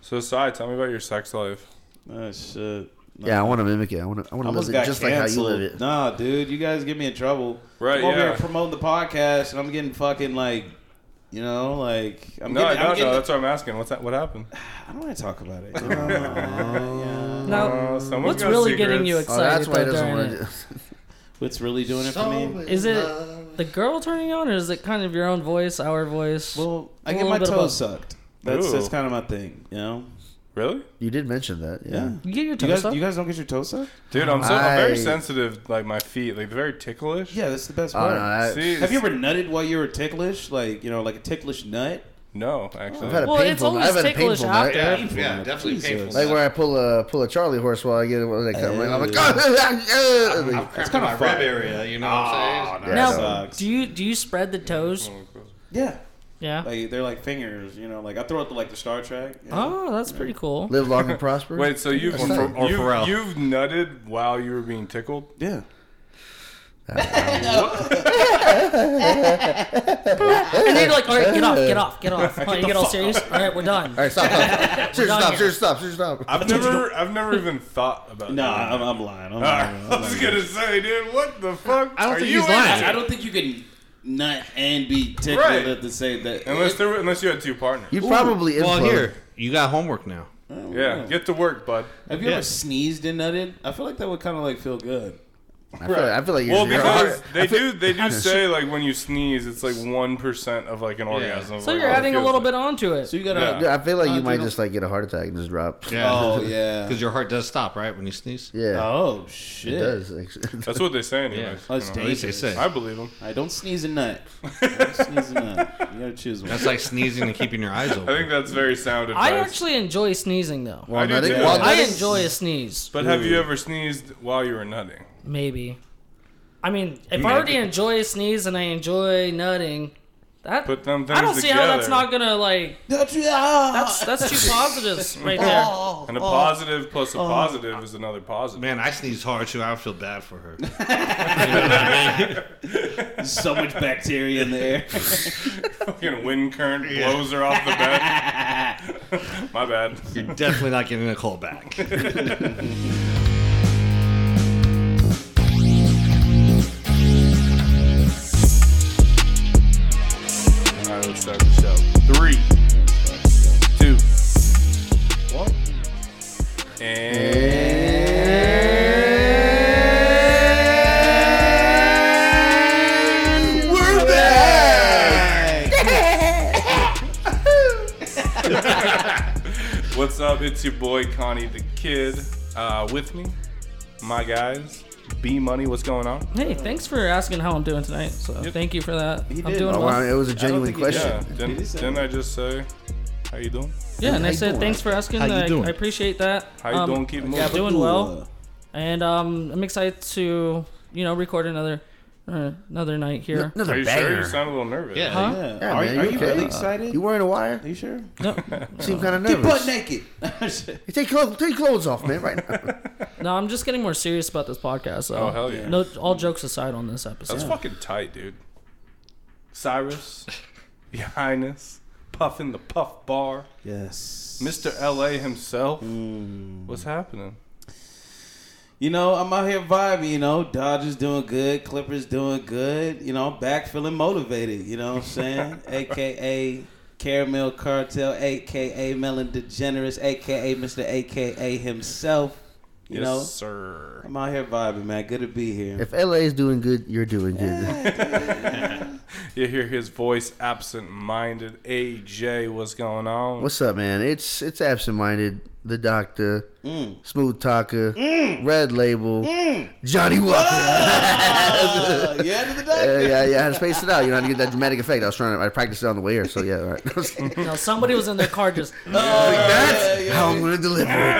So, Sai, tell me about your sex life. Oh shit. No. Yeah, I want to mimic it. I want to. I want to live Almost it got just like how you canceled. live it. Nah, dude, you guys get me in trouble. Right, I'm over yeah. here promoting the podcast, and I'm getting fucking like, you know, like I'm No, getting. no, I'm no. getting- That's what I'm asking. What's that? What happened? I don't want to talk about it. Yeah. Now, Uh, someone's what's got really secrets. getting you Oh, excited? that's why he though, doesn't during want it? to. What's really doing it for me? Is it the girl turning you on, or is it kind of your own voice, our voice? Well, I A get little my bit of toes sucked. That's Ooh. that's kind of my thing, you know. Really? You did mention that. Yeah. Yeah. you get your You toes guys, up. you guys don't get your toes sucked? Dude, I'm so I'm very I- sensitive. Like my feet, like very ticklish. Yeah, that's the best Oh, part. no, that- See, Have you ever nutted while you were ticklish? Like you know, like a ticklish nut? No, actually. I've had a Well, it's painful. always I've had a ticklish painful after. night. Yeah, Painful. yeah, definitely Jesus. painful. Like where I pull a pull a Charlie horse while I get it. Like I'm like, I'm like, I'm oh, cramping kinda my fun. rib area. You know what I'm saying? now, sucks. do you do you spread the toes? Yeah, Yeah. like they're like fingers. You know, like I throw it to like the Star Trek. you know? oh, that's pretty cool. live long and prosper. Wait, so you've Or for- or you, Pharrell. you've nutted while you were being tickled? Yeah. And then you're like, all right, get off, get off, get off. Like, you get all serious. All right, we're done. All right, stop, stop, We're Seriously, done stop, here. seriously, stop, seriously, stop. I've never I've never even thought about No, that. I'm, I'm lying. I'm lying. I'm I was lying. gonna say, dude, what the fuck? I don't Are think you he's lying. into- I don't think you can nut and be tickled Right. at the same that. Unless there, were- unless you had two partners. You probably Well, implode. here you got homework now. yeah, get to work, bud. Have you Yeah. ever sneezed and nutted? I feel like that would kind of like feel good. I feel like, I feel like Well, you're, because you're- they do they do say like when you sneeze, it's like one percent of like an orgasm. So Like, you're what it adding a feels little like. bit onto it. So you gotta. Yeah. Dude, I feel like Oh, you might dude. just like get a heart attack and just drop. Yeah. Oh yeah. Because your heart does stop, right, when you sneeze. Yeah, Oh it shit. does. actually. That's what they say, anyways. Yeah. you That's know. At least they dangerous. say. I believe them. I don't sneeze and nut. Don't sneeze and nut. You gotta choose one. That's like sneezing and keeping your eyes I think open. that's very sound advice. I actually enjoy sneezing though. Well, do nutting- too. well, I nutting- enjoy a sneeze, but have you ever sneezed while you were nutting? maybe. I mean, if I already Maybe. enjoy a sneeze and I enjoy nutting, that Put them things I don't see how that's together. not gonna like. ah! That's that's two positives right there. And a positive plus a positive is another positive. Oh. Man, I sneeze hard too. I would feel bad for her. There's so much bacteria in there. Fucking wind current blows her off the bed. My bad. You're definitely not getting a call back. All right, let's start the show. Three, two, one, and We're back. what's up? It's your boy Connie the Kid. Uh, with me, my guys, B Money. What's going on? Hey, thanks for asking how I'm doing tonight. So thank you for that. I'm did. doing Oh, well. wow, it was a genuine think he- question. Yeah, didn't, didn't I just say how you doing? Yeah, and How I you said doing? thanks for asking. How you I, doing? I appreciate that. How you Um, doing? Keep moving. yeah, but- Doing well. And um, I'm excited to you know record another uh, another night here. Are Another you banger. sure? You sound a little nervous. Yeah. Huh? Yeah. Yeah, are man, are you you okay? really excited? You wearing a wire? are you sure? You seem kind of Get butt nervous. naked. Oh, You take clothes, take clothes off, man. Right now. No, I'm just getting more serious about this podcast. So. Oh hell yeah. No, all jokes aside on this episode. That's fucking tight, dude. Cyrus, Your Highness, puffing the puff bar. yes. Mr. LA himself. What's happening? You know, I'm out here vibing, you know. Dodgers doing good, Clippers doing good. You know, I'm back feeling motivated, you know what I'm saying? AKA Caramel Cartel, AKA Melon DeGeneres, AKA Mr. AKA himself. You yes, know, sir. I'm out here vibing, man. Good to be here. if LA is doing good, you're doing good. You hear his voice absent minded. AJ, what's going on? What's up, man? It's it's absent-minded. The Doctor, Smooth Talker, Red Label, Johnny Walker. Uh, yeah, to the Yeah, doctor. yeah, yeah. I had to space it out. You know, I had to get that dramatic effect. I was trying to. I practiced it on the way here, so yeah. All right. Now somebody was in their car just. Oh, That's how I'm gonna deliver it.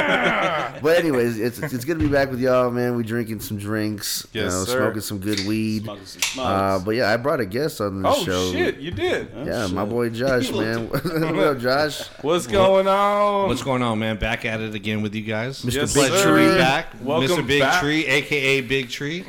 but anyways, it's it's good to be back with y'all, man. We drinking some drinks, you Yes, know, sir. smoking some good weed. Smoking some smokes. Uh, but yeah, I brought a guest on the oh, show. shit, you did. Yeah, shit. my boy Josh, man. what up, Josh? What's going on? What's going on, man? Back at it again with you guys. Mr. Yes, Big sir. Tree back. Welcome Mr. Big back. Tree, aka Big Tree,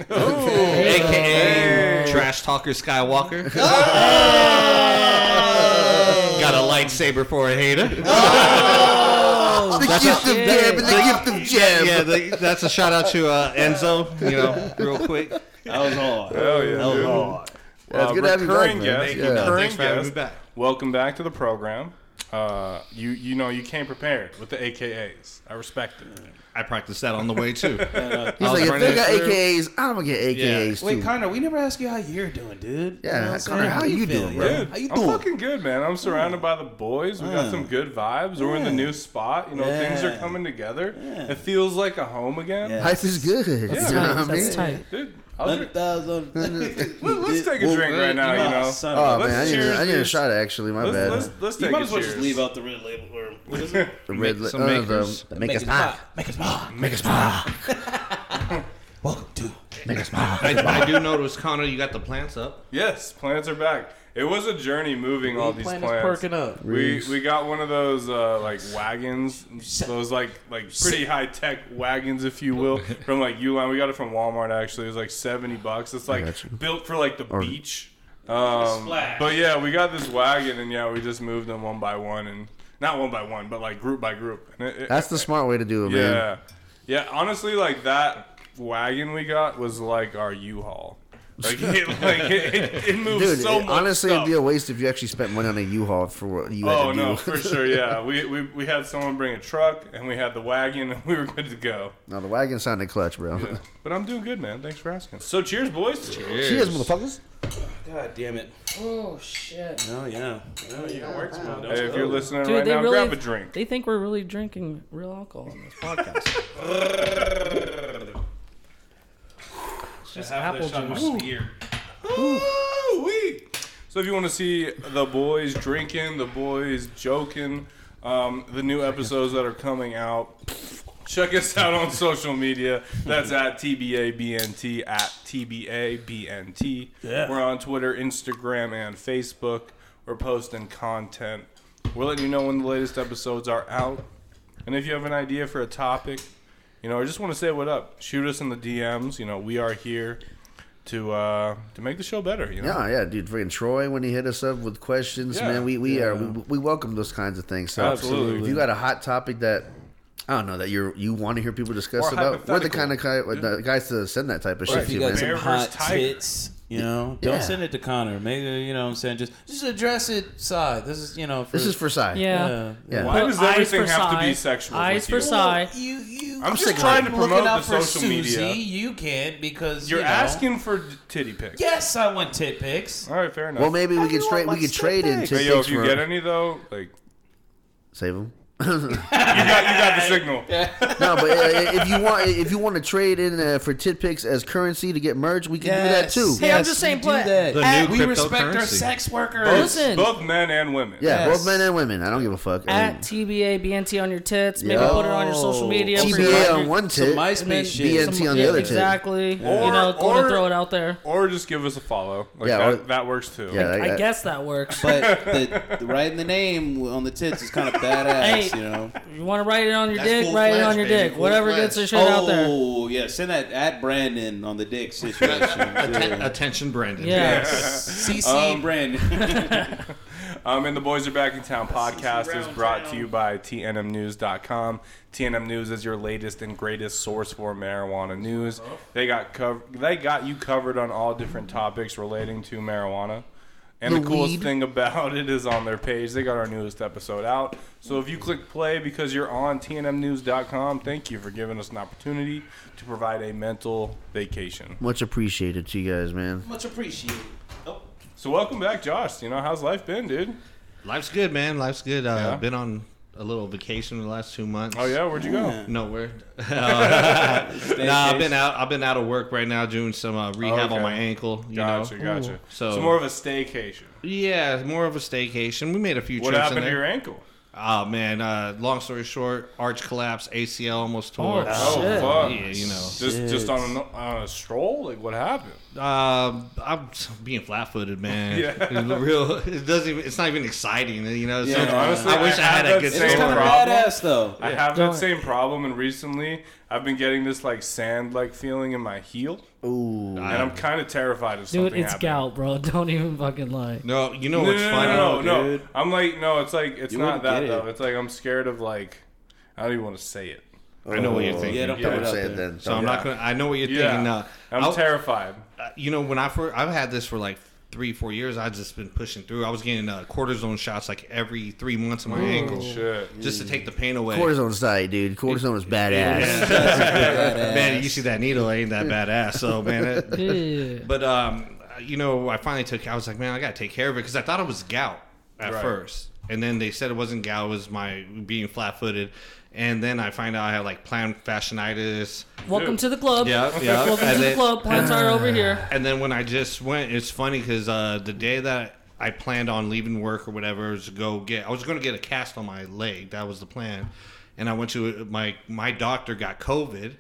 aka Trash Talker Skywalker. Oh! Got a lightsaber for a hater. "Oh, gift of gab and the gift of jab. Yeah, the, that's a shout out to uh, Enzo. You know, real quick. That was hard. Hell yeah, that was dude. hard. Yeah, it's Uh, good to have you recurring back, man. guest, Yeah. No, recurring thanks for having guest. me back. Welcome back to the program. Uh, you you know you came prepared with the AKAs. I respect it. I practiced that on the way too. Uh, He's I was like, if running they got through- AKAs, I'm gonna get AKAs Wait, too. Connor, we never asked you how you're doing, dude. Yeah, what I'm Connor, saying? how you doing, feel, bro? yeah? Dude, How you I'm doing? fucking good, man. I'm surrounded by the boys. We got Yeah. some good vibes. We're in the Yeah. new spot. You know, things are Yeah. coming together. Yeah. It feels like a home again. Yeah. Life is good. you know That's what I tight. That's mean? tight. Dude, I'll drink- Hundred thousand. let's take a Well, drink right now. You oh, know, son of a- Oh Let's man, I need, cheers a, I need a these. shot actually. My let's, bad. let's let's You take might a as well cheers. just leave out the red label or what is it? the red, Make some uh, makers. the, make us us hot. pop. Make us pop. Make a spot. Welcome to. I, I do notice, Connor, you got the plants up. Yes, plants are back. It was a journey moving all these Plant plants. is perking up. We we got one of those uh, like wagons, Shut- those like like pretty high tech wagons, if you will, from like Uline. We got it from Walmart actually. It was like seventy bucks. It's like got you. built for like the beach. Um, Splash. but yeah, we got this wagon, and yeah, we just moved them one by one, and not one by one, but like group by group. And it, it- That's the smart way to do it, yeah, man. yeah. Honestly, like that wagon we got was like our U-Haul. Like it, like it, it, it moved Dude, so it- much. honestly, stuff. it'd be a waste if you actually spent money on a U-Haul for what you had Oh to do. no, for sure. Yeah, we, we we had someone bring a truck, and we had the wagon, and we were good to go. no, the wagon sounded clutch, bro. But I'm doing good, man. Thanks for asking. So cheers, boys. Cheers. Cheers, motherfuckers. God damn it. Oh shit. Oh yeah. Oh yeah. It works, man. Hey, if you're listening Dude, right they now, really grab a drink. They think we're really drinking real alcohol on this podcast. it's just apple juice. Ooh-wee. So if you want to see the boys drinking, the boys joking, um, the new episodes that are coming out. Check us out on social media. That's at TBABNT, at TBABNT. Yeah. We're on Twitter, Instagram, and Facebook. We're posting content. We're letting you know when the latest episodes are out. And if you have an idea for a topic, you know, or just want to say what up, shoot us in the DMs. You know, we are here to uh, to make the show better. You know, Yeah, yeah, dude. Freaking Troy, when he hit us up with questions, Yeah. man, we we are we, we welcome those kinds of things. So Absolutely. if you got a hot topic that I don't know that you you want to hear people Or discuss about, we're the hypothetical. kind of guy, the guys to send that type of Or shit if you to, got man. Bear some hot versus tiger. tits, you know, don't Yeah. send it to Connor. Maybe you know what I'm saying. Just just address it side. This is you know. For, This is for side. Yeah. Yeah. Yeah. Why Well, does eyes everything for have to be side. sexual? Eyes with you? for side. You, you, I'm you just keep trying to looking promote out the for social media. You can't because You're you know, asking for d- titty pics. Yes, I want tit pics. All right, fair enough. Well, maybe we do you could want trade. my We could side trade in pics? two hey, yo, if for you get any though, like you save them. got you got the signal. No, but uh, if you want, if you want to trade in uh, for tit pics as currency to get merch, we can do that too. Hey, I'm just saying, we do put- that. The new we respect our cryptocurrency. sex workers. Both, Listen. both men and women. Yeah, Yes. both men and women. I don't give a fuck. I At mean, TBA BNT on your tits. Maybe Yo. put it on your social media. for your- TBA on one Some tit. and then MySpace shit. BNT on the yeah, other tit. Exactly. Or- you know, going or- to throw it out there. Or just give us a follow. Like Yeah, that, or- that works too. Yeah, that- I that- guess that works. but the, the writing the name on the tits is kind of badass, Hey. you know. You want to write it on your That's dick? full Write it flash, on your baby, dick. full Whatever flash. gets the shit out there. Oh yeah, send that at Brandon on the dick situation. Atten- attention, Brandon. Yes. CC Brandon. Um, and the Boys Are Back in Town podcast is brought to you by TNMNews.com. TNM News is your latest and greatest source for marijuana news. They got cov- they got you covered on all different topics relating to marijuana. And the, The coolest weed. thing about it is on their page. They got our newest episode out. So if you click play because you're on TNMNews.com, thank you for giving us an opportunity to provide a mental vacation. Much appreciated to you guys, man. Much appreciated. Oh, So welcome back, Josh. You know how's life been, dude? Life's good, man. Life's good. Uh, Yeah. Been on a little vacation the last two months. Oh yeah, where'd you go? Nowhere. nah, I've been out. I've been out of work right now doing some uh, rehab Okay. on my ankle. You Gotcha, know. gotcha. So, So- more of a staycation. Yeah, more of a staycation. We made a few What trips happened in to there. your ankle? Oh man. Uh, long story short, arch collapse, ACL almost tore. Oh, Oh, Shit. fuck. Yeah, you know. Just just on a, on a stroll? Like, what happened? Uh, I'm being flat-footed, man. Yeah. It's real. It doesn't. Even, it's not even exciting. You know. So Yeah. Honestly, I wish I, had, that a good same story. it's kind of problem. badass though. I have Go that ahead. same problem, and recently I've been getting this like sand like feeling in my heel, Ooh, and I'm kind of terrified of something. Dude, it's happening. gout, bro. Don't even fucking lie. No, you know No, what's no, funny? no, no, no, dude. I'm like, no, it's like it's You not wouldn't that get it. though. It's like I'm scared of like. I don't even want to say it. I know what you're thinking. Yeah, don't Yeah, put it Don't out say there. it then. So I'm Yeah. not gonna. I know what you're Yeah, thinking now. I'm I'll- terrified. uh, you know, when I first, I've had this for like three, four years. I've just been pushing through. I was getting uh, cortisone shots like every three months on my ankle, Shit. just to take the pain away. Cortisone's tight, dude. Cortisone is badass. man, you see that needle ain't that badass. So man, it, Yeah. but um, you know, I finally took. I was like, man, I gotta take care of it because I thought it was gout at Right. first, and then they said it wasn't gout. It was my being flat footed, and then I find out I had like plantar fasciitis. Welcome Dude. to the club. Yeah, yeah. Welcome to And the then- club. Plants are over here. And then when I just went, it's funny because uh, the day that I planned on leaving work or whatever was to go get, I was going to get a cast on my leg. That was the plan. And I went to uh, my my doctor got COVID,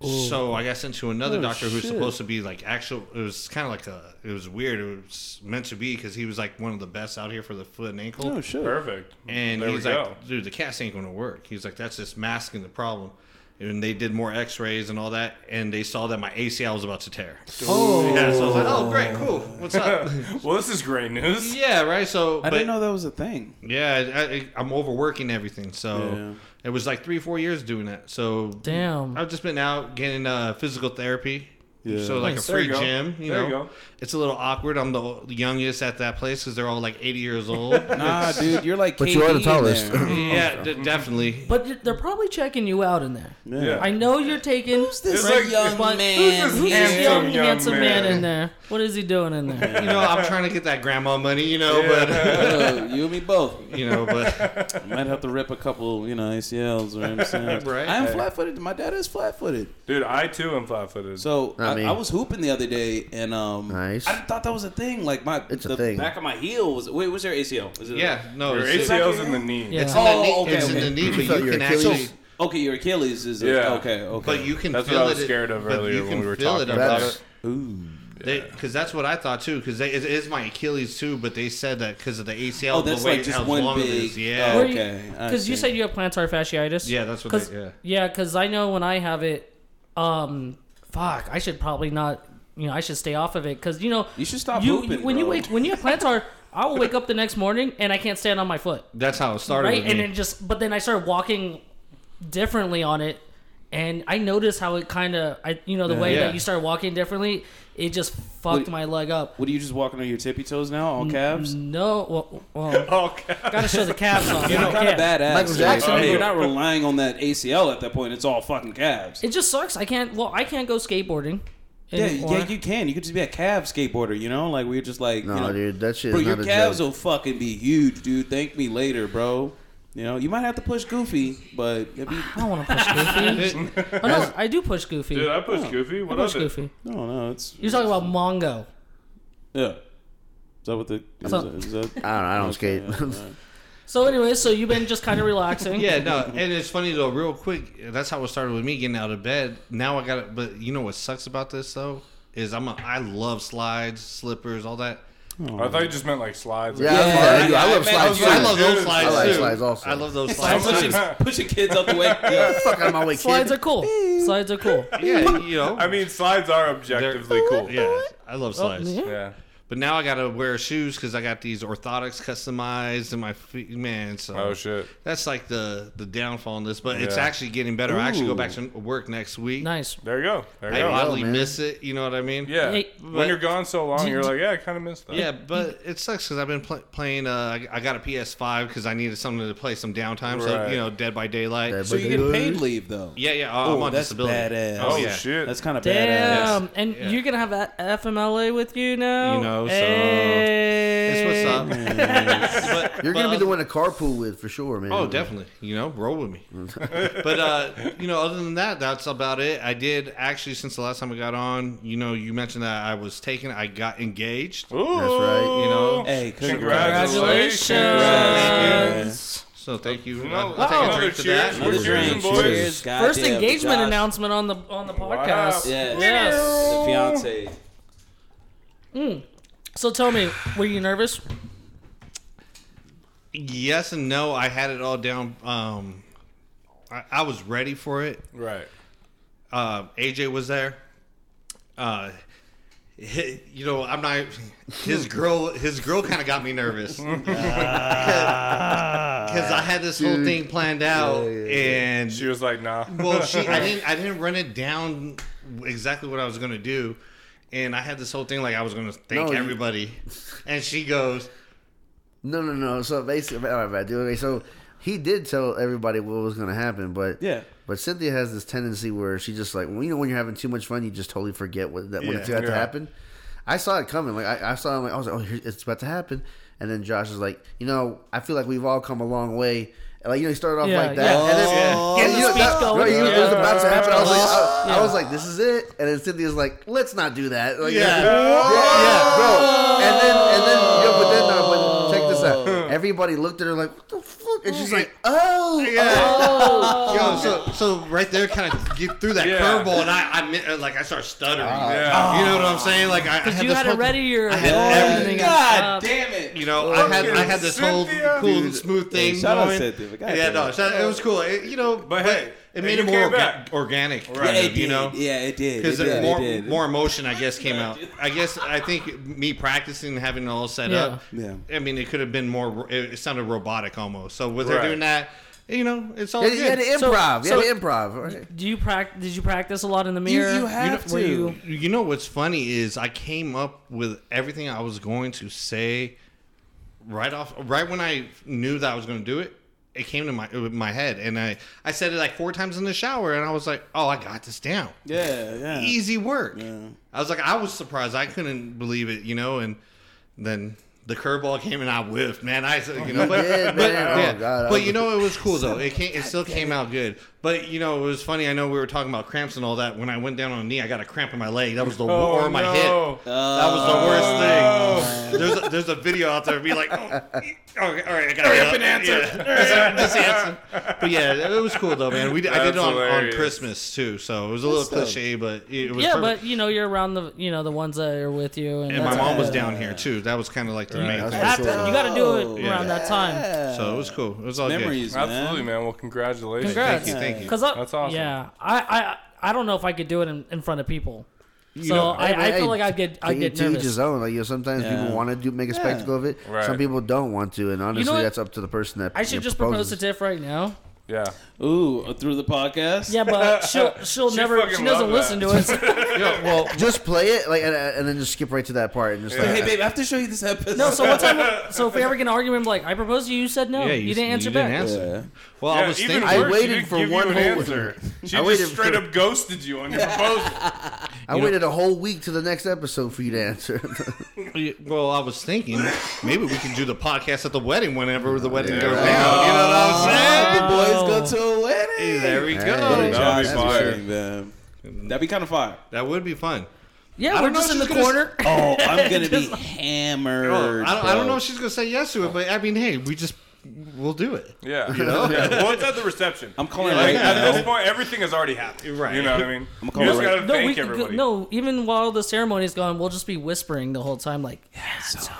so I got sent to another Oh, doctor who's shit. supposed to be like actual. It was kind of like a. It was weird. It was meant to be because he was like one of the best out here for the foot and ankle. Oh shit. Perfect. And there he's we like, go. dude, the cast ain't going to work. He's like, that's just masking the problem. And they did more x rays and all that. And they saw that my ACL was about to tear. Oh. Yeah, so I was like, oh, great, cool. What's up? Well, this is great news. yeah, right. So, I but didn't know that was a thing. yeah, I, I, I'm overworking everything. So Yeah. it was like three, four years doing that. So Damn. I've just been out getting uh, physical therapy. Yeah. So like Nice. a There you free go. gym, you There know. you go. It's a little awkward. I'm the youngest at that place because they're all like 80 years old. Nah, dude, you're like. But you KD are the in tallest. there. yeah, d- definitely. But you- they're probably checking you out in there. Yeah. I know you're taking. Who's this It's like- young But man? who's this here? handsome young, young handsome man. man? in there? What is he doing in there? you know, I'm trying to get that grandma money, you know, Oh, you and me both. but you know, but Might have to rip a couple, you know, ACLs or MCLs. Right. I am flat footed. My dad is flat footed. Dude, I too am flat footed. So Not I, me. I was hooping the other day, and um, Nice. I thought that was a thing. Like my, It's a the thing. back of my heel was. Wait, what's your ACL? Is it yeah, no, Your it's, ACL's in the knee. Yeah. it's in Oh, the knee, okay, it's okay. in the knee, You but felt you your can Achilles? actually, Okay, your Achilles is. Yeah. A, okay. Okay. but you can That's what feel I was it. scared of but you earlier can when we were feel talking it about about it. Ooh. because that's what I thought too. Because it is my Achilles too, but they said that because of the ACL, Oh, that's the way like just how one long it big- is. Yeah, oh. Where Okay, I Because you, see. said you have plantar fasciitis. yeah, that's what. Cause, they, yeah. yeah, because I know when I have it, um, fuck, I should probably not, you know, I should stay off of it because you know You should stop you, hooping, when you bro. wake when you have plantar. I will wake up the next morning and I can't stand on my foot, That's how it started. right? with And me. then just but then I started walking differently on it, and I noticed how it kind of I you know the way Yeah. that you start walking differently, it just fucked What- my leg up. What are you just walking on your tippy toes now? All calves. No, well, well Okay. gotta show the calves off. You're I kind of can't. badass. Michael Jackson. Like, "Oh, you're not relying on that ACL at that point. It's all fucking calves. It just sucks. I can't. Well, I can't go skateboarding. Yeah, anymore. yeah, you can. You could just be a calf skateboarder, you know? Like, we're just like, No, you know, dude, that shit Bro, is your not a calves joke. will fucking be huge, dude. Thank me later, bro. You know, you might have to push Goofy, but it'd be, I don't want to push Goofy. oh, no, I do push Goofy. Dude, I, I pushed Goofy. What push else? Goofy. no, no, it's You're talking about Mongo. yeah. Is that what the is thought- that, is that, I don't, I don't skate. Yeah, alright. So, anyway, so you've been just kind of relaxing. yeah, no, and it's funny though. Real quick, that's how it started with me getting out of bed. Now I got it, but you know what sucks about this though is I'm a I love slides, slippers, all that. I thought you just meant like slides. Yeah, Like, Yeah, I, love- yeah, I man, love slides. I I Dude, love those dude. slides. I like too. slides also. I love those I'm slides. pushing, too. pushing kids out the way. Yeah. Fuck out of my way, Slides kid. are cool. Slides are cool. Yeah, you know. I mean, slides are objectively cool. yeah, I love Oh, slides. yeah. Yeah. But now I gotta wear shoes because I got these orthotics customized in my feet, man. So Oh shit. that's like the the downfall in this. But it's Yeah. actually getting better. I actually go back to work next week. Nice. There you go. There you I go. oddly man. miss it. You know what I mean? yeah. Hey, when but- you're gone so long, Did- you're like, yeah, I kind of missed that. Yeah, but it sucks because I've been pl- playing. Uh, I- I got a PS5 because I needed something to play some downtime. So Right. you know, Dead by Daylight. Dead So you get paid leave though. yeah, yeah. I- I'm Oh, on that's disability. badass. Oh, yeah. shit. That's kind of badass. Damn. And Yeah. you're going to have a- FMLA with you now? You know, so Hey. That's what's up. But- You're but gonna be the one to carpool with for sure, man. Oh, definitely. You know, roll with me. but uh, you know, other than that, that's about it. I did actually since the last time I got on. You know, you mentioned that I was taken. I got engaged. Ooh. That's right. You know. Hey, congrats. Congratulations. Congratulations. So thank you. No, I'll, I'll take a another drink to cheers. that. We're Another cheering, drink. boys. Cheers. God First damn, engagement Josh. announcement on the on the podcast. Yes. Yes. The fiance. So tell me, were you nervous? Yes and no. I had it all down. Um, I, I was ready for it. um, Right. Uh, AJ was there. Uh, hi- you know, I'm not. His girl, his girl, kind of got me nervous because I had this whole thing planned out, Ah. Yeah, yeah, yeah. and She was like, nah. well, she, I didn't, I didn't run it down exactly what I was gonna do, and I had this whole thing like I was gonna thank No, you- everybody, and she goes, No, no, no. So basically, all right, dude. Okay, so he did tell everybody what was going to happen, but Yeah. But Cynthia has this tendency where she just like, well, you know, when you're having too much fun, you just totally forget what that when Yeah. it's about to Yeah. happen. I saw it coming. Like I, I saw, it, like I was like, oh, here, it's about to happen. And then Josh is like, you know, I feel like we've all come a long way. Like you know, he started off Yeah, like that, yeah. and then Oh, and, yeah. you know, Speech that- going. right, you know, it was Yeah. about to happen. I was like, I, I Yeah. was like, this is it. And then Cynthia's like, let's not do that. Like, Yeah. yeah, yeah, bro. And then, and then, yo, but then, uh, but check this out. Everybody looked at her like, what the fuck? And she's like, oh, Oh, yeah, Oh. yo, so, so right there, kind of get through that Yeah. Ah. curveball, and I, I, meant- like, I start stuttering. Yeah. You know what I'm saying? Like, I, I had you this had whole- already your I had Oh, everything. God up. damn it. You know, I had, I had this Cynthia. whole cool, Dude, smooth thing Shout out going. Cynthia, but God yeah, damn no, it. shout- it was cool. It- you know, but, hey, it made you it more came orga- back. organic. Right. kind it of, You did. know, Yeah, it did. It because did. more it did. more emotion, I guess, came out. I guess I think me practicing and having it all set Yeah. up. Yeah. I mean, it could have been more. It it sounded robotic almost. So with her Right. doing that, you know, it's all Yeah, you had good. to improv. So- you had to improv. Right. Do you prac? Did you practice a lot in the mirror? you have Were to. you- You know what's funny is I came up with everything I was going to say right off, right when I knew that I was going to do it. It came to my my head, and I I said it like four times in the shower, and I was like, "Oh, I got this down. Yeah, yeah. Easy work." I was like, I was surprised. I couldn't believe it, you know. And then the curveball came, and I whiffed, man. I said, you know, but, did, but, man. Oh, yeah. God, I but was- you know, it was cool though. It came, it still came out good. But you know, it was funny. I know we were talking about cramps and all that. When I went down on a knee, I got a cramp in my leg. That was the Oh, or my no. hip. That was the worst thing. There's a, there's a video out there of me like, oh, okay, all right, I got and it. answer. Yeah. Just answer. But yeah, it was cool though, man. We did, I did it That's on, on hilarious. Christmas too, so it was a little Awesome. cliche, but it was yeah, perfect. but you know you're around the you know the ones that are with you, and, And my that's- mom was down here too. That was kind of like the main that's thing. right. have to- you got to do it Yeah. around that time. So it was cool. It was all Memories, man. Absolutely, man. Well, congratulations. Congrats. Thank you, thank you. Cause I, That's awesome. Yeah, I, I I don't know if I could do it in, in front of people. So know, I, I feel like I get I to get each- to each his nervous. own. Like you know, sometimes Yeah. people want to do make a Yeah. spectacle of it. Right. Some people don't want to, and honestly, what? that's up to the person that. I should you know, just propose proposes. to Tiff right now. Yeah. Ooh, through the podcast? Yeah, but she'll she'll She'd never fucking she love doesn't that. listen to us. Yeah, well, Just play it, like, and, and then just skip right to that part, and just Hey, like, babe, I have to show you this episode. no, so what time? So if we ever get an argument, like I proposed to you, you said no. yeah, you, didn't answer back. Well, Yeah, I was even thinking. I worse, waited she didn't for give you one an whole- answer. She waited just straight for- up ghosted you on your proposal. I waited a whole week to the next episode for you to answer. Well, I was thinking maybe we can do the podcast at the wedding whenever the wedding goes down. You know what I'm saying? the Oh. boys go to a Hey, wedding. there we Hey. go. No. That'd be Josh, fire. shit, man. That'd be kind of fire. That would be fun. Yeah, I we're don't know just if in the she's gonna corner. Oh, I'm gonna be hammered. Oh, I, don't, I bro. don't know if she's gonna say yes to it, but I mean, hey, we just we'll do it. Yeah. You know? yeah. Well, it's at the reception. I'm calling Like, right at this now. point, everything has already happened. Right. You know what I mean? I'm you calling just right- gotta Oh, No, we thank could go, everybody. no. Even while the ceremony's gone, we'll just be whispering the whole time, like, yeah, so,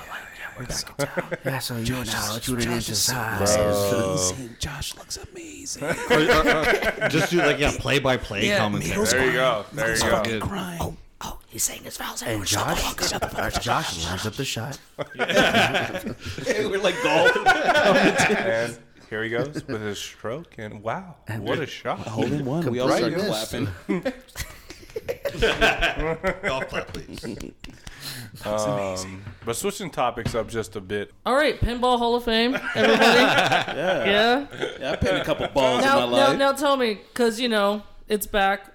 That's how you know tuning into Amazing. Josh looks amazing. Or- or- or just do like yeah, play by play Yeah. commentary. There you go. There you go. Good. Grind. oh, he's saying his vows. And Josh, Josh lines up the shot. We're like golf. And here he goes with his stroke, and wow, what a shot! Hole in one. We all Right, start yes. clapping. Golf clap, please. Um, but switching topics up just a bit. All right, pinball Hall of Fame, everybody. yeah. Yeah, I pinned a couple balls Now, in my life. now, now, tell me, because you know it's back.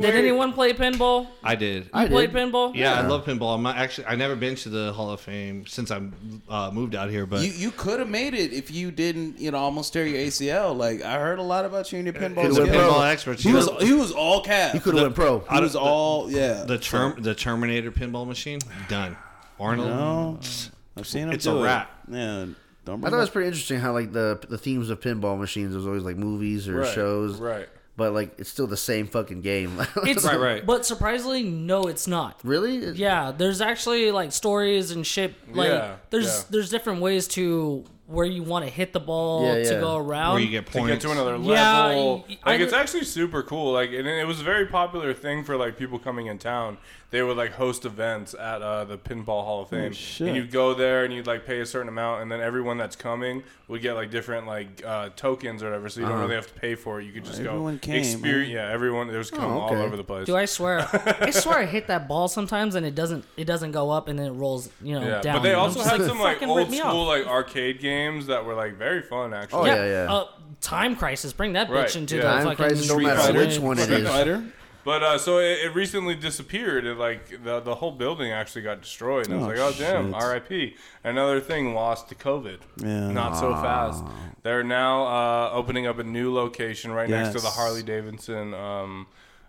Did anyone play pinball? I did. I Play did. pinball? Yeah, I love pinball. I'm not- actually I've never been to the Hall of Fame since I uh, moved out here, but You you could have made it if you didn't, you know, almost tear your ACL. Like I heard a lot about you and your pinball Could've the went pro. skills. pinball expert. He was he was all calf. You could have went pro. He was all yeah. the term the Terminator pinball machine done. Arnold. no, I've seen him. It's do a it. wrap. Yeah, don't I bring thought it was up. pretty interesting how like the the themes of pinball machines was always like movies or Right, shows, right. But like it's still the same fucking game. It's Right, right. But surprisingly, no, it's not. really? Yeah, there's actually like stories and shit. Like Yeah, there's yeah. there's different ways to where you want to hit the ball Yeah, to yeah. go around. where you get to get points. to another Yeah, level. y- y- like I- it's actually super cool. Like and it was a very popular thing for like people coming in town. They would like host events at uh, the Pinball Hall of Fame, shit. and you'd go there and you'd like pay a certain amount, and then everyone that's coming would get like different like uh, tokens or whatever. So you don't really have to pay for it. You could just Uh-huh. everyone go came, Oh, experience. Yeah, everyone there was coming okay. all over the place. Do I swear? I swear I hit that ball sometimes and it doesn't it doesn't go up and then it rolls you know yeah, down. but they I'm also just had some like "Fucking rip old me school off." like arcade games that were like very fun actually. Oh, yeah, yeah. Uh, time crisis, bring that bitch Right, into yeah. the Time fucking Crisis, no Street matter Fighter. which one it Street is. Fighter. But uh, so it, it recently disappeared. It like the the whole building actually got destroyed. And I was Oh, like, oh damn, shit. R.I.P. Another thing lost to COVID. Yeah. Not so fast. They're now uh, opening up a new location right next to the Yes. Harley Davidson um,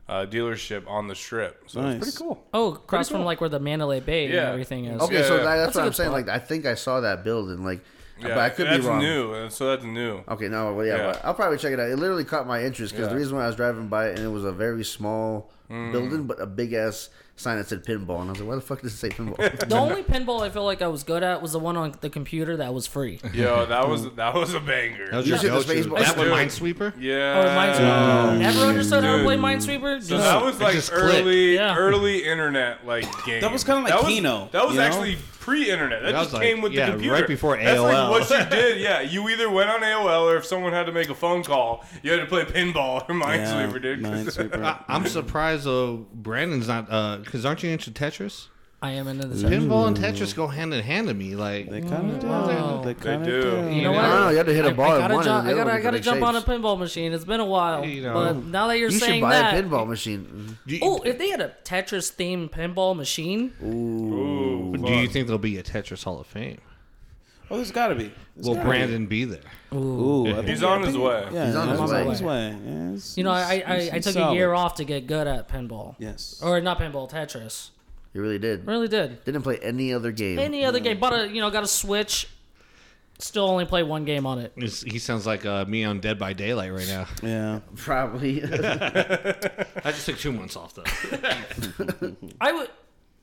uh, dealership on the Strip. So Nice. it's pretty cool. Oh, across from like where the Mandalay Bay and Yeah. everything is. Okay. Okay, so yeah. that, that's, That's a what I'm good saying. spot. Like, I think I saw that building. Like, but I could that's be wrong. new. uh, So that's new. Okay, no, well, yeah, Yeah. but I'll probably check it out. It literally caught my interest because Yeah. Hmm. the reason why I was driving by it and it was a very small building, but a big ass sign that said pinball, and I was like, why the fuck does it say pinball? The only pinball I feel like I was good at was the one on the computer that was free. Yo, that was that was a banger. That was You your said the go-to. space bar- That one, Dude. Minesweeper. yeah. Or Oh, Minesweeper. Never understood how to Dude. play Minesweeper. So Just- that was It like just clicked. early, Yeah. early internet like game. That was kinda like That was- Keno, That was you know? actually pre-internet. That, That just was like- came with yeah, the right computer. before That's AOL. Like what you did, yeah. You either went on AOL or if someone had to make a phone call, you had to play pinball or Minesweeper, dude. 'cause- Minesweeper. I'm surprised though Brandon's not because aren't you into Tetris? I am into this. Pinball and Tetris go hand in hand to me. Like They kind of do. They kind of do. do. You know what? I don't know, you had to hit a ball Oh. I, at gotta, one ju- and the I other one gotta, I could gotta make jump on a shapes. pinball machine. It's been a while, You know. but now that you're You should saying buy that, a pinball machine. do you, oh, if they had a Tetris themed pinball machine, Ooh, do you think there'll be a Tetris Hall of Fame? Oh, there's got to be. There's Will gotta Brandon be there? be. Ooh, I think- He's I on think- his way. Yeah, He's on his way. way. Yeah, it's- you know, it's- I, I, it's- I, I it's took a solid. year off to get good at pinball, Yes. or not pinball, Tetris. You really did. Really did. Didn't play any other game. Any other game, but a, you know, got a Switch. Still only play one game on it. It's- he sounds like uh, me on Dead by Daylight right now. Yeah. Probably. I just took two months off though. I would,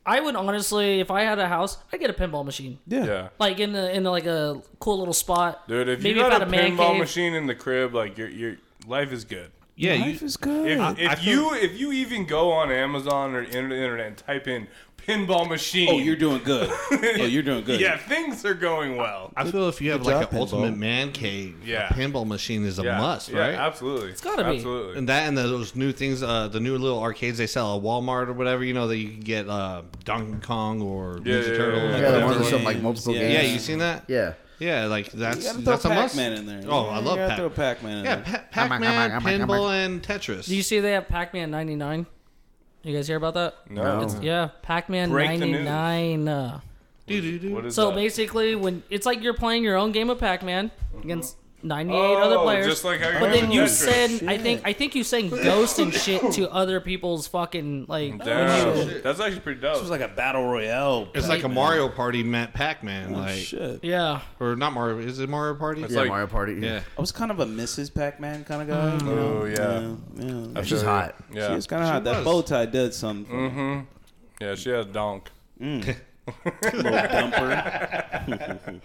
I would honestly, if I had a house, I'd get a pinball machine. Yeah. yeah. Like in the in the, like a cool little spot. Dude, if Maybe you if got I a had a man pinball cave. machine in the crib, like your your life is good. Yeah, Life you, is good. If, I if feel- you if you even go on Amazon or inter- internet and type in pinball machine, oh, you're doing good. oh, you're doing good. yeah, things are going well. I feel if you have good like job, an pinball. ultimate man cave, Yeah. a pinball machine is a Yeah, must, yeah, right? Absolutely, it's gotta be. absolutely. and that and those new things, uh, the new little arcades they sell at Walmart or whatever, you know, that you can get uh, Donkey Kong or Yeah, Ninja yeah, Turtle. yeah, like yeah, the whatever ones that they- sell like multiple Yeah. games. Yeah, you seen that? Yeah. Yeah, like You that's gotta throw that's a must. Pac-Man in there. Oh, I love you gotta throw Pac. Pac-Man in Yeah, there. pa- I'm on, I'm Pac-Man, on, I'm on, I'm pinball, on. and Tetris. Do you see they have Pac Man 99? You guys hear about that? no, It's- Yeah, Pac Man Break the news. 99. Uh, Do, do, do. what is so that? basically, when it's like you're playing your own game of Pac Man against 98 other Oh, players. just like how you're but then in you Tetris. send, I think, I think you send ghosts and shit to other people's fucking like. Damn. that's actually pretty dope. It was like a battle royale. It's like a Mario Party met Pac-Man, like Shit. Yeah, or not Mario? Is it Mario Party? It's Yeah, like- Mario Party. yeah. I was kind of a Mrs. Pac-Man kind of guy. you know? Oh yeah, Yeah. Mm-hmm. yeah. That's She's hot. She Yeah, was Mm-hmm. kind of hot. That was. bow tie did something. for me. yeah, she had a donk. Little dumper.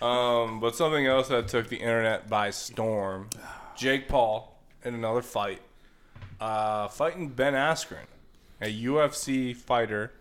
Um, but something else that took the internet by storm: Jake Paul in another fight, uh, fighting Ben Askren, a UFC fighter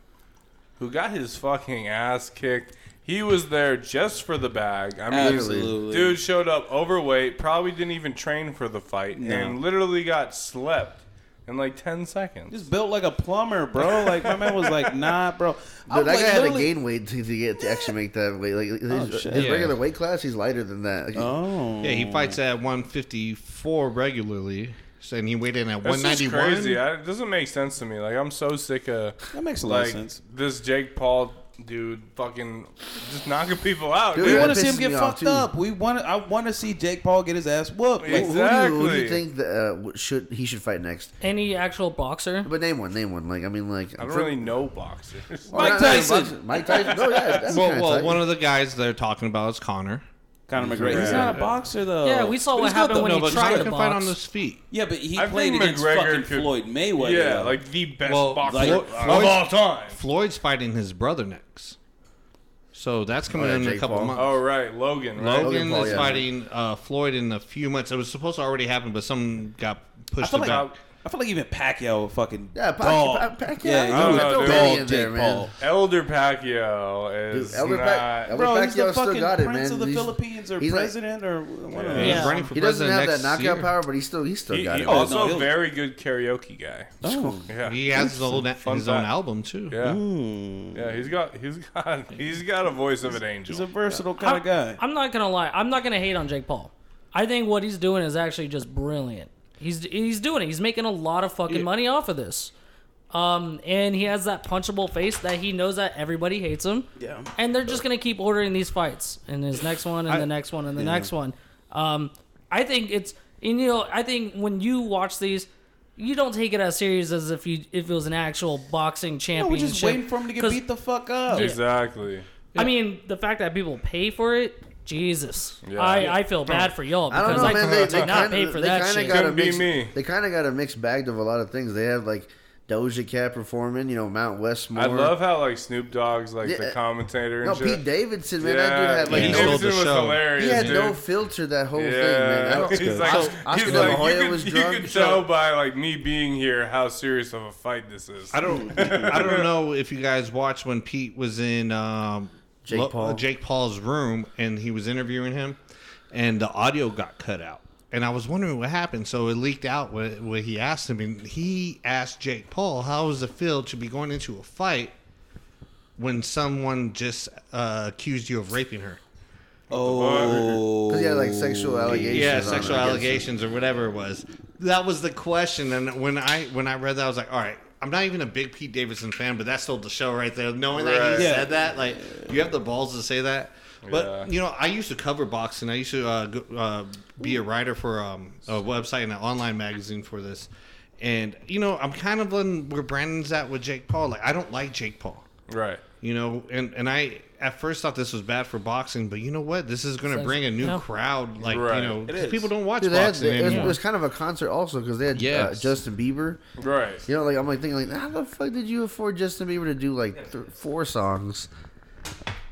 who got his fucking ass kicked. He was there just for the bag. I mean, Absolutely. dude showed up overweight, probably didn't even train for the fight, and literally got slept in like ten seconds. Just built like a plumber, bro. Like my man was like, nah, bro. I was Dude, that like, guy had to literally- gain weight to, to get to actually make that weight. Like his, shit. his Yeah. regular weight class, he's lighter than that. Like, Oh. Yeah, he fights at 154 regularly, so- and he weighed in at This is 191. crazy. I, it doesn't make sense to me. Like I'm so sick of That makes a lot like of sense. this Jake Paul dude fucking just knocking people out. Dude, We dude. want that to see him pisses get me off, fucked too. up. We want. I want to see Jake Paul get his ass whooped. Like, Who, do you, who do Exactly. you think that uh, w- should he should fight next? any actual boxer. But name one, name one. Like I mean, like I don't really know boxers. Mike Tyson. Mike Tyson. No, yeah, that's Well, kinda well, tight. one of the guys they're talking about is Connor. Conor McGregor. He's not a boxer though. Yeah, we saw But what he's got happened the- when he but tried Connor to can fight on box. his feet. Yeah, but he I played think against McGregor fucking could- Floyd Mayweather. yeah, like the best Well, boxer like, of Floyd's- all time. Floyd's fighting his brother next. So that's coming Oh, yeah, in a Jake couple Paul. months. Oh right, Logan. Right? Logan, Logan Paul, is yeah. fighting uh, Floyd in a few months. It was supposed to already happen, but some got I pushed feel like about. I feel like even Pacquiao would fucking Yeah, Pac- dog. Pac- Pacquiao, yeah, he he would would throw Benny in dog there, Jake man. Paul. Elder Pacquiao is Dude, Elder not. Pac- Elder Bro, he's Pacquiao the still fucking got it, prince man. of the He's- Philippines or he's like- president or one of Yeah. those. He's Yeah. running for He doesn't president have that next knockout year. power, but he's still he's still he, got he it. man. also Oh, no, he'll- very good karaoke guy. Oh. Yeah. He has his, old, his Fun own fact. album too. yeah. Yeah, he's got he's got he's got a voice of an hmm. He's a angel. versatile kind of guy. I'm not gonna lie. I'm not gonna hate on Jake Paul. I think what he's doing is actually just brilliant. He's he's doing it. He's making a lot of fucking money off of this. Um, and he has that punchable face that he knows that everybody hates him. Yeah. And they're just gonna keep ordering these fights, and his next one, and I- the next one, and the next one. Um, I think it's and you know I think when you watch these. You don't take it as serious as if you if it was an actual boxing No, we're championship. just waiting for him to get 'Cause, beat the fuck up. Exactly. I mean, the fact that people pay for it, Jesus, Yeah. I, I feel bad for y'all I don't because know, I, man. They, did they not kind pay of for they that kind of shit. got a Couldn't be mixed, me. they kind of got a mixed bag of a lot of things. They have like Doja Cat performing, you know, Mount Westmore. I love how like Snoop Dogg's like Yeah, the uh, commentator and no shit. Pete Davidson, man. yeah, That dude he had Pete like no, stole the Davidson was show. hilarious. he had dude. no filter that whole Yeah, thing, man. I don't- he's like, Oscar- he's Oscar De La like Hoya you, could, was you drunk. could tell by like me being here how serious of a fight this is. I don't. I don't know if you guys watched when Pete was in um, Jake Paul. Jake Paul's room and he was interviewing him, and the audio got cut out. And I was wondering what happened. So it leaked out what, what he asked him, and he asked Jake Paul, "How does it feel to be going into a fight when someone just uh, accused you of raping her?" Oh, Because he had like sexual allegations. yeah on it, sexual I guess. allegations or whatever it was that was the question and when i when i read that i was like all right i'm not even a big pete davidson fan but that's still the show right there knowing that Right. he Yeah. said that like you have the balls to say that but Yeah. you know i used to cover boxing i used to uh, go, uh, be a writer for um, a website and an online magazine for this and you know i'm kind of on where brandon's at with jake paul like i don't like jake paul Right. you know and and i at first thought this was bad for boxing but you know what this is going to Says- bring a new no. crowd like Right. you know It 'cause is. people don't watch Dude, they had, boxing it, was, it anymore was kind of a concert also because they had uh, Yes. Justin Bieber. Right. You know, like I'm like thinking, like, how the fuck did you afford Justin Bieber to do like th- four songs?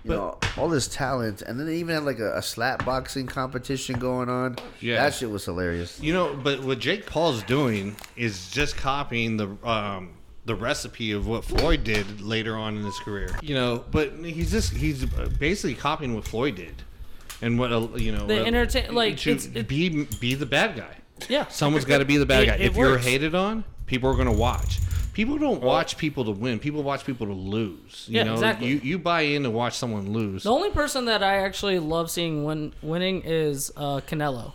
You know, all this talent, and then they even had like a, a slap boxing competition going on. Yeah. that shit was hilarious. you know but what jake paul's doing is just copying the um the recipe of what floyd did later on in his career you know but he's just he's basically copying what floyd did and what uh, you know The uh, entertain- like, to it's- it- be be the bad guy Yeah. Someone's got to be the bad It- guy. it if you're works. hated on, people are going to watch. People don't watch people to win. People watch people to lose. You Yeah, know, exactly. you you buy in to watch someone lose. The only person that I actually love seeing win, winning is uh, Canelo.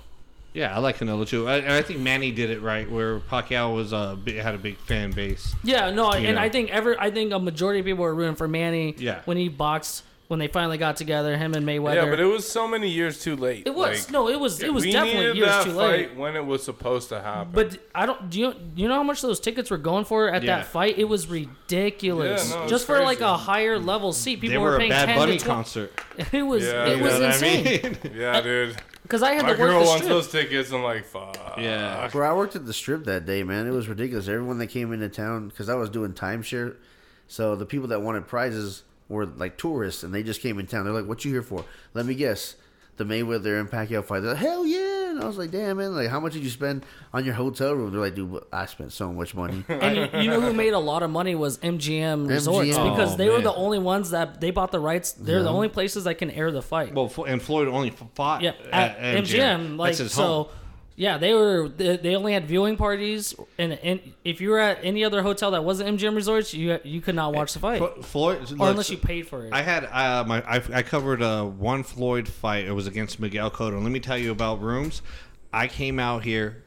Yeah, I like Canelo too. I, and I think Manny did it right, where Pacquiao was uh, bi- had a big fan base. Yeah, no, You and know. I think every I think a majority of people were rooting for Manny. Yeah. when he boxed, when they finally got together, him and Mayweather. Yeah, but it was so many years too late. It was Like, no, it was it was we definitely needed years that too late. fight when it was supposed to happen. But I don't. Do you you know how much those tickets were going for at Yeah. that fight? It was ridiculous. Yeah, no, it's Just for like crazy. a higher level seat, people they were, a paying Bad 10 Bunny to 20 concert. It was Yeah, it you was know what insane yeah, dude, because I had my to work girl the wants strip. those tickets. I'm like, fuck. yeah, Bro, I worked at the strip that day, man. It was ridiculous. Everyone that came into town, because I was doing timeshare, so the people that wanted prizes were like tourists, and they just came in town. They're like, "What you here for?" Let me guess. The Mayweather and Pacquiao fight. They're like, "Hell yeah!" And I was like, "Damn, man! Like, how much did you spend on your hotel room?" They're like, "Dude, I spent so much money." And you, you know who made a lot of money was MGM Resorts MGM. because Oh, they were man. the only ones that they bought the rights. They're the only places that can air the fight. well, Flo- and Floyd only f- fought yeah, at, MGM, like That's his so. home. Yeah, they were. They, they only had viewing parties, and, and if you were at any other hotel that wasn't MGM Resorts, you you could not watch the fight, Flo- Floyd, or unless you paid for it. I had uh, my I, I covered uh, one Floyd fight. It was against Miguel Cotto. And let me tell you about rooms. I came out here,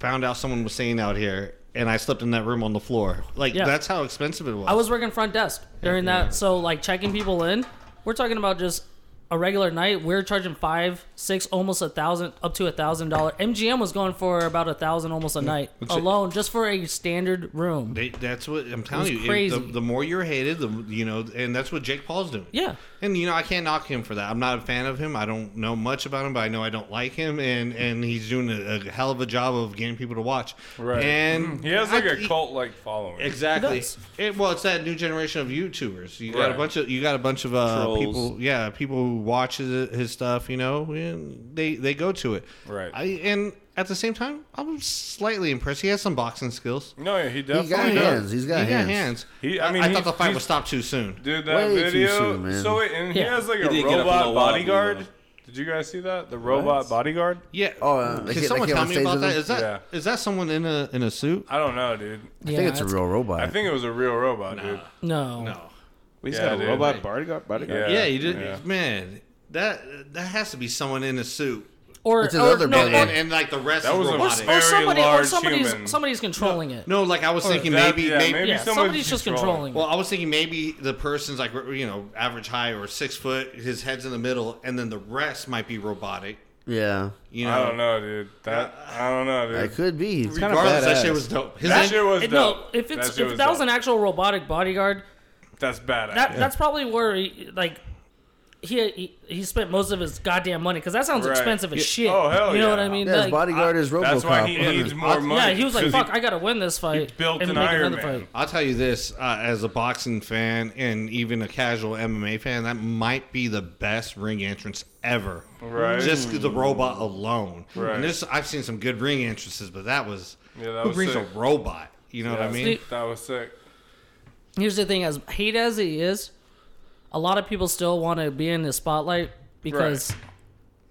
found out someone was staying out here, and I slept in that room on the floor. Like Yeah. that's how expensive it was. I was working front desk during that, so like checking people in. We're talking about just a regular night, we're charging five, six, almost a thousand, up to a thousand dollar. MGM was going for about a thousand almost a night it- alone, just for a standard room. They, that's what I'm telling you. it- crazy. the, the more you're hated, the you know, and that's what Jake Paul's doing. Yeah. And you know, I can't knock him for that. I'm not a fan of him. I don't know much about him, but I know I don't like him, and and he's doing a, a hell of a job of getting people to watch. Right. Mm-hmm. And He has like a a cult like following. He Exactly. does. It, well, it's that new generation of YouTubers. You got Right. a bunch of you got a bunch of uh, Trolls. people. Yeah, people who watch his, his stuff. You know, and they they go to it. Right. I, and at the same time, I'm slightly impressed. He has some boxing skills. Oh, no, yeah, he He got definitely does. hands. He's got he hands. got hands. He- I I mean, mean, I he- thought the fight he's- was stopped too soon. Dude, that Way too video. soon, man. So it, and he Yeah. has like He a did get a robot full bodyguard. lobby, Did you guys see that? The robot What? bodyguard? Yeah. Oh, uh, they Can get- someone they get tell on me stage about with that? him? Is that is Yeah. that someone in a in a suit? I don't know, dude. I think it's a real robot. I think it was a real robot, dude. No. No. He's Yeah, got a dude. robot bodyguard. bodyguard. Yeah, you did. Yeah. Man, that that has to be someone in a suit, Or, It's his or- other no, brother. and, or, and like the rest That is was a- Oh, or, robotic. or Very somebody or large somebody's human. somebody's controlling it. No, like I was thinking Oh, That- maybe yeah, maybe, maybe yeah, someone's somebody's just controlling. controlling it. Well, I was thinking maybe the person's like you know average high or six foot, his head's in the middle, and then the rest might be robotic. yeah, You know, I don't know, dude. That I don't know, dude. it could be. kinda regardless, that badass. shit was dope. His that name- shit was It- dope. no, if it's that shit if that was dope. an actual robotic bodyguard, that's badass. that that's probably where he, like he, he he spent most of his goddamn money because that sounds Right. expensive as Yeah. shit. Oh, hell You know yeah. what I mean? Yeah, his Like, bodyguard is RoboCop. that's why he needs more money. yeah, he was like, 'cause "Fuck, I gotta win this fight." built and an make Iron another Man. fight. I'll tell you this, uh, as a boxing fan and even a casual MMA fan, that might be the best ring entrance ever. Right. Just the robot alone. Right. And this, I've seen some good ring entrances, but that was Yeah, that who was brings sick. a robot? You know what I mean? See, that was sick. Here's the thing: as hate as he is, a lot of people still want to be in the spotlight because Right.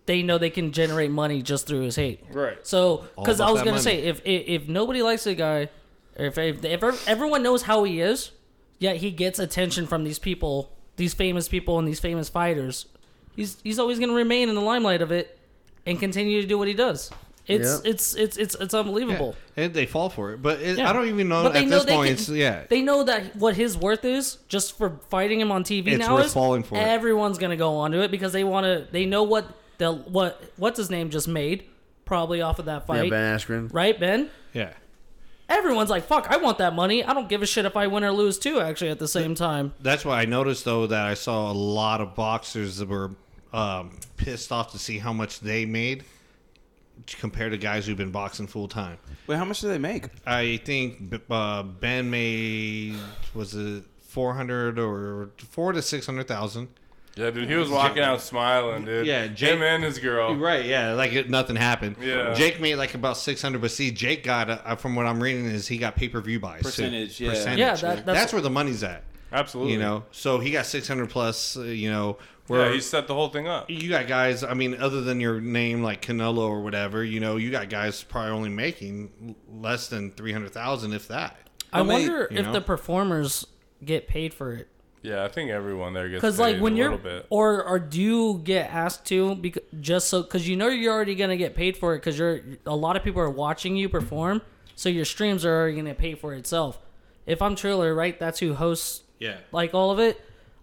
they know they can generate money just through his hate. Right. So, All because I about was that gonna money. say, if, if if nobody likes the guy, or if if, if ev- everyone knows how he is, yet he gets attention from these people, these famous people, and these famous fighters, he's he's always gonna remain in the limelight of it and continue to do what he does. It's Yeah. it's it's it's it's unbelievable. And they fall for it, but it, Yeah. I don't even know But at they know this they point. can- it's- yeah, They know that what his worth is just for fighting him on TV It's now worth is falling for it. everyone's gonna go onto it because they want to. They know what the what what's his name just made probably off of that Yeah, fight, Ben Askren. right, Ben? yeah. Everyone's like, "Fuck, I want that money. I don't give a shit if I win or lose too." Actually, at the same time, That's why I noticed though that I saw a lot of boxers that were um, pissed off to see how much they made compared to guys who've been boxing full time. Wait, how much do they make? I think B- uh, Ben made was it four hundred or four to six hundred thousand. Yeah, dude, he was walking out smiling, dude. Yeah, Jake- him and his girl. Right, yeah, like it, nothing happened. Oh. Yeah. Jake made like about six hundred, but see, Jake got uh, from what I'm reading is he got pay per view buys too. Percentage, yeah. Yeah, that- that's- that's where the money's at. Absolutely. You know, so he got six hundred plus. Uh, you know, where yeah, he set the whole thing up. you got guys. I mean, other than your name like Canelo or whatever, you know, you got guys probably only making l- less than three hundred thousand, if that. I, mean, wonder you if know? the performers get paid for it. Yeah, I think everyone there gets Because paid like when a you're little bit. or or do you get asked to because just so because you know you're already gonna get paid for it because you're a lot of people are watching you perform, so your streams are already gonna pay for itself. If I'm Triller, right, that's who hosts Yeah. like all of it.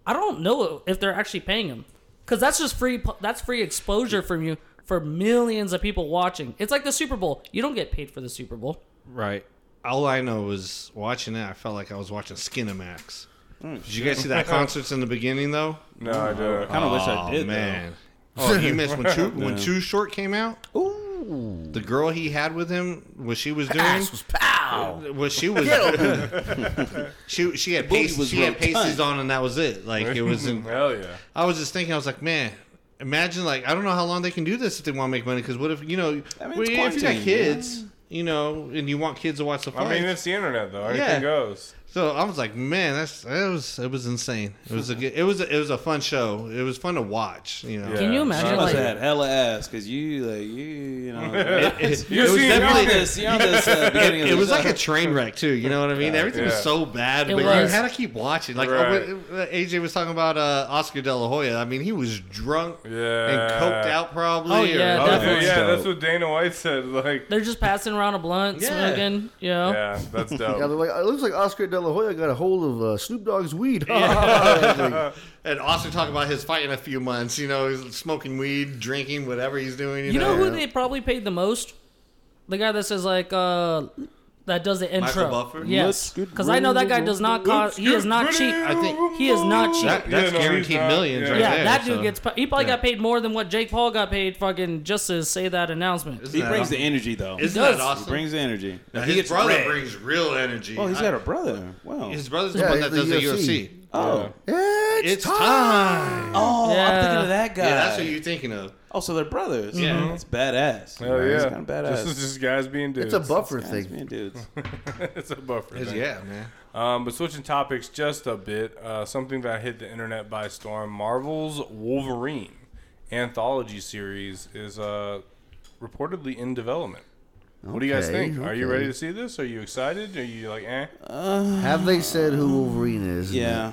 I don't know if they're actually paying him because that's just free. pu- That's free exposure from you for millions of people watching. It's like the Super Bowl. You don't get paid for the Super Bowl. Right. All I know is watching it. I felt like I was watching Skinamax. Did you guys see that concerts in the beginning though? no, I do. Kind of wish I Oh did. man. Oh, you missed when Too when Too Short came out. Ooh, The girl he had with him, what she was doing, ass was pow. what she was, she she had Booty pasties, was she had rotund. pasties on, and that was it. Like it wasn't. Hell yeah. I was just thinking, I was like, man, imagine like I don't know how long they can do this if they want to make money. Because what if you know, I mean, it's well, if you got quarantine, kids, you know, and you want kids to watch the fight. I mean, it's the internet though. Anything Yeah. goes. So I was like, man, that's that was it was insane. It was a good, it was a, it was a fun show. It was fun to watch. You know, Yeah. Can you I imagine? I must Like, have had hella ass because you, like, you, you know. it, You're it was seeing definitely. it. this, you're on this uh, beginning of It the was show. like a train wreck too. You know what I mean? Everything was Yeah. so bad, It but you was. had to keep watching. Like Right. uh, AJ was talking about uh, Oscar De La Hoya. I mean, he was drunk and Yeah. coked out probably. Oh, or- yeah, Oh, That dude, was yeah, dope. that's what Dana White said. Like, they're just passing around a blunt, Yeah. smoking. You know. yeah, that's Yeah, dope. they're like, it looks like Oscar De De La Hoya got a hold of uh, Snoop Dogg's weed. and Austin talk about his fight in a few months. You know, he's smoking weed, drinking, whatever he's doing. You, You know who they probably paid the most? The guy that says like uh that does the intro. Buffer? Yes, Let's get because I know that guy does not cost. He is not cheap. I think He is not cheap. that, that's Yeah, no, he's guaranteed not- millions, yeah. right yeah, there. that dude so. gets. pa- He probably got paid more than what Jake Paul got paid. Fucking just to say that announcement. He Isn't that brings awesome? the energy though. He Isn't that does. awesome? brings the energy. Now, He his gets brother red. brings real energy. Oh, he's I- got a brother. Wow. his brother's the Yeah, one that the does the UFC. UFC. oh. it's, It's time. time. Oh, I'm Yeah. thinking of that guy. Yeah, that's what you're thinking of. oh, so they're brothers. Yeah. Mhm. That's badass. Hell yeah. That's kind of badass. This is just guys being dudes. It's a buffer Guys thing. being dudes. it's a buffer. It's- thing. yeah, man. Um, but switching topics just a bit, uh, something that hit the internet by storm: Marvel's Wolverine anthology series is uh, reportedly in development. What do you guys Okay, think? Are you okay. ready to see this? Are you excited? Are you like eh? Have they said who Wolverine is? Yeah.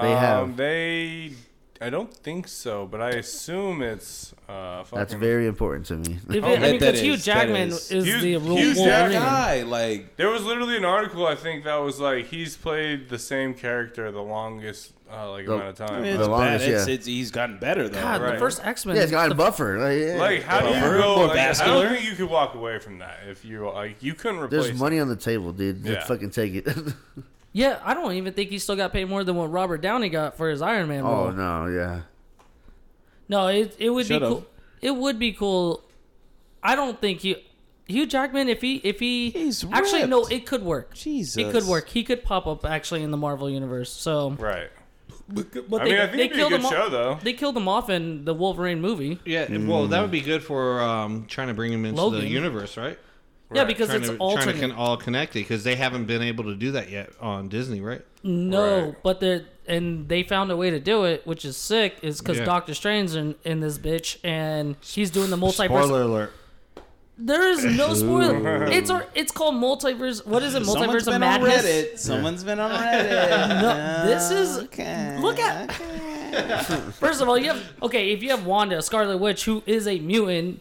They have. Um, they. I don't think so, but I assume it's uh, fucking. That's very important to me. If it, bet I mean, that because Hugh is- that Jackman is- is, Hugh- the rule. Hugh That Wolverine. guy, like, There was literally an article I think that was like he's played the same character the longest uh, like The- amount of time. it's bad. longest, It's, yeah. it's, he's gotten better though. God, Right. the first X Men. yeah, it's got a buffer. Like, yeah. Like, how do you Buffer? go? More like, I vascular? don't think you could walk away from that if you like. You couldn't replace. There's money on the table, dude. Yeah. Just fucking take it. Yeah, I don't even think he still got paid more than what Robert Downey got for his Iron Man role. oh no, yeah. No, it it would Should've. be cool. It would be cool. I don't think Hugh Hugh Jackman if he if he He's actually no, ripped. it could work. Jesus. It could work. He could pop up actually in the Marvel universe. So, Right. but I they, mean, I think it'd they be a killed good him off. show though. They killed him off in the Wolverine movie. Yeah, well, that would be good for um, trying to bring him into the Logan. universe, right? Yeah, because trying it's to, trying to alternate. con- all connected because they haven't been able to do that yet on Disney, right? no, Right. but they and they found a way to do it, which is sick. Is because Yeah. Doctor Strange in, in this bitch and he's doing the multiverse. alert. There is no spoiler. It's our, it's called multiverse. What is it? Someone's Multiverse of been madness. on Reddit. Uh, Someone's been on Reddit. No, this is Okay. look at. First of all, you have okay. If you have Wanda, Scarlet Witch, who is a mutant,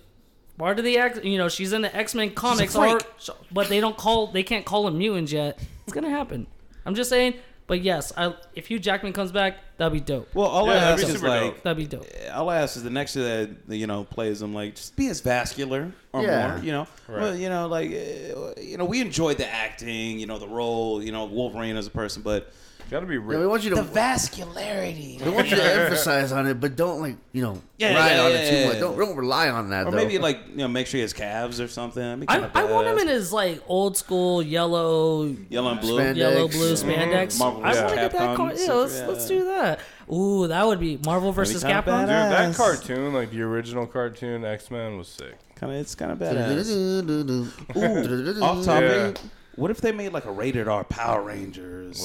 part of the X, you know, she's in the X Men comics, freak. or- but they don't call, they can't call them mutants yet. It's gonna happen. I'm just saying. But yes, I, if Hugh Jackman comes back, that'd be dope. Well, all I Yeah, that'd ask be is super like, That'd be dope. all I ask is the next to that you know plays them like just be as vascular or Yeah. more. You know, well, you know, like uh, you know, we enjoyed the acting, you know, the role, you know, Wolverine as a person, but Got to be yeah. We real. want you to the vascularity. We want you to emphasize on it, but don't like you know Yeah, ride yeah, on yeah, it too yeah, much. yeah. Don't don't rely on that. Or though. maybe like you know, make sure he has calves or something. That'd be I, kinda I want him badass. in his like old school yellow, yellow and blue. Spandex. yellow blue Mhm. spandex. Marvel I versus want to get that Capcom. card. Yeah, let's, let's do that. Ooh, that would be Marvel versus kinda Capcom. badass. Dude, that Yes. cartoon, like the original cartoon X Men, was sick. Kind of, it's kind of badass. Ooh, Off topic. What if they made like a rated R Power Rangers?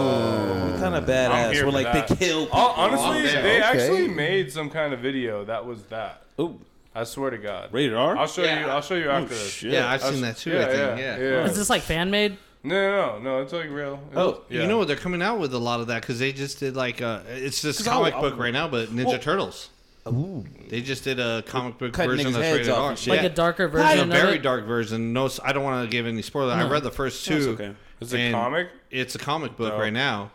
kind I'm of badass. here for Where like that. they kill. People. Oh, honestly, down. they Okay. actually made some kind of video that was that. Ooh, I swear to God. rated R. I'll show you. I'll show you after this. shit. Yeah, I've I'll Oh, seen sh- that too. I think. Yeah. Is this like fan made? No, no, no, no. It's like real. It's- Oh, yeah. You know what? They're coming out with a lot of that because they just did like uh, it's this 'Cause I'll- comic I'll- book right now, but Ninja Turtles. Ooh. They just did a comic book Cutting version niggas' that's heads rated off R. and shit. like Yeah. a darker It's version a of very it. dark version. No, I don't want to give any spoiler. I read the first two. That's okay. Is it and comic? It's a comic book No. right now,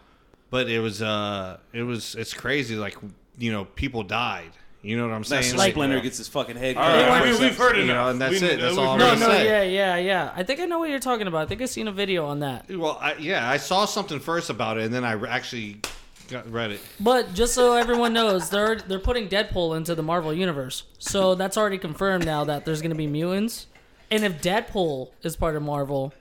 but it was uh, it was it's crazy. Like you know, people died. You know what I'm That's saying? like, Like, Splinter gets his fucking head. All right, cut off. I mean, we've heard you enough. know, and that's We- it, that's we've all I'm heard No, gonna enough. no, say. yeah, yeah, yeah. I think I know what you're talking about. I think I've seen a video on that. well, I, yeah, I saw something first about it, and then I re- actually got, read it. But just so everyone knows, they're they're putting Deadpool into the Marvel universe, so that's already confirmed now that there's gonna be mutants. And if Deadpool is part of Marvel,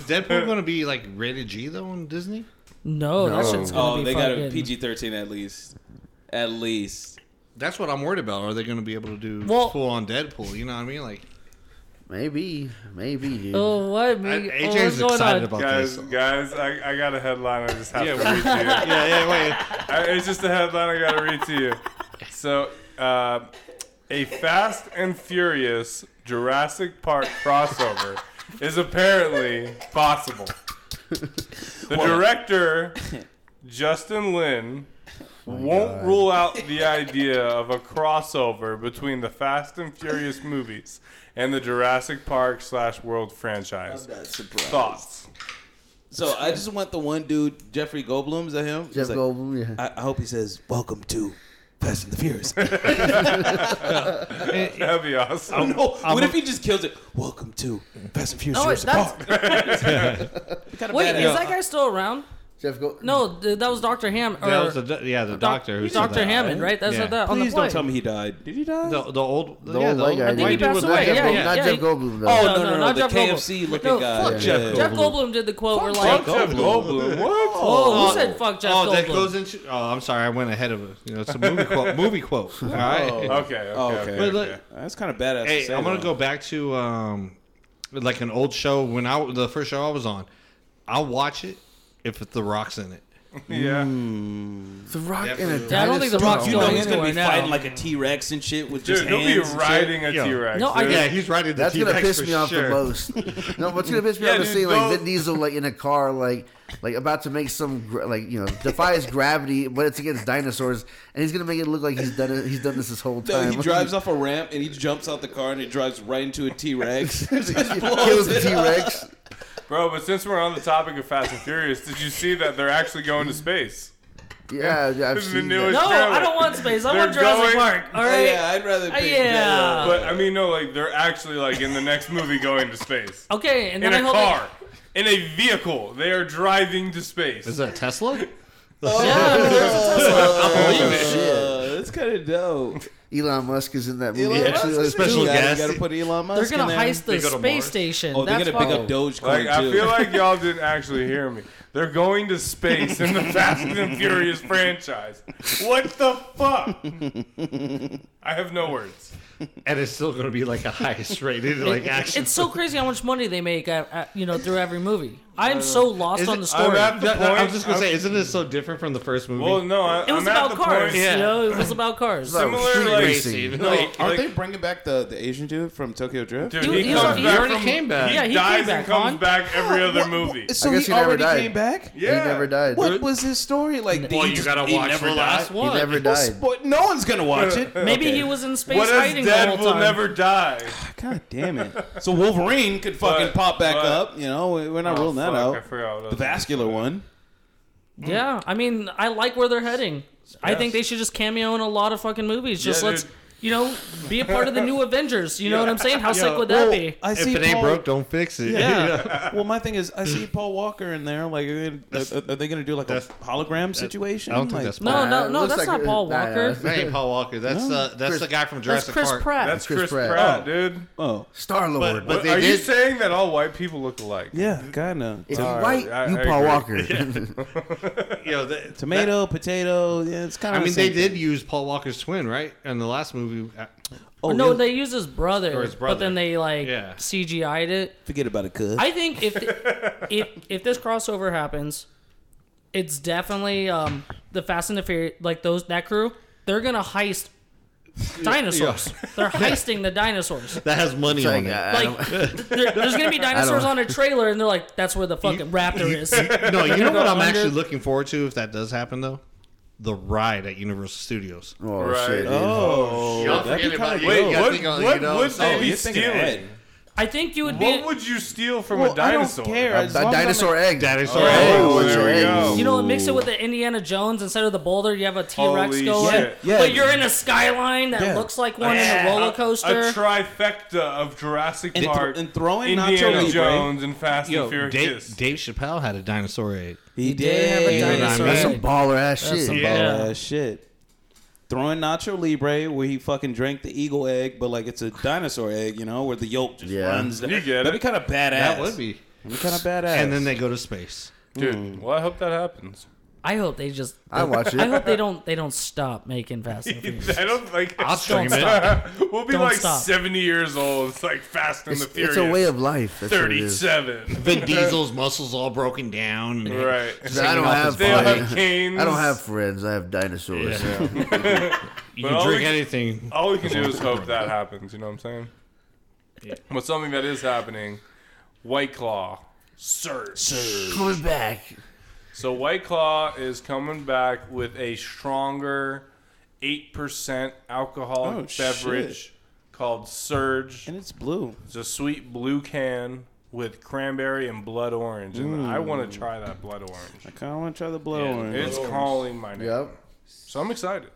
Deadpool going to be like rated G though on Disney? no, that No. shit's gonna Oh, be they got fucking. a PG thirteen at least. At least. That's what I'm worried about. Are they going to be able to do Well- full on Deadpool? You know what I mean? Like maybe, maybe, dude. Oh what? I, Me, oh, what's AJ's going excited on? about Guys, this. guys, I, I got a headline I just have Yeah, to read to you. yeah, yeah. Wait. I, it's just a headline I gotta read to you. So, uh, a Fast and Furious Jurassic Park crossover is apparently possible. The director, Justin Lin, won't rule out the idea of a crossover between the Fast and Furious movies and the Jurassic Park slash World franchise. I'm not surprised. Thoughts? So I just want the one dude, Jeffrey Goldblum. Is that him? He's Jeff like, Goldblum. Yeah. I, I hope he says, "Welcome to Fast and the Furious." That'd be awesome. No, what if he just kills it? Welcome to Fast and Furious. No, wait, Jurassic Oh, that's- Park. Wait, is that guy still around? Jeff Gold. No, th- that was Dr. Ham. Or That was the do- yeah the doctor who said Dr. that. Hammond, right? That's Yeah. what that on Please the plane. don't tell me he died. Did he die? The, the old The yeah, old the white guy. I think white he dude passed with away. white Yeah, hair. yeah, Oh, Not yeah. Jeff Goldblum though. Oh No, no, no, no, no, not the Jeff Goldblum. KFC looking No, guy. fuck Yeah. Jeff Jeff Goldblum did the quote where like, Fuck oh, Jeff Goldblum. What? who said fuck Jeff oh, Goldblum? that goes into. Oh, I'm sorry, I went ahead of it. You know, it's a movie quote. Movie Oh, quote. All right. Okay, okay, okay. Oh, okay. But look, okay. That's kind of badass. to Hey, say, I'm gonna though. go back to um, like an old show when I the first show I was on. I'll watch it if The Rock's in it. Yeah. The Rock and a Yeah, I don't think The dinosaur. Rock's You know going he's gonna be anywhere now. fighting like a T Rex and shit with just Dude, he'll be hands. and shit. riding a Yo. T Rex. No, I Yeah, he's riding the That's T-Rex gonna piss for me off sure. the most. No, what's gonna piss me Yeah, off is dude, seeing like don't- Vin Diesel like in a car, like like about to make some gra- like you know defies gravity, but it's against dinosaurs, and he's gonna make it look like he's done it, he's done this his whole No, time. he drives off a ramp and he jumps out the car and it drives right into a T Rex. kills the T Rex. Bro, but since we're on the topic of Fast and Furious, did you see that they're actually going to space? Yeah, yeah, I've This is the seen newest that. No, trailer. I don't want space. I They're want Jurassic going- Park. All right. Yeah, I'd rather. Uh, Be yeah. But I mean, no, like they're actually like in the next movie going to space Okay, and in then I a hope car, in a vehicle. They are driving to space. Is that Tesla? It, yeah, there's a Tesla. Uh, that's kind of dope. Elon Musk is in that movie. Elon Actually, Musk is that's- special in that. guest. You gotta put Elon They're Musk. gonna in there. heist the They go to space Mars. station. Oh, they're That's gonna pick up fucking- Dogecoin Like I too. feel like y'all didn't actually hear me. They're going to space in the Fast and Furious franchise. What the fuck? I have no words. And it's still gonna be like a highest rated like action. It's so crazy how much money they make, at, at, you know, through every movie. Uh, I'm so lost Is on it- the story. I'm at the No, no, I'm point- just gonna say, I'm- isn't it so different from the first movie? Well, no, I, It I'm was about at the cars, point. you Yeah. know. It was about cars. No, Similar, street like- racing. No, Wait, like- Aren't they bringing back the, the Asian dude from Tokyo Drift? Dude, Dude, he, he comes was- back he already from- came back. He Yeah, he dies came back, and comes hon. back every other movie. So I guess he he never already died. came back. Yeah. He never died. What was his story like? well, he you just- gotta he watch never the died? last He one. never died. Boy, no one's gonna watch it. Maybe he was in space What is hiding the dead whole will time. never die. God damn it! So Wolverine could fucking But- pop back but- up. You know, we- we're not Oh, ruling that fuck, I out. forgot what I The was- vascular one. Yeah, I mean, I like where they're heading. I think they should just cameo in a lot of fucking movies. Just Yeah, let's, dude. you know, be a part of the new Avengers. You know what I'm saying? How sick would that be? I If see it ain't Paul- broke, don't fix it. Yeah. well, my thing is, I see Paul Walker in there. Like, are they, are, are they gonna do like a That's- hologram situation? I don't think Like- that's No, Paul. no, it no. looks That's like not it- Paul nah, Walker. That ain't Paul Walker. That's uh, that's the guy from That's Jurassic Chris Park. Pratt. That's Chris, Chris Pratt, Pratt. dude. Oh, Star Lord. But they Are you did. saying that all white people look alike? yeah, kinda. If you So- white, I- you I Paul agree. Walker. you know, that- Tomato, potato. Yeah, it's kind I of. mean, they did use Paul Walker's twin, right? In the last movie. uh, Oh, no, no, they used his brother, Or his but brother. then they like Yeah. CGI'd it. forget about it, cuz. I think if if if this crossover happens, it's definitely um, the Fast and the Furious, like those that crew. They're gonna heist dinosaurs. They're heisting the dinosaurs. That has money Like, on it. I don't- Like there, there's gonna be dinosaurs on a trailer, and they're like, "That's where the fucking raptor is." no, you know what I'm Under- actually looking forward to if that does happen though? The ride at Universal Studios. oh Right. shit. dude. oh, Y'all that'd forget be about kinda it. dope. You Wait, gotta what, think of, you what know, would so they be oh, you're thinking stealing? ahead. I think you would be. What would you steal from Well, a I don't dinosaur? care. A, As long as I'm dinosaur in- egg. Dinosaur egg. Oh, Oh, there we egg. go. you know, mix it with the Indiana Jones instead of the boulder. You have a T Rex Holy going, shit. Yeah, yeah. but you're in a skyline that Yeah. looks like one in a roller coaster. A, trifecta of Jurassic And- Park, and throwing Nacho Indiana Libre. Jones, and Fast Yo, and Furious. Dave, Dave Chappelle had a dinosaur egg. He did have a You know what I dinosaur. mean? That's some egg. baller ass That's shit. some Yeah. baller- Uh, shit. Throwing Nacho Libre, where he fucking drank the eagle egg, but like it's a dinosaur egg, you know, where the yolk just Yeah. runs. down. You get That'd it. be kind of badass. That would be. That'd be kind of badass. And then they go to space. Dude, well, I hope that happens. I hope they just. I watch it. I hope they don't. They don't stop making Fast and Furious. I don't like. I'll stream Don't it. we'll be Don't like stop. seventy years old. It's like Fast and It's, the Furious. it's a way of life. That's what it is. thirty-seven. Vin Diesel's muscles all broken down. right. I don't have. They all have friends. canes. I don't have friends. I have dinosaurs. You all can drink we- anything. All we can do is hope that happens. You know what I'm saying? But something that is happening, White Claw surge. Coming back. So White Claw is coming back with a stronger 8% Oh, alcoholic shit. beverage called Surge. And it's blue. It's a sweet blue can with cranberry and blood orange. And I want to try that blood orange. Mm. I kind of want to try the blood orange. It's calling my name. Yep. So I'm excited.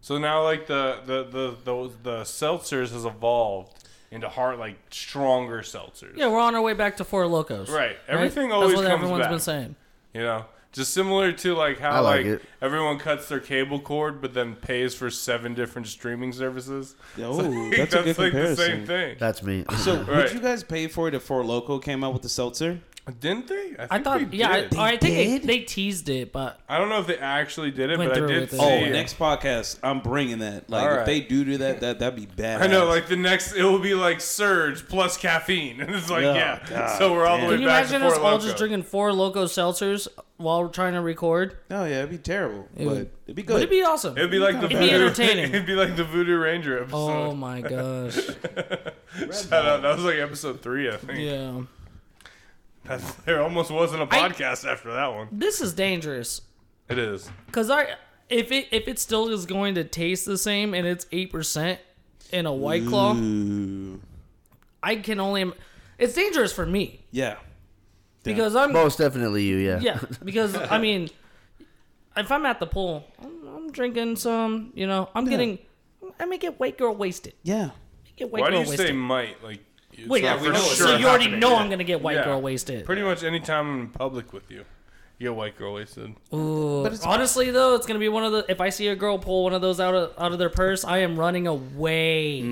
So now like the the the the, the seltzers has evolved into hard like stronger seltzers. Yeah, we're on our way back to Four Locos. Right. Everything always That's what comes everyone's back. been saying. You know, just similar to like I how like like, it. everyone cuts their cable cord but then pays for seven different streaming services. Oh, Like, that's, a good like the comparison. same thing. That's me. So, Right. would you guys pay for it if Four Loco came out with the seltzer? Didn't they? I, I think thought, they yeah, I, did. or I think did? they, they teased it, but I don't know if they actually did it, Went but I through did with it. see. Oh, Oh, it. next podcast, I'm bringing that. Like, All right. if they do do that, that that'd be bad. I know, like the next, it will be like surge plus caffeine, and it's like, Oh, yeah. God so we're all the way can you back imagine to us Four all Loko. just drinking Four Loco seltzers while we're trying to record? no, Oh, yeah, it'd be terrible, It but would- it'd be good. Would it be awesome? It'd be like the It'd be voodoo, entertaining. It'd be like the Voodoo Ranger oh episode. my gosh! Shout out, that was like episode three, I think. Yeah, That's, there almost wasn't a I- podcast after that one. this is dangerous It is. because I if it if it still is going to taste the same and it's eight percent in a White Claw, Ooh. I can only. im- It's dangerous for me Yeah. because I'm Most definitely you, yeah. Yeah, because I mean, if I'm at the pool, I'm, I'm drinking some. You know, I'm getting. I may get white girl wasted. Yeah. Get white Why do girl you wasted. say might? Like, it's Wait, not yeah, for we know it's sure so you already happening. know Yeah. I'm gonna get white Yeah. girl wasted. Pretty much anytime I'm in public with you, you get white girl wasted. Ooh. Honestly, though, it's gonna be one of the. If I see a girl pull one of those out of out of their purse, I am running away. Oh,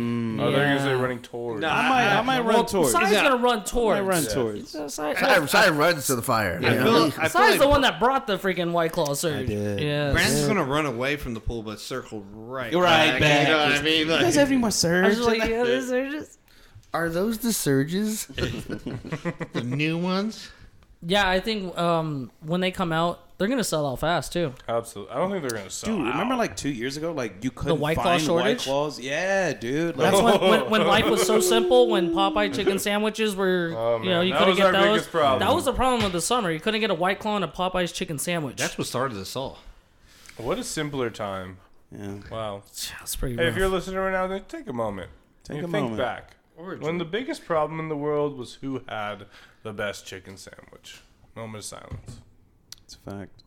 they're gonna say Yeah. running towards. I might, I might Well, run towards. Sai's I gonna run towards. might run towards. Uh, Sai- Sorry, sorry runs to the fire. you I know? feel, I feel Sai's like the one that brought the freaking white claw surge. did. Yeah. Brandon's gonna run away from the pool, but circle right, Right back. You know what I mean? Like, guys have any more I surge? was just like, yeah, this is just. Are those the surges? the new ones. Yeah, I think um, when they come out, they're gonna sell out fast too. Absolutely. I don't think they're gonna sell. Dude, out. remember like two years ago, like you couldn't White Claw find White shortage? Claws? Yeah, dude. Like, That's when, when, when life was so simple. When Popeye chicken sandwiches were, you know, Oh, man, you that couldn't was get our those. biggest problem. That was the problem of the summer. You couldn't get a White Claw and a Popeye's chicken sandwich. That's what started this all. what a simpler time. yeah. Wow. That's pretty. Hey, if rough. you're listening right now, then take a moment. Take you a think moment. back. When the biggest problem in the world was who had the best chicken sandwich. Moment of silence. It's a fact.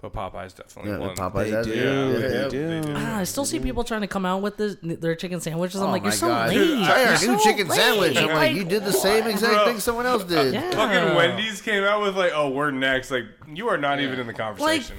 But Popeye's definitely Yeah, won. Popeye They does. do. Yeah, They yeah, do. they do. Ah, I still see people trying to come out with this, their chicken sandwiches. I'm Oh like, you're my so God. lame. Try You're our so new chicken lame. sandwich. I'm like, you did the same exact Bro. thing someone else did. Yeah. Fucking Wendy's came out with like, oh, we're next. Like, you are not even in the conversation.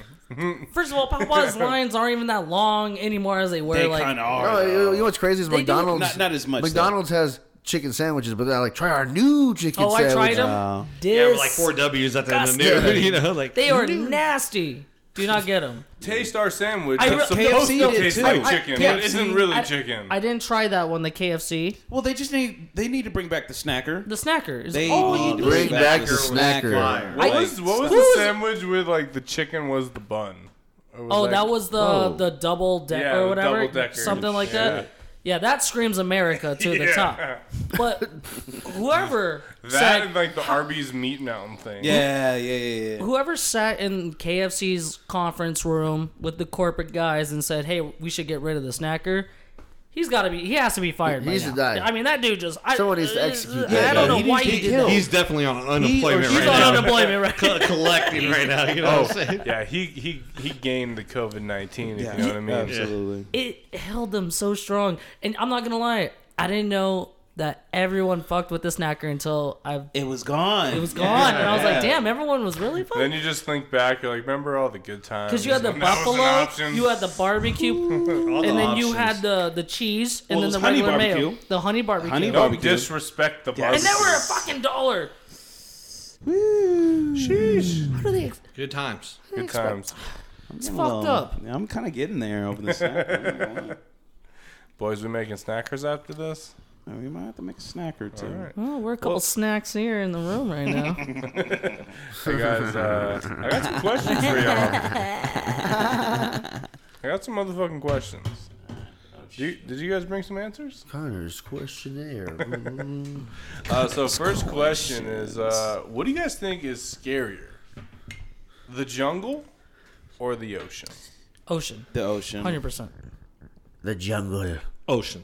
First of all, Popeye's lines aren't even that long anymore as they were. They like, kind of Oh, are. you know- you know what's crazy is They do- McDonald's. Not- not as much, though. McDonald's has chicken sandwiches, but they're like, try our new chicken oh, I sandwich. uh, tried them. Wow. Yeah, we're like four W's at the end of the Disgusting. new. You know, like They are nasty. Do not get them. Taste our sandwich. I That's re- supposed KFC to did taste too. like I- chicken, but KFC it isn't really I- chicken. I didn't try that one. The KFC, Well, they just need they need to bring back the snacker. the snacker is They all need you to need. Bring back the the snacker. what Like, was, what was Who's- the sandwich with like the chicken was the bun? Or Oh, like- that was the whoa. the double deck Yeah, or the whatever, double-decker. something like Yeah. that. Yeah, that screams America to the Yeah. top. But whoever That and sat, like the Arby's meat mountain thing. Yeah, yeah, yeah, yeah. whoever sat in KFC's conference room with the corporate guys and said, "Hey, we should get rid of the snacker." He's got to be. He has to be fired. He by needs to now. die. I mean, that dude just. I, Someone needs to execute I, that guy. don't know He why needs to he get did that. killed. He's definitely on unemployment He or right He's she- now. on unemployment right now. collecting right now. You know what I'm saying? Yeah, he he he gained the COVID nineteen. If Yeah. you know what I mean. Absolutely. it held them so strong. And I'm not gonna lie, I didn't know that everyone fucked with the snacker until I It was gone. it was gone, and I was like, damn, everyone was really Then fucking. you just think back. You're like, remember all the good times? Because you had the when that was an buffalo, option? you had the barbecue, All the and then you options. had the the cheese, and Well, then it the was honey regular mayo, barbecue. the honey barbecue, Honey Don't barbecue. disrespect the Yes. and they barbecue. were a fucking dollar. How do they? ex- Good times. Good times, It's I'm fucked little- up. Yeah, I'm kind of getting there over the snacker. boys. We making snackers after this. we might have to make a snack or two. right. Oh, we're a couple snacks here in the room right now. Hey guys, uh, I got some questions for y'all. I got some motherfucking questions. Did you, did you guys bring some answers? Connor's questionnaire. Uh, so first question is, uh, what do you guys think is scarier, the jungle or the ocean? Ocean, The ocean. hundred percent. The jungle. Ocean.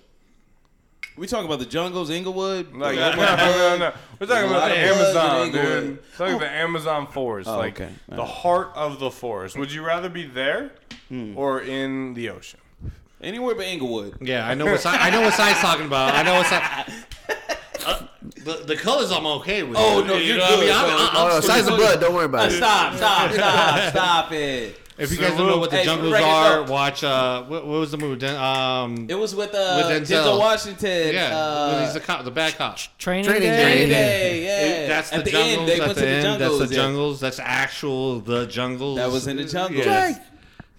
We talking about the jungles, Inglewood. Like, no, Inglewood, no, no. We're talking about the Blood and Amazon, Inglewood. dude. It's like the Amazon forest, Oh, like okay. the heart of the forest. Would you rather be there Hmm. or in the ocean? Anywhere but Inglewood. Yeah, I know what si- I know what size talking about. I know what size. the, the colors I'm okay with. Oh, no, you're what I mean? good, I'm- bro. I'm- Oh, I'm no, still size of good. blood. Don't worry about it. Stop, stop, stop, stop it. If you guys don't know what the Hey, jungles break it are, up. watch. Uh, what, what was the movie? Den- Um, It was with, uh, With Denzel. Denzel. Washington. yeah, uh, he's the cop, the bad cop. Training, Training day. day. Day, yeah. That's the, At the jungles. end, they at went the to the end, jungles. That's the yeah. jungles. That's actual the jungles. That was in the jungle. Yes.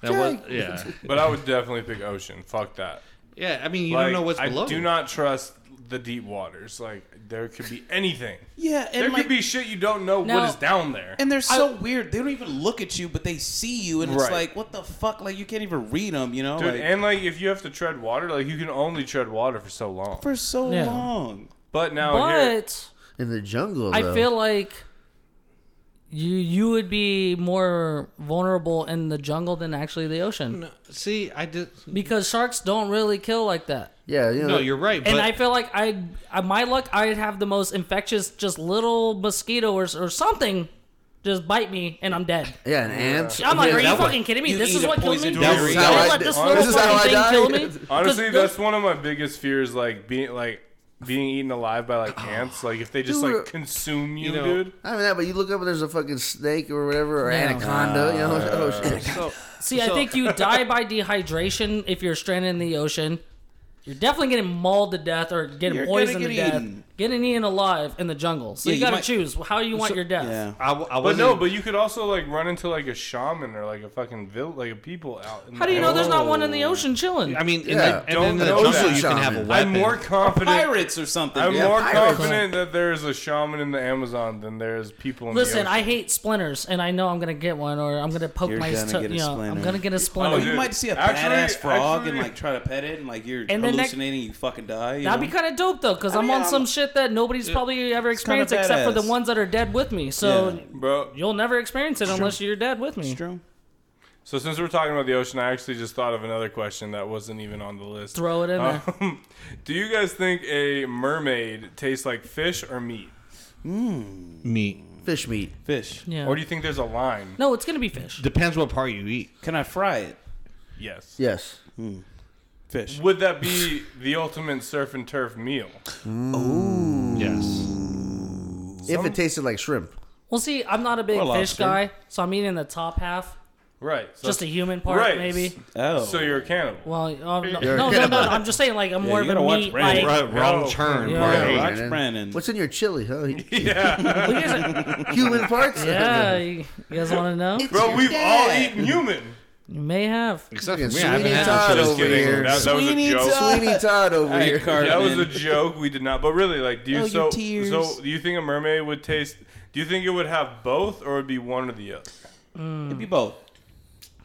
That was, yeah, But I would definitely pick ocean. Fuck that. yeah. I mean, you Like, don't know what's below. I do not trust the deep waters. Like there could be anything. Yeah, and There like, could be shit you don't know Now- what is down there. and they're so weird. They don't even look at you, but they see you, and it's Right. like, what the fuck? Like you can't even read them, you know? Dude, like, and like if you have to tread water, like you can only tread water for so long. for so Yeah. long. But now here, But In the jungle, I though. feel like you you would be more vulnerable in the jungle than actually the ocean See, I did. because sharks don't really kill like that. Yeah, you know. No, you're right. But and I feel like I, I my luck, I'd have the most infectious, just little mosquito or, or something, just bite me and I'm dead. Yeah, an ant. I'm like, Yeah, are you that fucking kidding me? you This eat is a what killed me. poison That Don't was how I let did- this honestly, little this is how fucking I thing died. kill me. 'Cause honestly, those- that's one of my biggest fears. Like being like being eaten alive by like ants. Like if they just Dude. like consume you, know, dude. I mean, that, but you look up and there's a fucking snake or whatever, or Yeah. anaconda. You know, oh, shit. See, I think you die by dehydration if you're stranded in the ocean. You're definitely getting mauled to death or getting You're gonna poisoned get to death. eaten. Getting eaten alive in the jungle. So Yeah, you you gotta might- choose how you want your death. Yeah. I, w- I But wasn't. no, but you could also like run into like a shaman or like a fucking vil- like a people out. In How do you know there's not one in the Oh. ocean chilling? I mean, in Yeah. the, and in the Don't know jungle, that. you can have a I'm weapon. I'm more confident. Pirates or something. I'm yeah. more pirates. confident that there is a shaman in the Amazon than there is people in Listen, the I ocean. hate splinters, and I know I'm gonna get one, or I'm gonna poke You're my. gonna sto- get a you know, I'm splinter. gonna get a Oh, splinter. you dude. might see a Actually- badass frog actually- and like try to pet it, and like you're And then that- hallucinating, you fucking die. You That'd know? be kind of dope though, because I am mean, on I'm- some shit that nobody's probably ever kinda experienced except for the badass. ones that are dead with me. So Yeah. bro. you'll never experience it unless you're dead with me. true. So since we're talking about the ocean, I actually just thought of another question that wasn't even on the list. Throw it in there. Um, do you guys think a mermaid tastes like fish or meat, meat. fish meat. Fish. Yeah. or do you think there's a line? no, it's gonna be fish. Depends what part you eat. Can I fry it? Yes. Yes. Fish. Would that be the ultimate surf and turf meal? Yes. if it tasted like shrimp. Well, see, I'm not a big Or fish lobster. guy, so I'm eating the top half, Right. So just a human part, right. maybe. Oh. So you're a cannibal. Well, um, no, You're- no, no, no, I'm just saying, like, I'm you more of gotta a watch meat. Brandon. Like, Right, wrong No. turn. Yeah. Part eight. Watch Brandon. What's in your chili, huh? Yeah. Well, you guys- Human parts? yeah, you you guys want to know? Bro, we've all eaten human. You may have. Except Fucking for me, I haven't Sweeney had Todd no Just chili. over kidding. here. That, that was a Sweeney joke. Todd. Sweeney Todd over Hey, here. Cartman. That was a joke. We did not. But really, like, do you Oh, your so tears. so? Do you think a mermaid would taste? Do you think it would have both, or would be one or the other? It'd be both.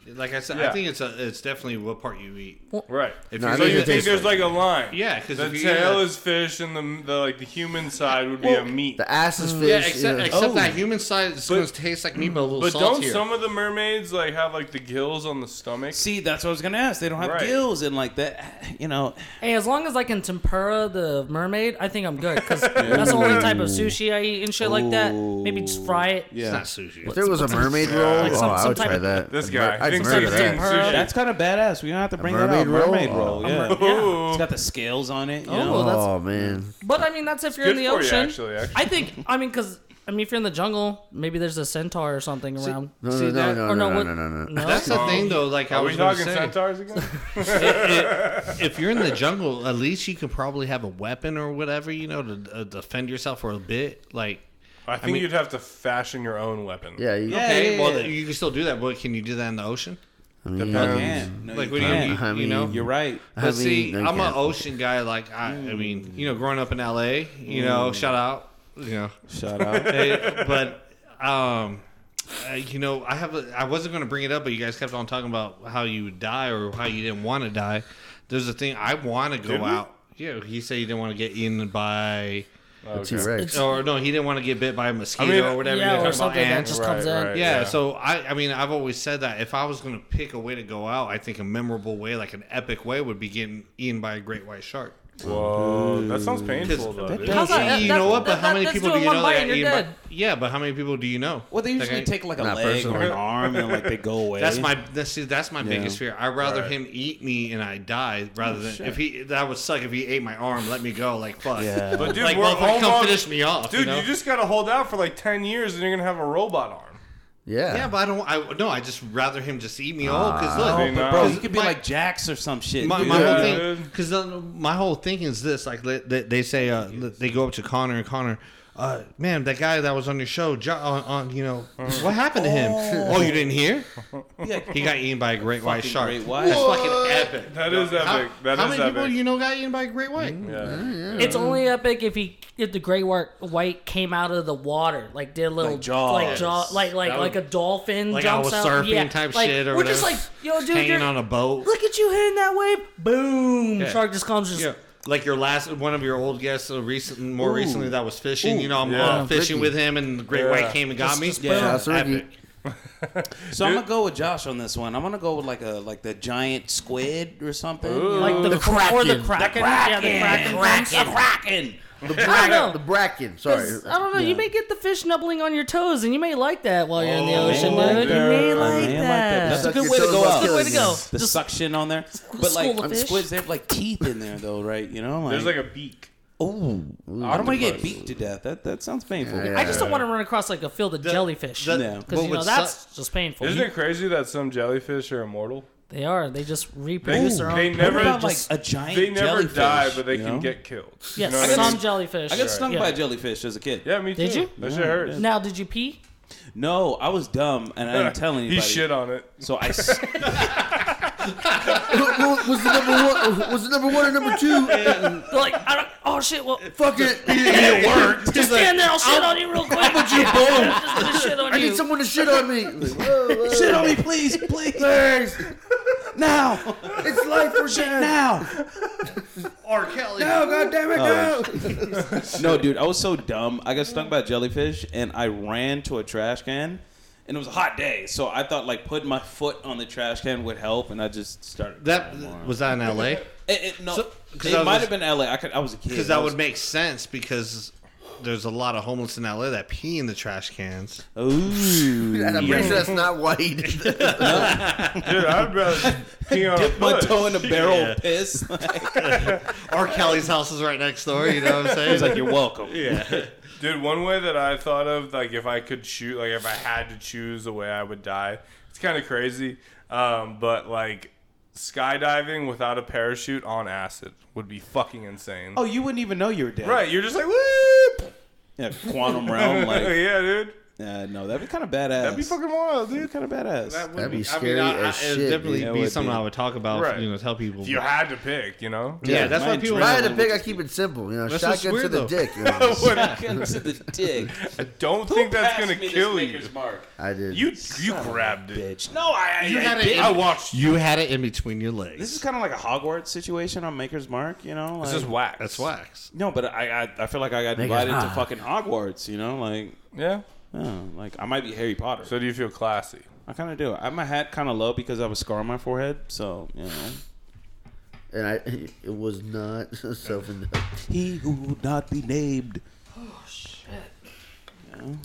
Like I said, Yeah. I think it's a, it's definitely what part you eat. Right. If No, I you So think you think it tastes there's like a line? Yeah, 'cause the if you- tail is fish and the, the like the human side would be a meat. The ass is fish. yeah, except, you know. except Oh. that human side is going to taste like meat, but a little But don't saltier. some of the mermaids like have like the gills on the stomach? See, that's what I was gonna ask. They don't have Right. gills and like that. You know, Hey, as long as I can tempura the mermaid, I think I'm good. Because that's the only type of sushi I eat and shit like that. Maybe just fry it. It's yeah, not sushi. if there was a mermaid roll, Like oh, some- I some would type try of- that. This I'd guy. mur- I'd thinks murder he's that. eating sushi. that's kind of badass. We don't have to bring mermaid that up. roll? Mermaid Oh. roll, yeah. Ooh. It's got the scales on it. You Oh, know? well, that's- Oh, man. But I mean, that's if you're good in the for you, ocean. actually, actually. I think. I mean, because I mean, if you're in the jungle, maybe there's a centaur or something around. No, See no, no, that- no, or Oh, no, no, no, what- no, no, no. No? That's the thing, though. Like I Are was we going talking to say, centaurs again? if you're in the jungle, at least you can probably have a weapon or whatever, you know, to uh, defend yourself for a bit. Like, I think mean- you'd have to fashion your own weapon. Yeah, you, Yeah. okay, well, yeah. you can still do that, but can you do that in the ocean? I mean, Man, no, Like, you what do you, can't. you, I you know? mean- You're right. I But mean, see, no, you I'm an can't. ocean guy. Like I, I mean, you know, growing up in LA, you know, shout out, you know, Shout out. Hey, but um, uh, you know, I have. A, I wasn't going to bring it up, but you guys kept on talking about how you would die or how you didn't want to die. There's a thing I want to go Did we? out. Yeah, he said you didn't want to get eaten by the T Rex. Or no, he didn't want to get bit by a mosquito I mean, or whatever. yeah, They're or talking about something that ants. just Right, comes in. right. yeah, Yeah. so I, I mean, I've always said that if I was going to pick a way to go out, I think a memorable way, like an epic way, would be getting eaten by a great white shark. Whoa, that sounds painful 'Cause- though. That dude. does- How's that- you that- know what? But that- how many that's people do doing you one know bite that and got you're eaten by? dead. Yeah, but how many people do you know? Well, they Like, usually I- take like a Not leg or personally. an arm and like they go away. That's my that's, see, that's my biggest fear. I'd rather Right. him eat me and I die rather than if he that would suck if he ate my arm, let me go like fuck. Yeah. But dude, like we're well, like, come almost- finish me off, Dude, you know? just gotta hold out for like ten years, and you're gonna have a robot arm. Yeah. yeah, but I don't. I no. I just rather him just eat me all because look, I mean, But Nah. bro, you could be My- like Jax or some shit. my, you my know? Yeah. whole thing because my whole thing is this like they, they, they say uh, they go up to connor and connor uh, man that guy that was on your show jo- on, on you know what happened to him oh you didn't hear Yeah. he got eaten by a great white Fucking shark great white. that's What? fucking epic That is How- epic. Mm-hmm. That how is many people epic. you know got eaten by a great white Mm. Yeah. It's only epic if he if the gray white white came out of the water, like did a little Like Jaws. like jaw, like like That like a would- dolphin, like I jumps was out. surfing yeah. type like, shit or we're whatever. just like, yo, dude, hanging you're- on a boat look at you hitting that wave, boom, Yeah. shark just comes, just Yeah. Like your last one of your old guests, uh, recent, more recently that was fishing. you know, I'm Yeah. uh, fishing Ricky. with him, and the great Yeah. white came and got me. boom. Yeah. Shout out to Ricky. Epic. So I'm gonna go with Josh on this one. I'm gonna go with like a like the giant squid or something. you know? like the, cra- or the Kraken. The kraken, yeah, the kraken, Kraken. comes. Kraken. The I bracken. don't The know. bracken. Sorry. 'Cause, I don't know. You may get the fish nibbling on your toes, and you may like that while you're in the Oh, ocean, man, dude. You may dude. I like like that. that. That's a Suck good your way to toes go while out. That's a good way to go. The suction on there, but Just like swallow the fish. squids, they have like teeth in there though, right? You know, like, There's like a beak. oh, I don't want to get beat to death. That that sounds painful. Yeah. I just don't want to run across like a field of jellyfish The- because Yeah. what you would know that's just painful. Isn't it crazy that some jellyfish are immortal? They are. They just They, reproduce their own. they kind. What never about just, like a giant? they never jellyfish, die, but they you can know? get killed. You Yes, know what I some mean? jellyfish. I got stung Yeah. by a jellyfish as a kid. Yeah, me too. Did you? That shit hurts. Now, did you pee? No, I was dumb and I didn't tell anybody. he shit on it. So I. s- Who- who- was the number one? Was the number one or number two? They're like, I don't, oh shit, well, Fuck it. It worked. just stand there, I'll shit on you real quick. How about you, I'm just gonna shit on I you. need someone to shit on me. Like, whoa, whoa. Shit on me, please, please, Thanks. now, It's life or death. now. R. Kelly. Oh, No, God damn it, no. No, dude, I was so dumb. I got stung by a jellyfish and I ran to a trash can. And it was a hot day, so I thought like putting my foot on the trash can would help, and I just started. That crying more. was that in L.A. It, it- no, So- 'cause it I was- might have been LA. I, could, I was a kid. Because I that was- would make sense because there's a lot of homeless in L.A. that pee in the trash cans. Ooh. And I'm pretty sure that's not why he did that. Dude, I'd rather pee on a Dip my bush. toe in a barrel Yeah. of piss. R. Kelly's house is right next door. You know what I'm saying? He's like, "You're welcome." yeah. Dude, one way that I thought of, like, if I could shoot, like, if I had to choose the way I would die, it's kind of crazy. Um, but, like, skydiving without a parachute on acid would be fucking insane. Oh, you wouldn't even know you were dead. Right, you're just like, whoop! Yeah, quantum realm. Like, yeah, dude. yeah, no, that'd be kind of badass. That'd That'd be fucking wild, dude. kind of badass. That'd be scary as it'd shit, definitely dude. That be would something be. I would talk about. Right. You know, tell people. If you had to pick, you know? yeah, Yeah, that's why mine people. If I had to pick, I keep it simple. You know, That's what's shotgun to weird, the though. dick. you know. Shotgun to the dick. I don't think that's going to kill you. Mark. I did. You you grabbed it. Bitch. No, I. You I, had I it did. in- I watched. you had it in between your legs. This is kind of like a Hogwarts situation on Maker's Mark, you know. Like, This is whack. that's wax. no, but I, I I feel like I got Maker's invited to Mark. fucking Hogwarts, you know, like. Yeah. Oh, like I might be Harry Potter. So do you feel classy? I kind of do. I have my hat kind of low because I have a scar on my forehead, so you know. and I, it was not self enough. He who would not be named. Oh shit! You know,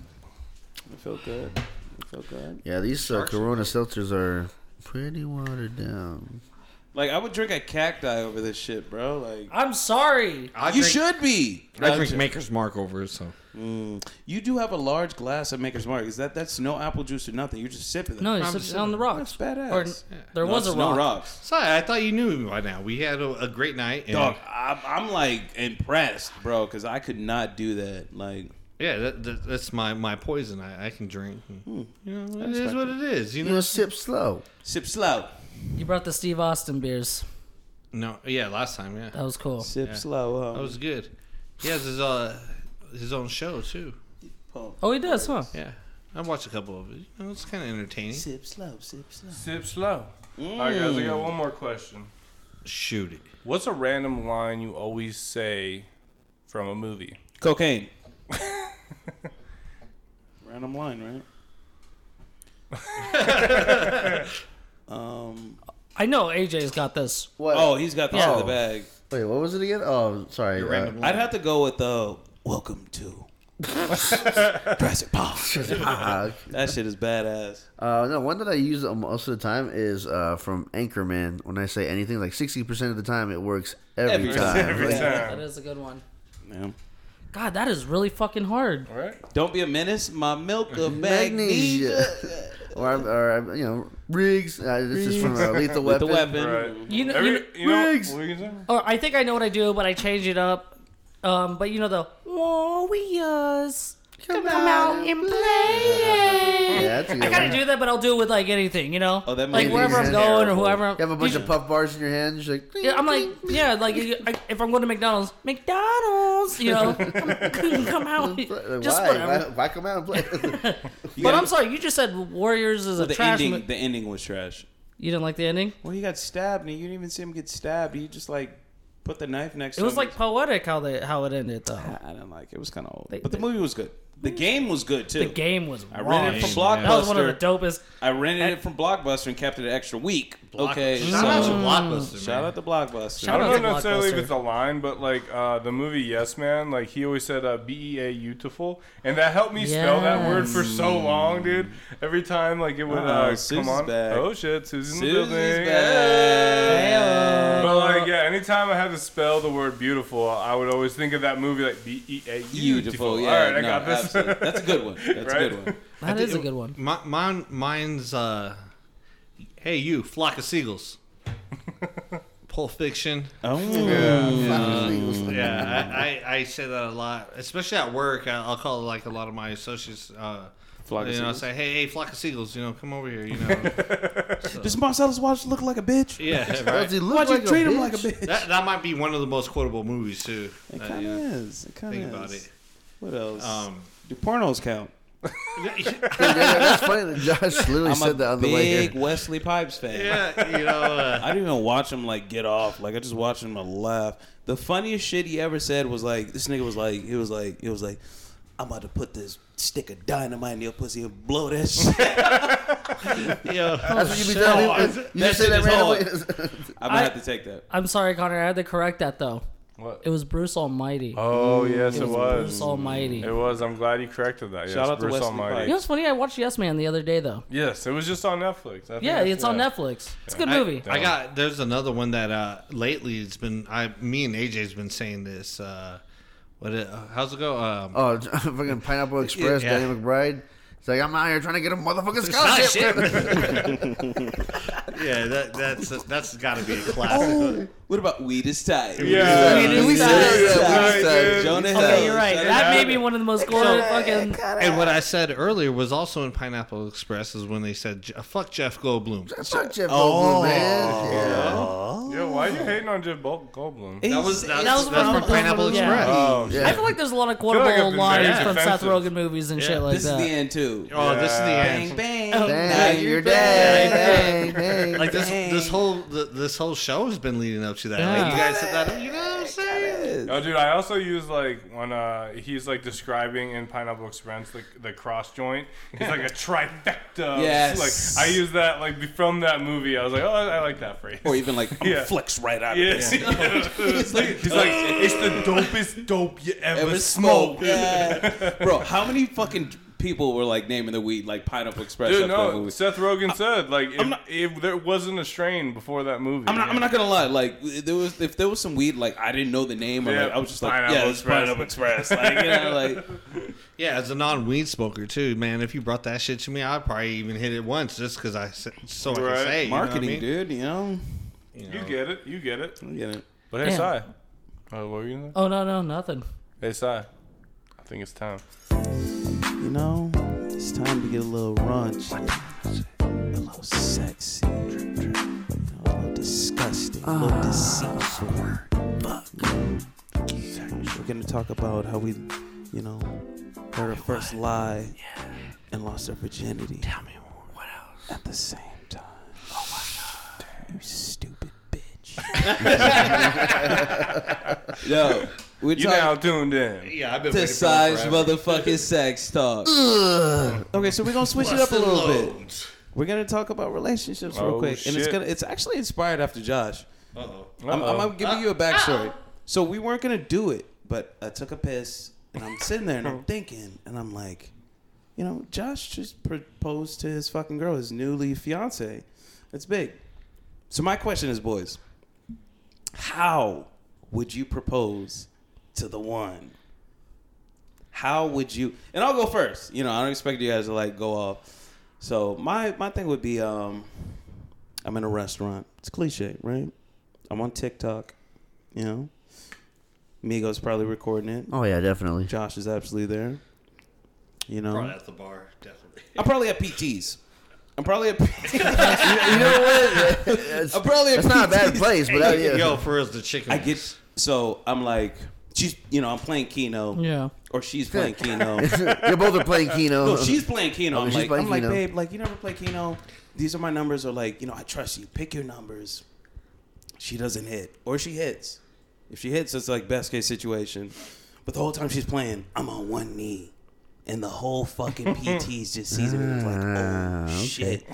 it felt good. It felt good. Yeah, these uh, Corona seltzers are pretty watered down. Like I would drink a cacti over this shit, bro. Like I'm sorry. I you drink, should be. I drink Maker's Mark over it, so. You do have a large glass of Maker's Mark. Is that that's no apple juice or nothing? You're just sipping that. No, you I'm sit sorry. on the rocks. That's badass. Or, there No, was a it's rock. No rocks. Sorry, I thought you knew me by now. We had a, a great night. And Dog, I'm, I'm like impressed, bro, because I could not do that. Like. Yeah, that, that, that's my, my poison. I, I can drink. Hmm. You know, it is what it is. You You know, know. sip slow. Sip slow. You brought the Steve Austin beers. No, yeah, last time, yeah, That was cool. Sip slow. that was good. He has his uh his own show too. Oh, he does, huh? Yeah, I watched a couple of it. You know, it's kind of entertaining. Sip slow, sip slow. Sip slow. All right, guys. I got one more question. Shoot it. What's a random line you always say from a movie? Cocaine. Random line, right? um. I know AJ's got this. What? Oh, he's got this in Oh. the bag. wait, what was it again? Oh, sorry. uh, Random I'd have to go with uh, "Welcome to Jurassic Park." ah, That shit is badass. Uh, no, one that I use most of the time is uh, from Anchorman. When I say anything, like sixty percent of the time, it works Every every, time. time. Every Like, time. That is a good one. Yeah. God, that is really fucking hard. All right. Don't be a menace. My milk of magnesia. Magnesia, or, I'm- or I'm, you know, Riggs. Uh, this is from uh, Lethal With the Weapon. weapon. Right. You know, Every, you know- you know Riggs. what were you gonna say? or I think I know what I do, but I change it up. Um, but you know the warriors come, out and play. Yeah, that's a good I one. kind of do that, but I'll do it with like anything, you know. Oh, that like might be wherever I'm terrible. going or whoever. You I'm, have a bunch of puff bars in your hands. You're like, Yeah, I'm like, yeah, like I, if I'm going to McDonald's, McDonald's, you know, come, come out, Like, just why? whatever. why? Why come out and play? But I'm sorry, you just said Warriors is a The trash. ending. mo- The ending was trash. you didn't like the ending? Well, he got stabbed, and you didn't even see him get stabbed. He just like put the knife next. It to was him. like poetic how they how it ended though. I didn't like. it. It was kind of old, They- but the they- movie was good. The game was good too. The game was. I rented it raw. from Blockbuster. Game, yeah. That was one of the dopest. I rented it from Blockbuster and kept it an extra week. Okay, Shout out to so- Blockbuster. shout out to Blockbuster. Shout I out don't to know necessarily if Blockbuster. it's a line, but like uh, the movie Yes Man, like he always said uh, B E A beautiful, and that helped me spell that word for so long, dude. Every time like it would uh, Uh-oh, come Susie's on. back. Oh shit, Susie's in the Susie's building. back. But like yeah, anytime I had to spell the word beautiful, I would always think of that movie like B E A beautiful. Beautiful. Yeah, All right, I no, got this. absolutely. That's a good one. That's a good Right? one. That is a good one. My, mine, mine's uh, hey you, flock of seagulls. Pulp Fiction. Oh, Yeah, I, I, I say that a lot, especially at work. I, I'll call like a lot of my associates. Uh, Flock of you know, seagulls? say hey, hey, flock of seagulls. You know, come over here. You know, does Marcellus Watch look like a bitch? yeah, Does right. he look Why'd like you treat a him like a bitch? bitch? That, that might be one of the most quotable movies too. It Uh, kind of yeah, is. It kind of think is. about it. What else? Um, Do pornos count? Yeah, that's funny. that Josh literally I'm a said that on the way here. big Wesley Pipes fan. yeah, you know, uh, I didn't even watch him like get off. Like I just watched him laugh. The funniest shit he ever said was like this nigga was like it was like it was like I'm about to put this stick of dynamite in your pussy and blow that shit. yeah. That's what you be telling Oh, him. You just that say that shit randomly. is I'm gonna have to take that. I'm sorry, Connor. I had to correct that though. What? It was Bruce Almighty. Oh yes, it was. Bruce Almighty. It was. I'm glad you corrected that. Yes, Shout out to Bruce Wesley Almighty. You know what's funny? I watched Yes Man the other day though. Yes, it was just on Netflix. I think Yeah, that's- it's on Netflix. It's a good I- movie. I, got there's another one that uh lately it's been I me and AJ's been saying this uh what it, uh, how's it go um Oh, fucking Pineapple Express, Yeah. Danny McBride. It's like I'm out here trying to get a motherfucking scholarship. Ah, yeah that that's that's got to be a classic. What about weed is tight? Yeah. Weed is We tight. said it. Right, We said dude. it. Jonah Hill. Okay, you're right. Shut That it may down. be one of the most glorious fucking. and what I said earlier was also in Pineapple Express is when they said "Je- fuck Jeff Goldblum. Fuck Jeff Oh, Goldblum, man. Yeah, why are you hating on Jeff Gold- Goldblum? That was that's, That was that's one of from the- Pineapple yeah. Express. Oh, Yeah. I feel like there's a lot of like quotable I've been very lines from Seth defensive. Rogen movies and shit like This is that. Oh, the end too. Oh, this is the Yeah. Bang end. bang. Dang, oh. now you're, you're dead. Dang, dang. Like this, this whole th- this whole show has been leading up to that. Like, Yeah. you guys said that. You know what I'm saying? Oh, dude, I also use like when uh, he's like describing in Pineapple Express the, the cross joint. It's like a trifecta. Yes. Like I use that like from that movie. I was like, oh, I, I like that phrase. Or even like I'm Yeah. flex right out. of Yes. he's like, it's the dopest dope you ever, ever smoked. smoked. Yeah. Bro, how many fucking people were like naming the weed like Pineapple Express Dude, after no. that movie? Seth Rogen said like if, not- if there wasn't a strain before that movie. I'm not, I'm not gonna lie. Like there was, if there was some weed, like I didn't know the name, or Yeah, like, I was just like, Pineapple yeah, it's Express. Pineapple Express. Like, you know, like Yeah, as a non-weed smoker too, man. If you brought that shit to me, I'd probably even hit it once just because I s- so I Right. can say you know what I marketing, mean? dude. You know, You get it. You get it. I get it. But hey, Damn. Sai. Oh, what were you gonna say? Oh no, no, nothing. Oh. Hey, Sai. I think it's time. You know, it's time to get a little raunchy, a little sexy, a little disgusting, a little deceitful. Fuck. We're gonna talk about how we, you know, heard our first lie and lost our virginity. Tell me what else. At the same time. Oh my god. You stupid bitch. Yo, We're You talking- now tuned in. Yeah, I've been to waiting for size forever. motherfucking sex talk. okay, so we're gonna switch it up a Bustin' little bit. loads. We're gonna talk about relationships real Oh, quick, and it's shit. gonna it's actually inspired after Josh. Uh-oh. I'm, I'm, Uh-oh. I'm giving you a backstory. So we weren't gonna do it, but I took a piss, and I'm sitting there and I'm thinking, and I'm like, you know, Josh just proposed to his fucking girl, his newly fiance. It's big. So my question is, boys, how would you propose to the one? How would you? And I'll go first. You know, I don't expect you guys to like go off. So my my thing would be, um, I'm in a restaurant. It's cliche, right? I'm on TikTok. You know, Migo's probably recording it. Oh yeah, definitely. Josh is absolutely there. You know, Probably at the bar, definitely. I'm probably at PT's. I'm probably at. you know what? It's, I'm probably a it's not a bad PTs. place, but I, yeah. Yo, for real, the chicken. Oh, I get so I'm like she's you know I'm playing Keno Yeah. or she's playing Keno. You're both are playing Keno. No, she's playing Keno. Oh, I'm she's like, playing I'm like, Keno. babe, like you never play Keno. These are my numbers. Or like, you know, I trust you. Pick your numbers. She doesn't hit, or she hits. If she hits, it's like best case situation. But the whole time she's playing, I'm on one knee, and the whole fucking PTs just sees me and it's like, oh Ah, okay. shit.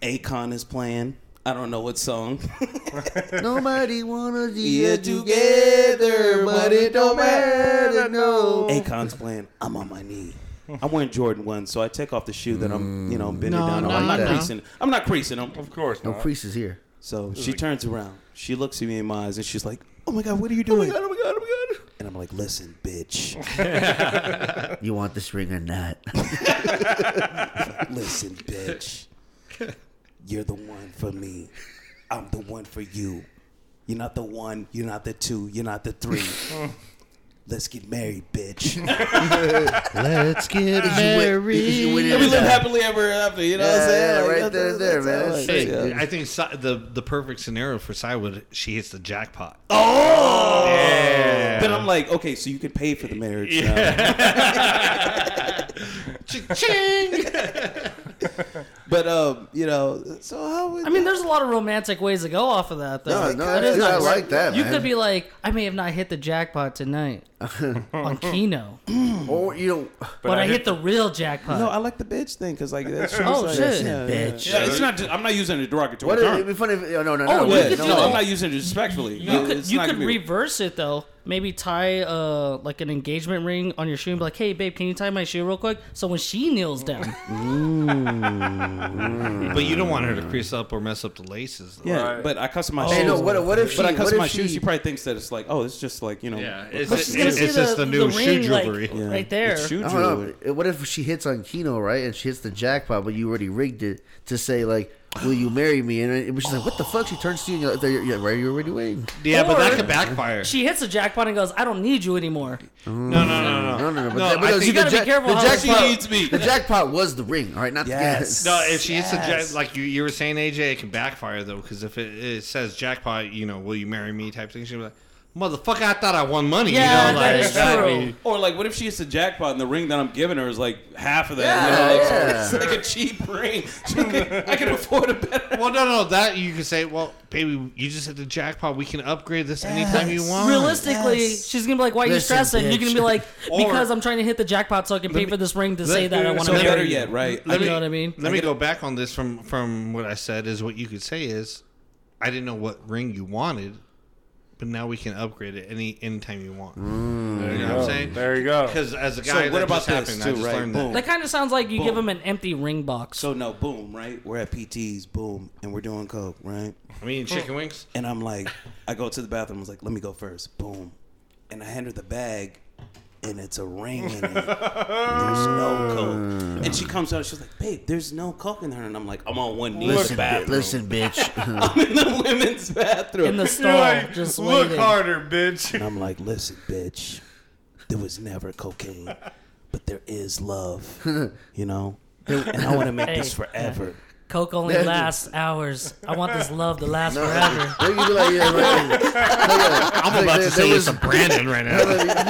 Akon is playing. I don't know what song. Nobody wanna be Yeah, a together, but it don't matter. No. Akon's playing. I'm on my knee. I'm wearing Jordan ones, so I take off the shoe that I'm, you know, bending No, down. on. no, I'm not no. creasing. I'm not creasing them. Of course No not. creases here. So she turns around. She looks at me in my eyes, and she's like, "Oh my god, what are you doing?" my god! Oh my god! And I'm like, "Listen, bitch. You want this ring or not? Listen, bitch. You're the one for me. I'm the one for you. You're not the one. You're not the two. You're not the three. Let's get married, bitch." Let's get married. You win, And we you live happily ever after. You know what I'm Yeah, saying? yeah, Like, that's- right there, that's- there, that's man. all I- Hey, yeah. I think Si- the the perfect scenario for Cy would she hits the jackpot. Oh, But I'm like, okay, so you could pay for the marriage. Now. But um, you know, so how would I mean, there's a lot of romantic ways to go off of that, though. No, no, That is that's- I nice. like that, You man. could be like, I may have not hit the jackpot tonight on Kino, but, Or Oh, you know, I, hit the real jackpot. no, I like the bitch thing because like that's true. Oh, like, shit. Bitch. Yeah, it's not. I'm not using it derogatory. what? If, it'd be funny. If, oh, no, no, no. Oh, wait, you could no, do no. it. using it respectfully. you could you could reverse it though. Maybe tie uh like an engagement ring on your shoe and be like, "Hey, babe, can you tie my shoe real quick?" So when she kneels down, But you don't want her to crease up or mess up the laces. Though. Yeah, Right. but I custom my Hey, shoes. no, what- what if but I she- custom what my if shoes. She she- probably thinks that it's like, oh, it's just like you know. Yeah, it's, But she's gonna it's- see it's the- just the new the shoe ring, like- jewelry. Yeah. right there. It's shoe I don't jewelry. know. What if she hits on Keno, right? And she hits the jackpot, but you already rigged it to say like, "Will you marry me?" And it- she's like, "What the fuck?" She turns to you and you're like, "There- "Yeah, right, you're already waiting." Yeah, but Or- that could backfire. she hits a jackpot and goes, "I don't need you anymore." no, no, no, no, No, no, no. But, No, that, but no, I think- see, You the gotta be jack- careful the how- jackpot, She needs me. The jackpot was the ring, all right? Not Yes. the No, if she hits a Yes. jack, like you, you were saying, AJ, it can backfire though, because if it, it says jackpot, you know, will you marry me type thing, she'd be like, motherfucker, I thought I won money. Yeah, you know, that like, is that'd true. be- Or like, what if she hits a jackpot and the ring that I'm giving her is like half of that? Yeah, you know, like, yeah. It's like a cheap ring. I can afford a better. Well, no, no, that you can say, well, baby, you just hit the jackpot. We can upgrade this anytime you want. Realistically, Yes. she's gonna be like, "Why are you Listen, stressing?" You're bitch. gonna be like, Or- "Because I'm trying to hit the jackpot so I can pay for this ring to say that I want to So marry better you." yet, right? You know what I mean? Let me go back on this from from what I said is what you could say is, I didn't know what ring you wanted, but now we can upgrade it any anytime you want. you know what I'm saying? There you go. Because as a So guy, what that about just this happened. I too, just right? learned Boom. that. That kind of sounds like you Boom. give him an empty ring box. So no, boom, right? We're at PT's, boom, and we're doing coke, right? I mean, chicken wings. And I'm like, I go to the bathroom. I was like, let me go first, boom, and I hand her the bag, and it's a ring in it. There's no coke, and she comes out. She's like, babe, there's no coke in her, and I'm like, I'm on one knee ring. in the Listen, bi- bathroom. listen, bitch. I'm in the women's bathroom. in the You're store, like, just look waiting. harder, bitch. And I'm like, listen, bitch, there was never cocaine, but there is love, you know? And I want to make this Hey. forever. Coke only lasts hours. I want this love to last forever. Then you'd be like, yeah, right. I'm about there- to say there it's a was- Brandon right now. You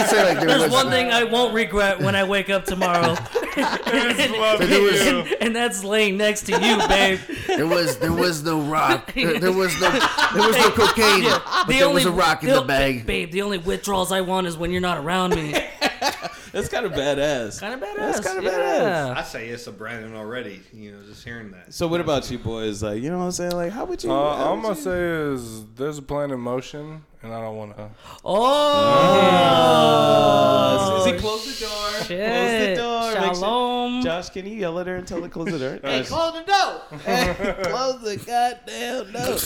say like there There's was one thing I won't regret when I wake up tomorrow. Just love There was- you. and that's laying next to you, babe. There was there was no rock. There, there was no there was no cocaine, but there was a rock in the bag. babe. Ah, The only withdrawals I want is when you're not around me. That's kind of badass. kind of badass. That's kinda yeah. I say yes to Brandon already. You know, just hearing that. So what about you boys? Like, you know what I'm saying? Like, how would you? Uh, how all I'm gonna would you- say is there's a plan in motion, and I don't want to. Oh, Is he close the door? shit. Close the door. Make sure- Shalom. Josh, can you yell at her and tell her to close the door? Hey, close the door. close the goddamn door.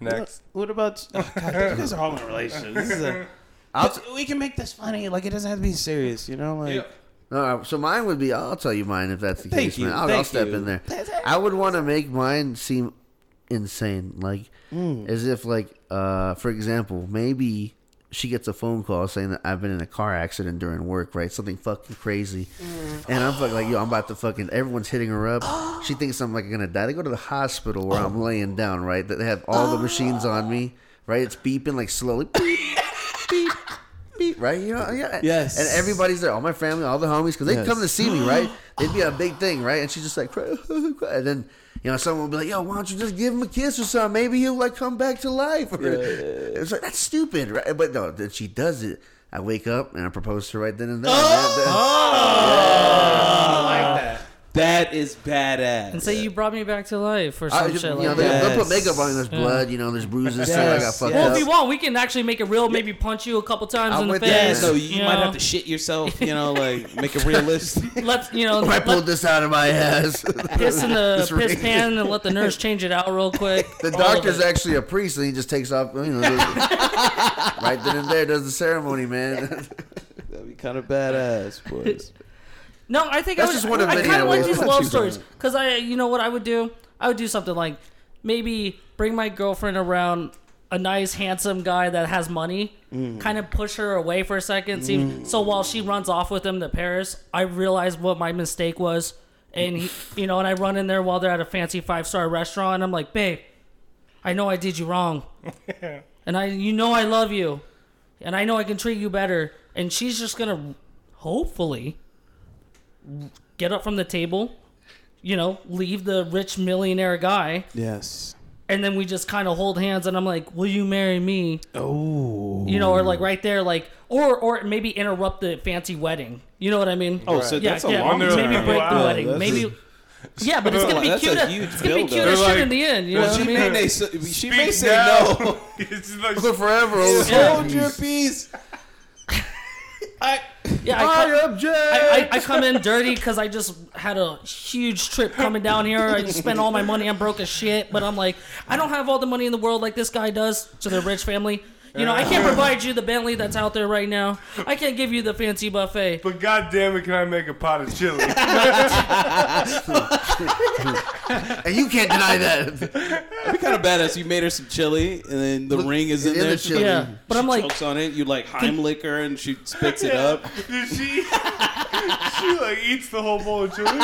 Next, What about? Oh, God, you guys are all in a relationship. This is a. But we can make this funny. Like it doesn't have to be serious. You know, like. Uh, so mine would be. I'll tell you mine if that's the Thank case, you, man. I'll, I'll thank step you. in there. That's- I would want to make mine seem insane, like Mm. as if like uh, for example, maybe she gets a phone call saying that I've been in a car accident during work, right? Something fucking crazy, Mm. and I'm fucking like, yo, I'm about to fucking. Everyone's hitting her up. she thinks I'm like gonna die. They go to the hospital where Oh. I'm laying down, right? That they have all the machines on me, right? It's beeping like slowly. Beep, beep, beep, right? You know, yeah. Yes. And everybody's there, all my family, all the homies, because they'd Yes. come to see me, right? They'd be a big thing, right? And she's just like, cry, cry. and then you know, someone would be like, "Yo, why don't you just give him a kiss or something? Maybe he'll like come back to life." Or, It's like that's stupid, right? But no, then she does it. I wake up and I propose to her right then and there. Uh, That is badass. And say you brought me back to life or I, some you shit know, like they, that. they'll put Yes. makeup on. There's blood. You know, there's bruises. too. I got Yes, fucked yes. Well, up. if you want, we can actually make it real. Maybe punch you a couple times I'm in the with face. yeah, that. so you, might know? have to shit yourself. You know, like make it realistic. Let you know, I let pulled this out of my ass. piss in the This piss ring. pan and let the nurse change it out real quick. The All of doctor's it. actually a priest, and he just takes off. You know, does- right then and there does the ceremony, man. That'd be kind of badass, boys. No, I think That's I would, just one of I many kind of ways. like these That's love too stories bad. because I, you know what I would do? I would do something like maybe bring my girlfriend around a nice, handsome guy that has money, Mm. kind of push her away for a second. See, so while she runs off with him to Paris, I realize what my mistake was, and he, you know, and I run in there while they're at a fancy five star restaurant. And I'm like, babe, I know I did you wrong, and I, you know, I love you, and I know I can treat you better. And she's just gonna, hopefully get up from the table, you know, leave the rich millionaire guy, Yes. and then we just kind of hold hands, and I'm like, "Will you marry me?" Oh, you know, or like right there, like, or or maybe interrupt the fancy wedding. You know what I mean? Oh, so that's a long long-term. maybe break the Wow, wedding, that's maybe. yeah, but it's gonna be That's a cute. as- huge It's gonna be buildup. cute as They're shit like, in the end. You know Well, what I she mean? may, may, say- she may Speak say now. no. It's like, But forever, old Hold your peace. I, yeah, I, I come- object. I, I, I come in dirty because I just had a huge trip coming down here. I just spent all my money. I'm broke as shit. But I'm like, I don't have all the money in the world like this guy does to the rich family. You know, I can't provide you the Bentley that's out there right now. I can't give you the fancy buffet. but goddamn it, can I make a pot of chili? and you can't deny that. That'd be kind of badass. You made her some chili, and then the ring is in in there. the She chili. Yeah, but I'm like, chokes on it. You like Heimlich her, and she spits it up. Dude, she she like eats the whole bowl of chili.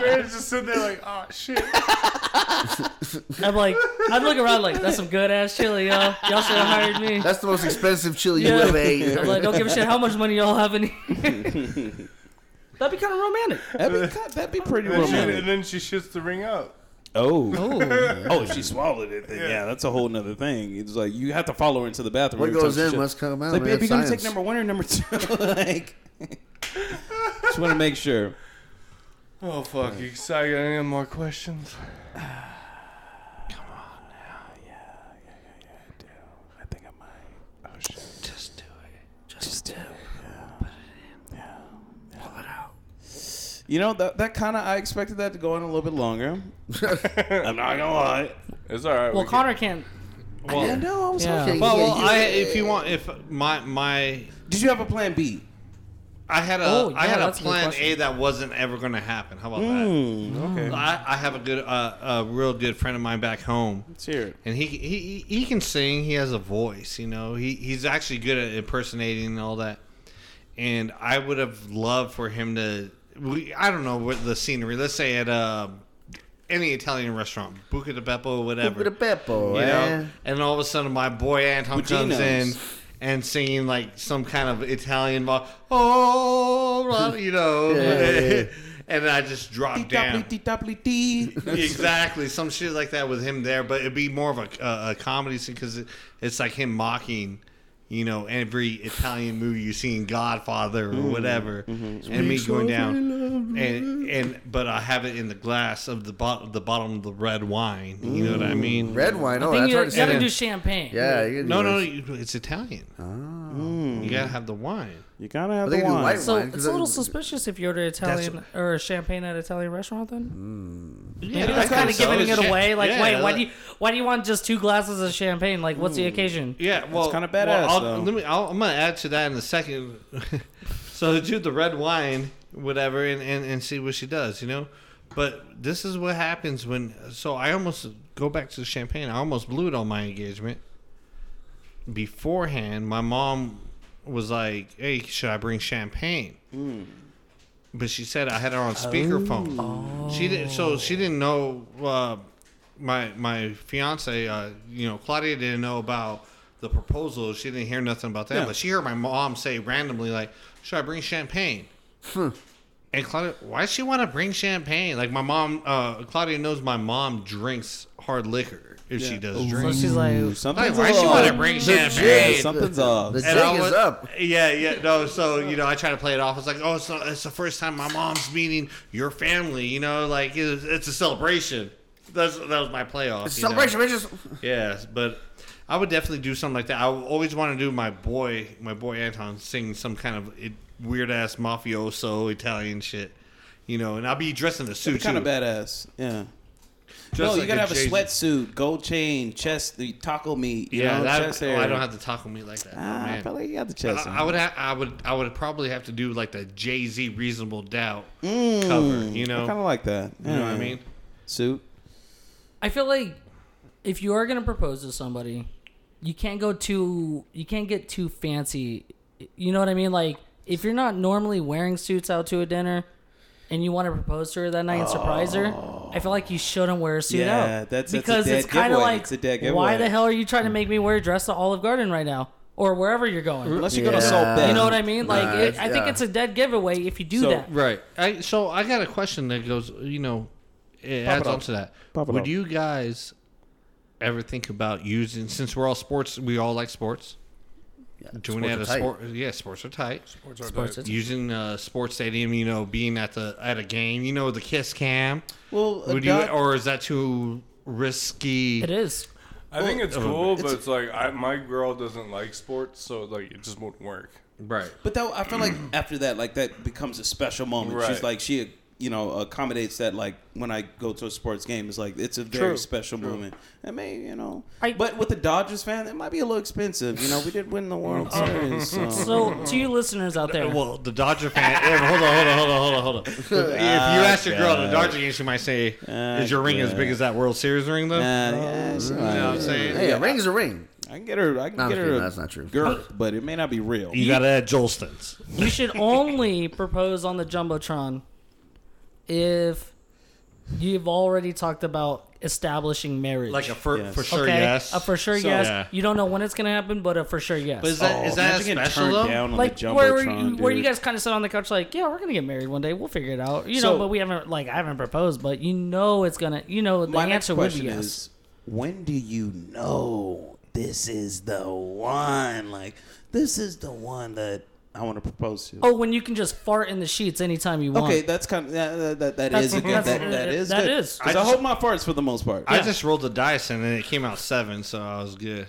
Brandon's just sitting there like, oh shit. I'm like, I'd look around like, that's some good ass chili, y'all. Y'all should have hired me. That's the most expensive chili you Yeah. ever ate. I'm like, don't give a shit how much money y'all have in here. That'd be kind of romantic. That'd be, that'd be pretty And, she, and romantic. then she shits the ring up. Oh, Ooh. oh, if she swallowed it, then yeah. that's a whole nother thing. It's like you have to follow her into the bathroom. What every goes time she in shit. must come out. Like, man. babe, you gonna Science. take number one or number two? like, just want to make sure. Oh fuck! You excited? Got Any more questions? I think I might. Oh, Just do it. Just do it. You know that that kind of I expected that to go on a little bit longer. I'm not gonna lie. It's all right. Well, we Connor can't. I know. I was Yeah. hoping- Well, Yeah, well, you- I if you want, if my my Did you have a plan B? I had a I Oh, yeah, had a that's a good plan question. Hmm. A that wasn't ever going to happen. How about that? okay. I, I have a good uh, a real good friend of mine back home, Cheer. and he he he can sing. He has a voice. You know, he he's actually good at impersonating and all that. And I would have loved for him to. We, I don't know what the scenery. Let's say at uh, any Italian restaurant, Buca di Beppo, whatever With a pepper, you know, eh? and all of a sudden my boy Anton comes Gino's. in and singing like some kind of Italian bar. Oh, right, you know. and I just dropped down. exactly, some shit like that with him there, but it'd be more of a, a, a comedy scene because it, it's like him mocking. You know, every Italian movie you see in Godfather or whatever, and me going down, and and but I have it in the glass of the bottom, the bottom of the red wine. You know what I mean? Red wine. Oh, I that's think you hard to say. gotta that. do champagne. Yeah. You can No, do no, this. no, it's Italian. You gotta have the wine. You gotta have They the can do wine. white So wine. 'cause it's a little that- suspicious if you order Italian or champagne at an Italian restaurant. Then Yeah, maybe that's kind of giving it away. Like, yeah, wait, why that- do you why do you want just two glasses of champagne? Like, what's the occasion? Yeah, well, kinda badass, Well, I'll- though. let me. I'll, I'm gonna add to that in a second. so, do the red wine, whatever, and, and and see what she does. You know, but this is what happens when. So I almost go back to the champagne. I almost blew it on my engagement. Beforehand, my mom was like, "Hey, should I bring champagne?" But she said I had her on speakerphone. She didn't. So she didn't know. Uh, my my fiance, uh, you know, Claudia didn't know about the proposal. She didn't hear nothing about that. Yeah. But she heard my mom say randomly, like, "Should I bring champagne?" And Claudia, why does she want to bring champagne? Like my mom, uh, Claudia knows my mom drinks hard liquor if she does So drink. she's like, Like, Something's why does she want to off. bring Yeah, champagne? Something's off. The jig And I is was- up. Yeah, yeah, no. So you know, I try to play it off. It's like, oh, it's, not, it's the first time my mom's meeting your family. You know, like it was- it's a celebration. That's that was my playoff. It's a you know? celebration, bitches. Yes, but I would definitely do something like that. I always want to do my boy, my boy Anton, sing some kind of weird ass mafioso Italian shit, you know. And I'll be dressed in a suit Kind too. of badass. Yeah. Just no, like you gotta have Jason- a sweatsuit, gold chain, chest, the taco meat. You Yeah, know, that- chest oh, hair. I don't have to taco meat like that. Ah, man. probably got the I, chest. hair. I would. Ha- I would. I would probably have to do like the Jay Z "Reasonable Doubt" cover. You know. I kind of like that. you know what I mean? Suit. I feel like if you are gonna propose to somebody, you can't go too you can't get too fancy. You know what I mean? Like if you're not normally wearing suits out to a dinner and you want to propose to her that night and surprise her, I feel like you shouldn't wear a suit Yeah, out. that's- that's a because dead it's kind of giveaway. like It's a dead why giveaway. the hell are you trying to make me wear a dress to Olive Garden right now or wherever you're going? Unless you go to Yeah. Salt Bae. You know what I mean? Like Nah, it, it's- I think yeah. it's a dead giveaway if you do So- that. Right. I so I got a question that goes, you know, it adds on to that. Pop it Would up. you guys ever think about using since we're all sports, we all like sports. Doing sports it at are a tight. sport, yeah, sports are tight. Sports, it's- Using a sports stadium, you know, being at the at a game, you know, the kiss cam. Well, Would you, or is that too risky? it is. I think it's cool, but it's like I, my girl doesn't like sports, so like it just wouldn't work. Right. But that, I feel like after that, like that becomes a special moment. Right. She's like she, you know, accommodates that. Like when I go to a sports game, it's like it's a very True. special moment. And may you know, I- but with the Dodgers fan, it might be a little expensive. You know, we did win the World Series, so, So to you listeners out there, Well, the Dodger fan. yeah, hold on, hold on, hold on, hold on, hold on. If you ask your girl to the Dodger game, she might say, "Is your ring as big as that World Series ring, though?" Uh, yeah, she You know what I'm might- saying? Hey, a ring is a ring. I can get her. I can No, I'm get just her. kidding. a That's not true. Girth, but it may not be real. You gotta add Jolston's. You should only propose on the jumbotron if you've already talked about establishing marriage. Like a for, Yes. for sure Okay? yes. A for sure So- yes. Yeah. You don't know when it's gonna happen, but a for sure yes. but is that, is that a Imagine getting special turned though? down on like the where were Jumbotron, you, where you dude. guys kind of sit on the couch like yeah we're gonna get married one day we'll figure it out you know So- but we haven't like I haven't proposed but you know it's gonna you know the My next answer would be question yes is, when do you know this is the one? Like, this is the one that I want to propose to. oh when you can just fart in the sheets anytime you want Okay, that's kind of that, that, that That's- is a good. that's- That, that is that good. is. 'Cause I I, just- hold my farts for the most part. I just rolled the dice and it came out seven, so I was good.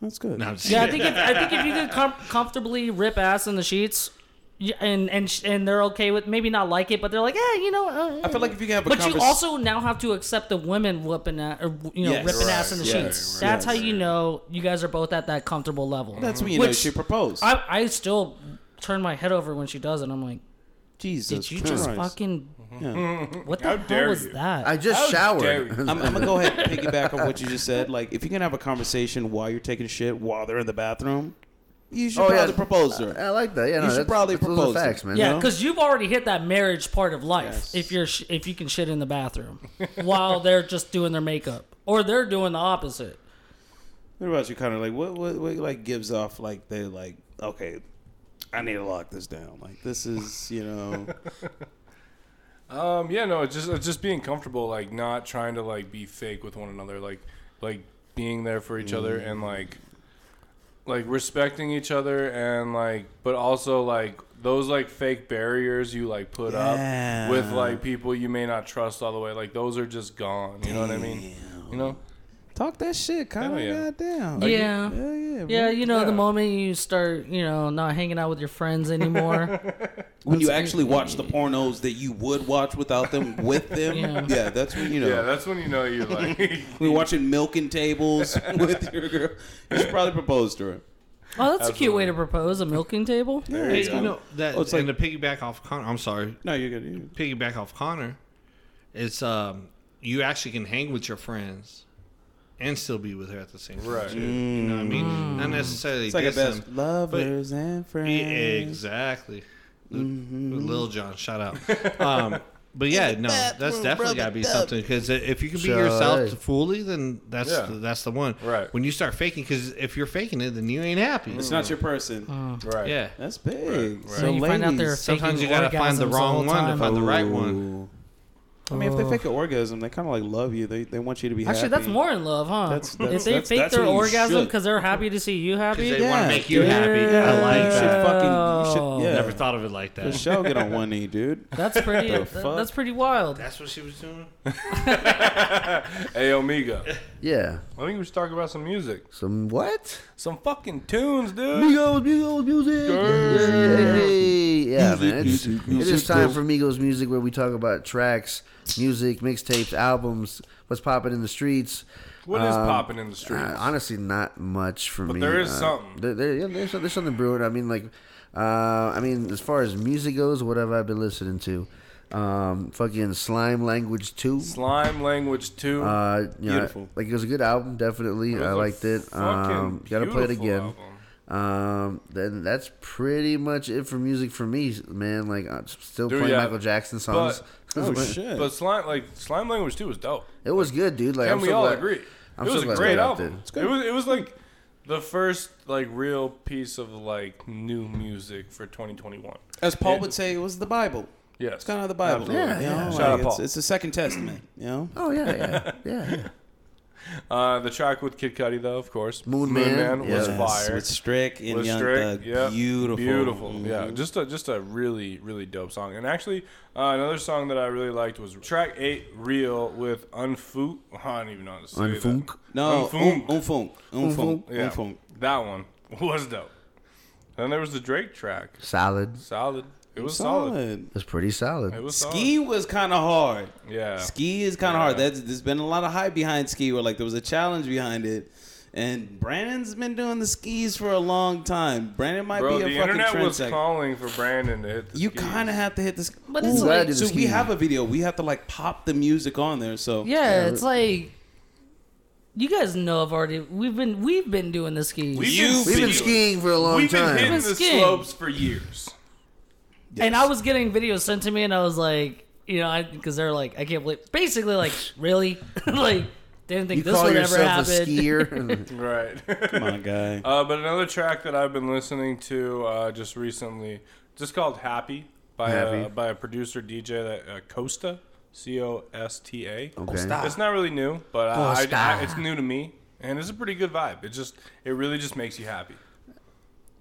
that's good. No, I'm just Yeah, I think if, I think if you could com- comfortably rip ass in the sheets, you, and and sh- and they're okay with maybe not like it, but they're like, yeah, you know. Uh, I feel like if you can have a but you convers- also now have to accept the women whooping at, or you know Yes. ripping ass Right, in the yes, sheets. right, That's right. how you know you guys are both at that comfortable level. that's when you know Which- she proposed. I I still turn my head over when she does it. I'm like, Jesus did you Christ. just fucking what the How hell dare was you. that? I dare just showered. you. I'm, I'm gonna go ahead and piggyback on what you just said. Like, if you can have a conversation while you're taking a shit while they're in the bathroom, you should Oh, yeah. probably propose to her. I like that. Yeah, no, should that's, probably that's those are propose it. facts, man. Yeah, know? because you've already hit that marriage part of life. Yes. If you're sh- if you can shit in the bathroom while they're just doing their makeup, or they're doing the opposite. What about you, Connor? Like, what, what, what, like, gives off like they like, okay, I need to lock this down. Like, this is, you know, Um, yeah, no, it's just it's just being comfortable, like not trying to like be fake with one another, like like being there for each other and like like respecting each other and like but also like those like fake barriers you like put Yeah. up with like people you may not trust all the way, like those are just gone. You know what I mean? You know? talk that shit, Connor. yeah. Goddamn. Yeah. Hell yeah. Yeah, bro. you know, Yeah. the moment you start, you know, not hanging out with your friends anymore, When you actually watch the pornos that you would watch without them, with them, yeah, Yeah. that's when you know. Yeah, that's when you know you're like we watching milking tables with your girl. You should probably propose to her. Oh, that's a cute way to propose a milking table. Hey, you know that, Oh, it's and to piggyback off Connor, I'm sorry, No, you're good. you piggyback off Connor, it's um, you actually can hang with your friends and still be with her at the same time. Right. too. You know what I mean? Not necessarily Mm. it's like a diss best them. lovers and friends. Yeah, exactly. Mm-hmm. Lil John, shout out. Um, but yeah, no, that's definitely got to be something because if you can be Shout yourself out. fully, then that's Yeah. the, that's the one. Right. Mm. When you start faking, because if you're faking it, then you ain't happy. It's not your person. Right. yeah. That's big. right. So you find out they're ladies- Sometimes faking you gotta find the orgasms wrong all one to time. find the right one. Ooh. I mean, if they fake an orgasm, they kind of like love you. They, they want you to be oh. Actually, happy. that's more in love, huh? That's- that's- if they that's- fake that's their what you orgasm should. because they're happy to see you happy, Because they want to make you dude. happy. I like You should Oh. that. fucking. You should, yeah. Never thought of it like For that. sure, get on one knee, dude. that's pretty. The that- fuck? that's pretty wild. That's what she was doing. Hey Omega. Yeah. I think we should talk about some music. Some what? Some fucking tunes, dude. Migos, Migos music. Hey, yeah, man. It's, it is time for Migos music, where we talk about tracks, music, mixtapes, albums, what's popping in the streets. What is Um, popping in the streets? Uh, honestly, not much for me. there is Uh, something. There, there- yeah, there's, there's something brewing. I mean, like, uh, I mean, as far as music goes, what have I been listening to? Um, fucking slime language two. Slime language too. Uh, you know, Beautiful. Like it was a good album, definitely. I liked it. Um, gotta play it again. Um, then that's pretty much it for music for me, man. Like I'm still Dude, playing yeah. Michael Jackson songs. Oh shit! But slime, like slime language too, was dope. It was good, dude. Like Can I'm we so all glad- agree? I'm it so was a glad great that album. happened. It was. It was like the first like real piece of like new music for 2021. As Paul would say, it was the Bible. Yes, It's kind of the Bible. Absolutely. Yeah, you know, yeah. like, Shout out, it's, Paul. it's the Second Testament. You know, Oh yeah, yeah, yeah. yeah. Uh, the track with Kid Cudi though, of course. Moon Man, was yes. fire. With Strick and was Young strict. Thug. Yeah, beautiful, Mm-hmm. beautiful. Yeah, just a just a really really dope song. And actually, uh, another song that I really liked was track eight, "Real" with Unfunk. I don't even know how to say Unfunk. that. No, Unfunk. Unfunk, Unfunk, Unfunk, Yeah, Unfunk. that one was dope. Then there was the Drake track. Solid. Solid. It was solid. It's pretty solid. It was Ski was kind of hard. Solid. Yeah. Ski is kind of Yeah. hard. That's, there's been a lot of hype behind ski, where like there was a challenge behind it. And Brandon's been doing the skis for a long time. Brandon might Bro, be a the fucking internet was trendsetter. calling for Brandon to hit the You skis. kind of have to hit this. But it's Ooh, like- so Glad we you have a video. We have to like pop the music on there. So Yeah, it's like you guys know. I've already we've been we've been doing the skis, We've You- been, We've skiing- been skiing for a long We've been time. hitting Been the skiing. slopes for years. and I was getting videos sent to me, and I was like, you know, because they're like, I can't believe, basically like, really, like didn't think you this call would ever yourself a happen. skier? Right. come on, guy. uh, but another track that I've been listening to uh, just recently, just called "Happy" by A, Happy. by a producer DJ that uh, Costa C O S T A. okay. It's not really new, but I, Costa. I, I, it's new to me, and it's a pretty good vibe. It just it really just makes you happy.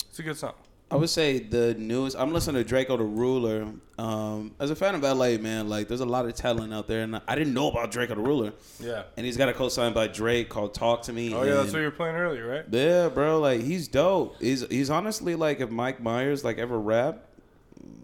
It's a good song. I would say the newest. I'm listening to Draco the Ruler. Um, as a fan of LA, man, like there's a lot of talent out there, and I didn't know about Draco the Ruler. Yeah. And he's got a co-signed by Drake called "Talk to Me." Oh yeah, that's and- what you were playing earlier, right? Yeah, bro. Like he's dope. He's he's honestly like if Mike Myers like ever rap,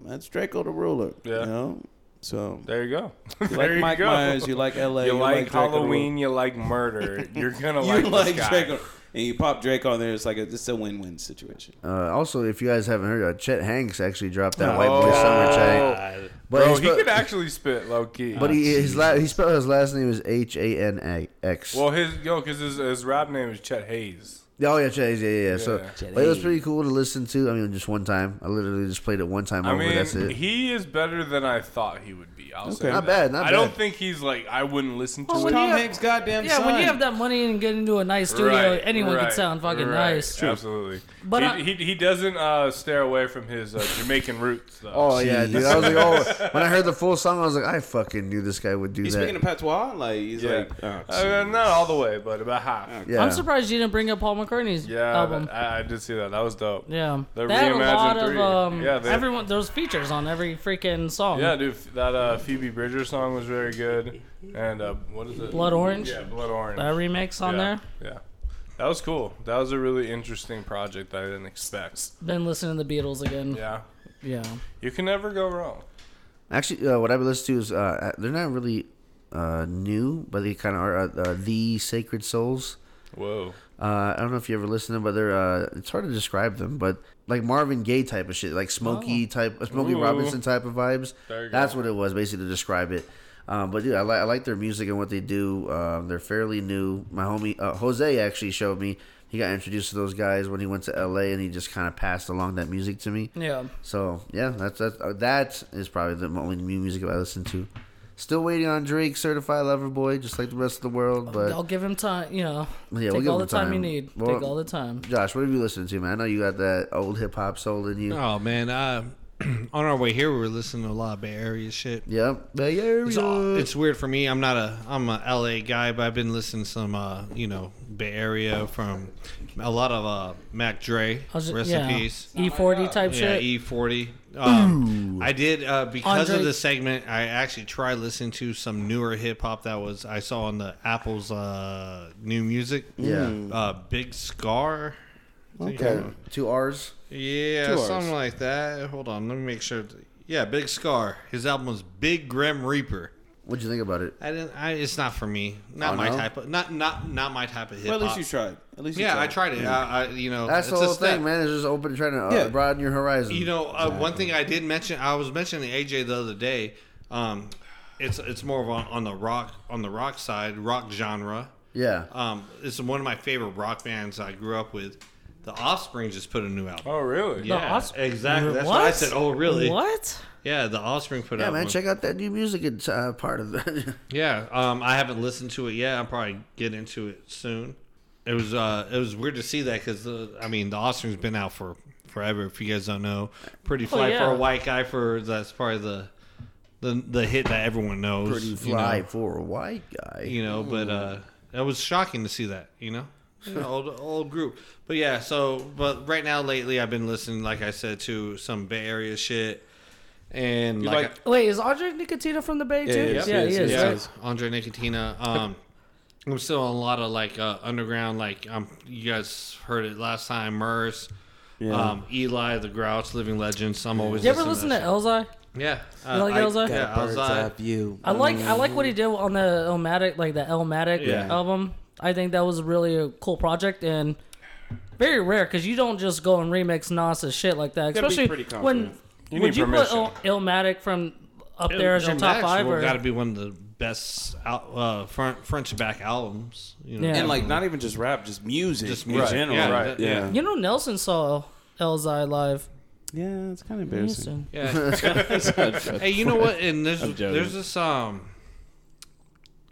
that's Draco the Ruler. Yeah. You know? So There you go. you there like you Mike go. Myers, you like LA, you, like, Draco the Ruler. Halloween, you like murder. You're gonna you like, like, this guy. Draco, and you pop Drake on there. It's like a, it's a win-win situation. Uh, also, if you guys haven't heard, uh, Chet Hanks actually dropped that White Oh. Boy Summer track. Uh, But Bro, his he fir- could actually spit low key. But he his la- he spelled his last name is H A N A X. well, his yo, because his, his rap name is Chet Hayes. Oh yeah, Chase. Yeah, yeah. yeah. So Yeah. but it was pretty cool to listen to. I mean, just one time. I literally just played it one time I over. mean, Oh, that's it. he is better than I thought he would be. I'll say Not that. bad, not I don't bad. think he's like I wouldn't listen to Well, it. when Tom you have- Hanks' goddamn Yeah, son. when you have that money and get into a nice studio, Right, anyone right, can sound fucking right. nice. Absolutely. But he, I- he, he doesn't uh, stare away from his uh, Jamaican roots though. Oh yeah, Jeez. dude. I was like, oh, when I heard the full song, I was like, I fucking knew this guy would do He's that. speaking a patois, like he's yeah. like, oh, Uh, geez. not all the way, but about half. yeah. I'm surprised you didn't bring up Paul McCartney's Yeah, album. that- I, I did see that. That was dope. yeah, The they had a Reimagine lot of 3. um, Yeah, they- everyone. There's features on every freaking song. Yeah, dude, that uh, Phoebe Bridger song was very good, and uh, what is it? Blood Orange? Yeah, Blood Orange. that remix on yeah, there. Yeah, that was cool. That was a really interesting project that I didn't expect. Been listening to the Beatles again. Yeah, Yeah, you can never go wrong. Actually, uh, what I've been listening to is uh, they're not really uh, new, but they kind of are. Uh, uh, the Sacred Souls. Whoa. Uh, I don't know if you ever listened to them, but they're uh, it's hard to describe them, but like Marvin Gaye type of shit, like Smokey Oh. type, uh, Smokey Ooh. Robinson type of vibes. There you That's go. what it was basically to describe it. Um, but dude, I, li- I like their music and what they do. Um, they're fairly new. My homie uh, Jose actually showed me. He got introduced to those guys when he went to LA, and he just kind of passed along that music to me. yeah. So yeah, that's that's uh, that is probably the only new music I listen to. Still waiting on Drake, Certified Lover Boy, just like the rest of the world. But I'll give him time. You know, Yeah, we'll Oh, take give all him the time, you time. need. Well- take all the time. Josh, what have you listened to, man? I know you got that old hip hop soul in you. Oh man, uh, on our way here, we were listening to a lot of Bay Area shit. Yep. Bay Area. It's, all, it's weird for me. I'm not a I'm a LA guy, but I've been listening to some uh, you know Bay Area from a lot of uh, Mac Dre I was ju- yeah. recipes. E40 type Yeah, E- shit. E40. Um, I did uh, because of Andre- the segment. I actually tried listening to some newer hip hop that was I saw on the Apple's uh, new music. yeah. Mm. uh, Big Scar. Okay. Two R's. Yeah, Two Rs. something like that. Hold on, let me make sure. Yeah, Big Scar. His album was Big Grim Reaper. What'd you think about it? I didn't. I, it's not for me. Not Oh, my no? type of. Not not not my type of hip Well, hop. at least you tried. At least you yeah, tried. I tried it. I, I, you know, That's the it's a whole step. thing, man. It's just open, trying to uh, Yeah. broaden your horizon. You know, uh, one thing I did mention, I was mentioning AJ the other day. Um, it's it's more of on, on the rock on the rock side, rock genre. yeah. Um, it's one of my favorite rock bands I grew up with. The Offspring just put a new album. Oh, really? Yeah, Offs- exactly. That's why I What? said, "Oh, really?" What? Yeah, the Offspring put yeah, out. man. one. Check out that new music and, uh, part of the. Yeah, um, I haven't listened to it yet. I'll probably get into it soon. It was uh, it was weird to see that because I mean, the Offspring's been out for forever. If you guys don't know, Pretty Fly for yeah. a White Guy for that's probably the the the hit that everyone knows. Pretty you fly know? for a white guy. you know, but uh, it was shocking to see that, you know, You know, old old group. But yeah, so but right now lately I've been listening, like I said, to some Bay Area shit, and You like, like- Wait, is Andre Nicotina from the Bay too? yes, yeah, yes, he is. yes, right? yeah, Andre Nicotina. Um, I'm still on a lot of like uh, underground, like um, you guys heard it last time, Murs. Um, Eli the Grouch, Living Legends. I'm always. You ever listen listening to Elzai? that shit. Yeah, uh, You like I- uh, Elzai? Yeah, Bird's eye Elzai. view. I like I like what he did on the Elmatic, like the Elmatic Yeah. album. I think that was really a cool project and very rare because you don't just go and remix Nas's shit like that, Gotta be especially pretty when confident. You would need you permission. put El- Elmatic from up there as your top five or got to be one of the best out, uh, front, French back albums. You know? Yeah. and like not even just rap, just music, Just in music, general. yeah, right, Yeah. you know Nelson saw Elzai live. Yeah, it's kind of in embarrassing. Houston. Yeah. hey, you know what? And there's joking. there's this um,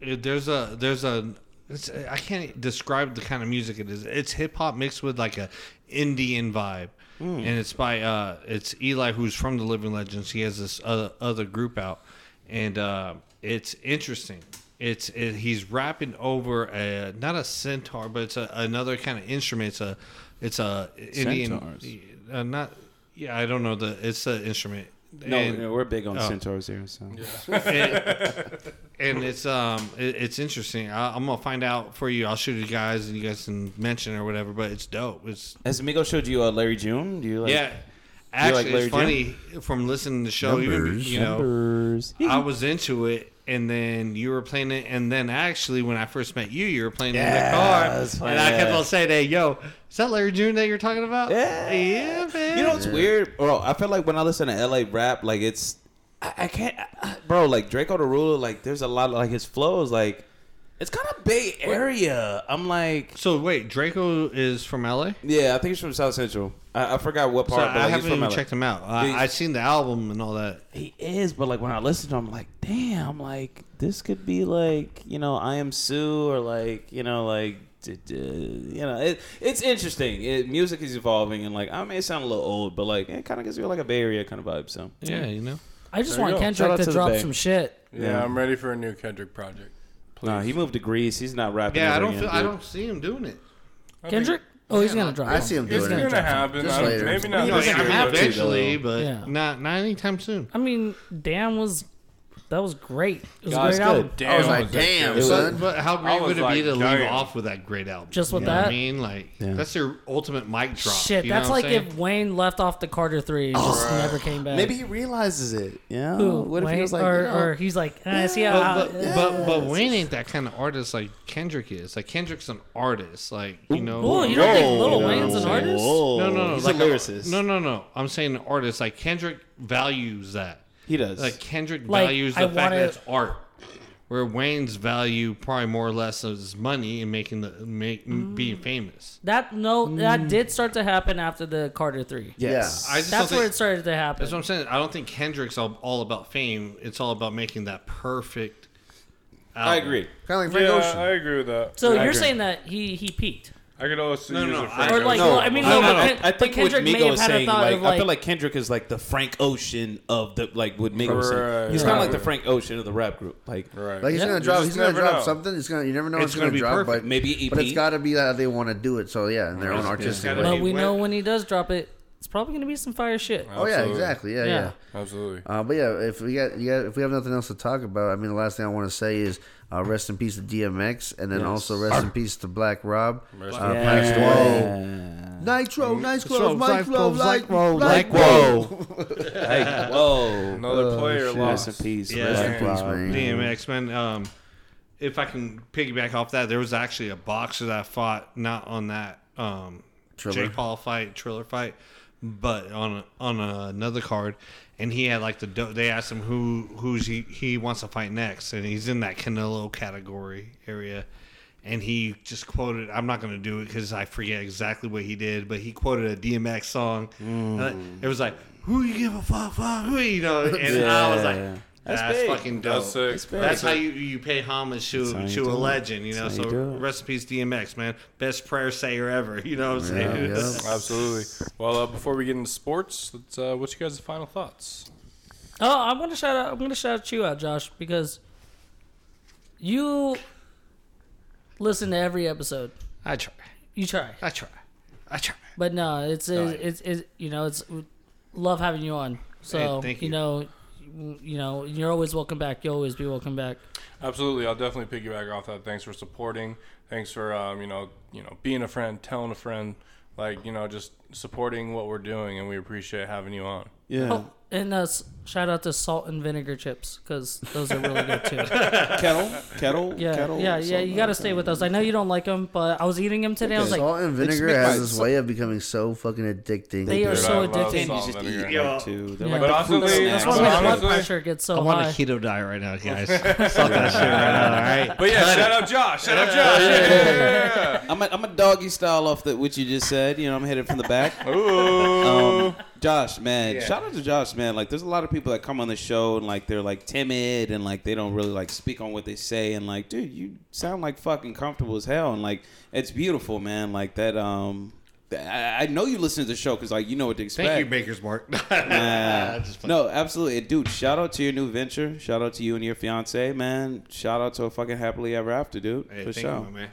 it- there's a there's a it's, I can't describe the kind of music it is. It's hip hop mixed with like a Indian vibe, Hmm. and it's by uh, it's Eli who's from the Living Legends. He has this other, other group out, and uh, it's interesting. It's it, he's rapping over a not a centaur, but it's a, another kind of instrument. It's a it's a Indian Centaurs. uh, not yeah I don't know the it's an instrument. No, And- no, we're big on oh. centaurs here. So and, and it's um it, it's interesting. I, I'm gonna find out for you. I'll shoot you guys, and you guys can mention or whatever. But it's dope. It's has Amigo showed you uh, Larry June? Do you like yeah. you like Actually, Larry it's funny from listening to the show. You, Numbers. you know, numbers? I was into it, and then you were playing it, and then actually when I first met you, you were playing Yeah, it I in was the car, playing and I kept it. on saying, "Hey, yo, is that Larry June that you're talking about?" Yeah. yeah, man. You know what's weird, bro? I feel like when I listen to LA rap, like it's I, I can't, I- I- bro. Like Draco Derulo, like there's a lot of like his flow is like It's kind of Bay Area. I'm like, So wait, Draco is from LA. yeah, I think he's from South Central. I, I forgot what So part, but like, I he's haven't from even LA. checked him out. I, He's- I've seen the album and all that. He is, but like when I listen to him, I'm like, damn, like this could be like you know I am Sue or like you know like d- d- you know it, it's interesting. It, music is evolving and like I may sound a little old, but like it kind of gives you like a Bay Area kind of vibe. So Yeah, you know. I just There you want go. Kendrick Shout out to, to the drop Bay. some shit. Yeah, I'm ready for a new Kendrick project. Please. nah, he moved to Greece. He's not rapping. Yeah, I ever don't. again, Feel, I dude. don't see him doing it. I think Kendrick? Oh, he's gonna drop. I one. see him He's doing It's it. gonna happen. Just I don't- later. Maybe not You know, this I year. mean, but- eventually, but Yeah. not not anytime soon. I mean, damn was that was great. It was God's a great album. good. Oh, Damn, I was that like, damn, good. son. But how I great was would it like, be to leave damn. off with that great album? Just with You know what that? I mean, like that's your ultimate mic drop. Shit, you know that's what like I'm if Wayne left off the Carter Three and just never came back. Maybe he realizes it. Yeah, Who, what if Wayne? he was like, or, you know, or he's like, ah, see how. But, but, but but Wayne ain't that kind of artist like Kendrick is. Like Kendrick's an artist. Like you know. Whoa, you don't think Lil Whoa. Wayne's an artist? no, no, no. he's like a lyricist. no, no, no. I'm saying an artist. Like Kendrick values that. he does. Like Kendrick Like, values I the fact wanna- that it's art. Where Wayne's value probably more or less is money and making the make Mm. being famous. That no, that did start to happen after the Carter Three. Yes. I just That's don't where think, it started to happen. That's what I'm saying. I don't think Kendrick's all, all about fame. It's all about making that perfect. Album. I agree. Kind of like Frank Yeah, Ocean. I agree with that. So I you're agree. saying that he he peaked, I could also No, use a no, I- Frank or Ocean. like No, I mean, I no, don't but, know. Ken- I but think what Kendrick may Migo have was had a saying, thought like, of I like, feel like Kendrick is like the Frank Ocean of the like what Migo was saying. Right. He's kind of Right. like the Frank Ocean of the rap group. Like right. Like he's Yeah, gonna you drop, just he's gonna never drop know. something. It's gonna, you never know It's what's gonna, gonna be drop, perfect. E but Maybe But EP. it's gotta be that they want to do it. So yeah, in their own artistic gotta way. be- but we Wayne- know when he does drop it, it's probably gonna be some fire shit. Oh yeah, Absolutely. exactly. Yeah, Yeah. yeah. Absolutely. Uh, but yeah, if we got, yeah, if we have nothing else to talk about, I mean, the last thing I want to say is uh, rest in peace to DMX, and then also rest in peace to Black Rob, uh, Rest in Black Whoa, Nitro, Nice Clothes, Mike Flow, Like Like whoa, like whoa. Another player lost. Rest in peace. Yeah. Rest in Rest peace. Peace, man. DMX, man. Um, if I can piggyback off that, there was actually a boxer that I fought not on that um, Triller. Jake Paul fight, Triller fight, but on on another card, and he had like the do- they asked him who who's he he wants to fight next, and he's in that Canelo category area. And he just quoted, I'm not going to do it because I forget exactly what he did, but he quoted a DMX song. And It was like, who you give a fuck, fuck, who, you know? And I was Yeah. like, that's, big. fucking dope. That's sick. That's big. That's how you, you pay homage to how you to do a it. legend, you know. That's how so you do it. rest in peace, DMX, man. Best prayer sayer ever. You know what I'm saying? Yeah, yeah. Absolutely. Well, uh, before we get into sports, let's, uh, what's your guys' final thoughts? Oh, I'm gonna shout out. I'm gonna shout you out, Josh, because you listen to every episode. I try. You try, I try. I try. but no, it's it's, it's, it's you know it's love having you on. So Hey, thank you you. know, you know, you're always welcome back. You'll always be welcome back. Absolutely, I'll definitely piggyback off that. Thanks for supporting. Thanks for um, you know you know being a friend, telling a friend, like you know just supporting what we're doing, and we appreciate having you on. Yeah. Oh, and uh, s- shout out to salt and vinegar chips because those are really good too. Kettle, kettle, Yeah, kettle. yeah, yeah. You got to stay with us. I know you don't like them, but I was eating them today. I was like, Salt and just vinegar make has my- this way of becoming so fucking addicting. They are Dude, so I love addicting. salt just and vinegar. eat Yeah. like two. They're Yeah. like But the fruit honestly- snacks. that's why my blood Honestly- pressure gets so I high. want a keto diet right now, guys. Stop that shit right now. All right. But yeah, shout out Josh. Shout out Josh. Yeah. I'm a, I'm a doggy style off the what you just said. You know, I'm headed from the back. Ooh. Um, Josh, man, shout out to Josh, man. Like, there's a lot of people that come on the show and like they're like timid and like they don't really like speak on what they say and like, dude, you sound like fucking comfortable as hell and like it's beautiful, man. Like that. Um, th- I, I know you listen to the show because like you know what to expect. Thank you, Ah. Baker's Mark. Yeah. Just fucking- no, absolutely, dude. Shout out to your new venture. Shout out to you and your fiance, man. Shout out to a fucking happily ever after, dude. Hey, for thank you, sure. my man.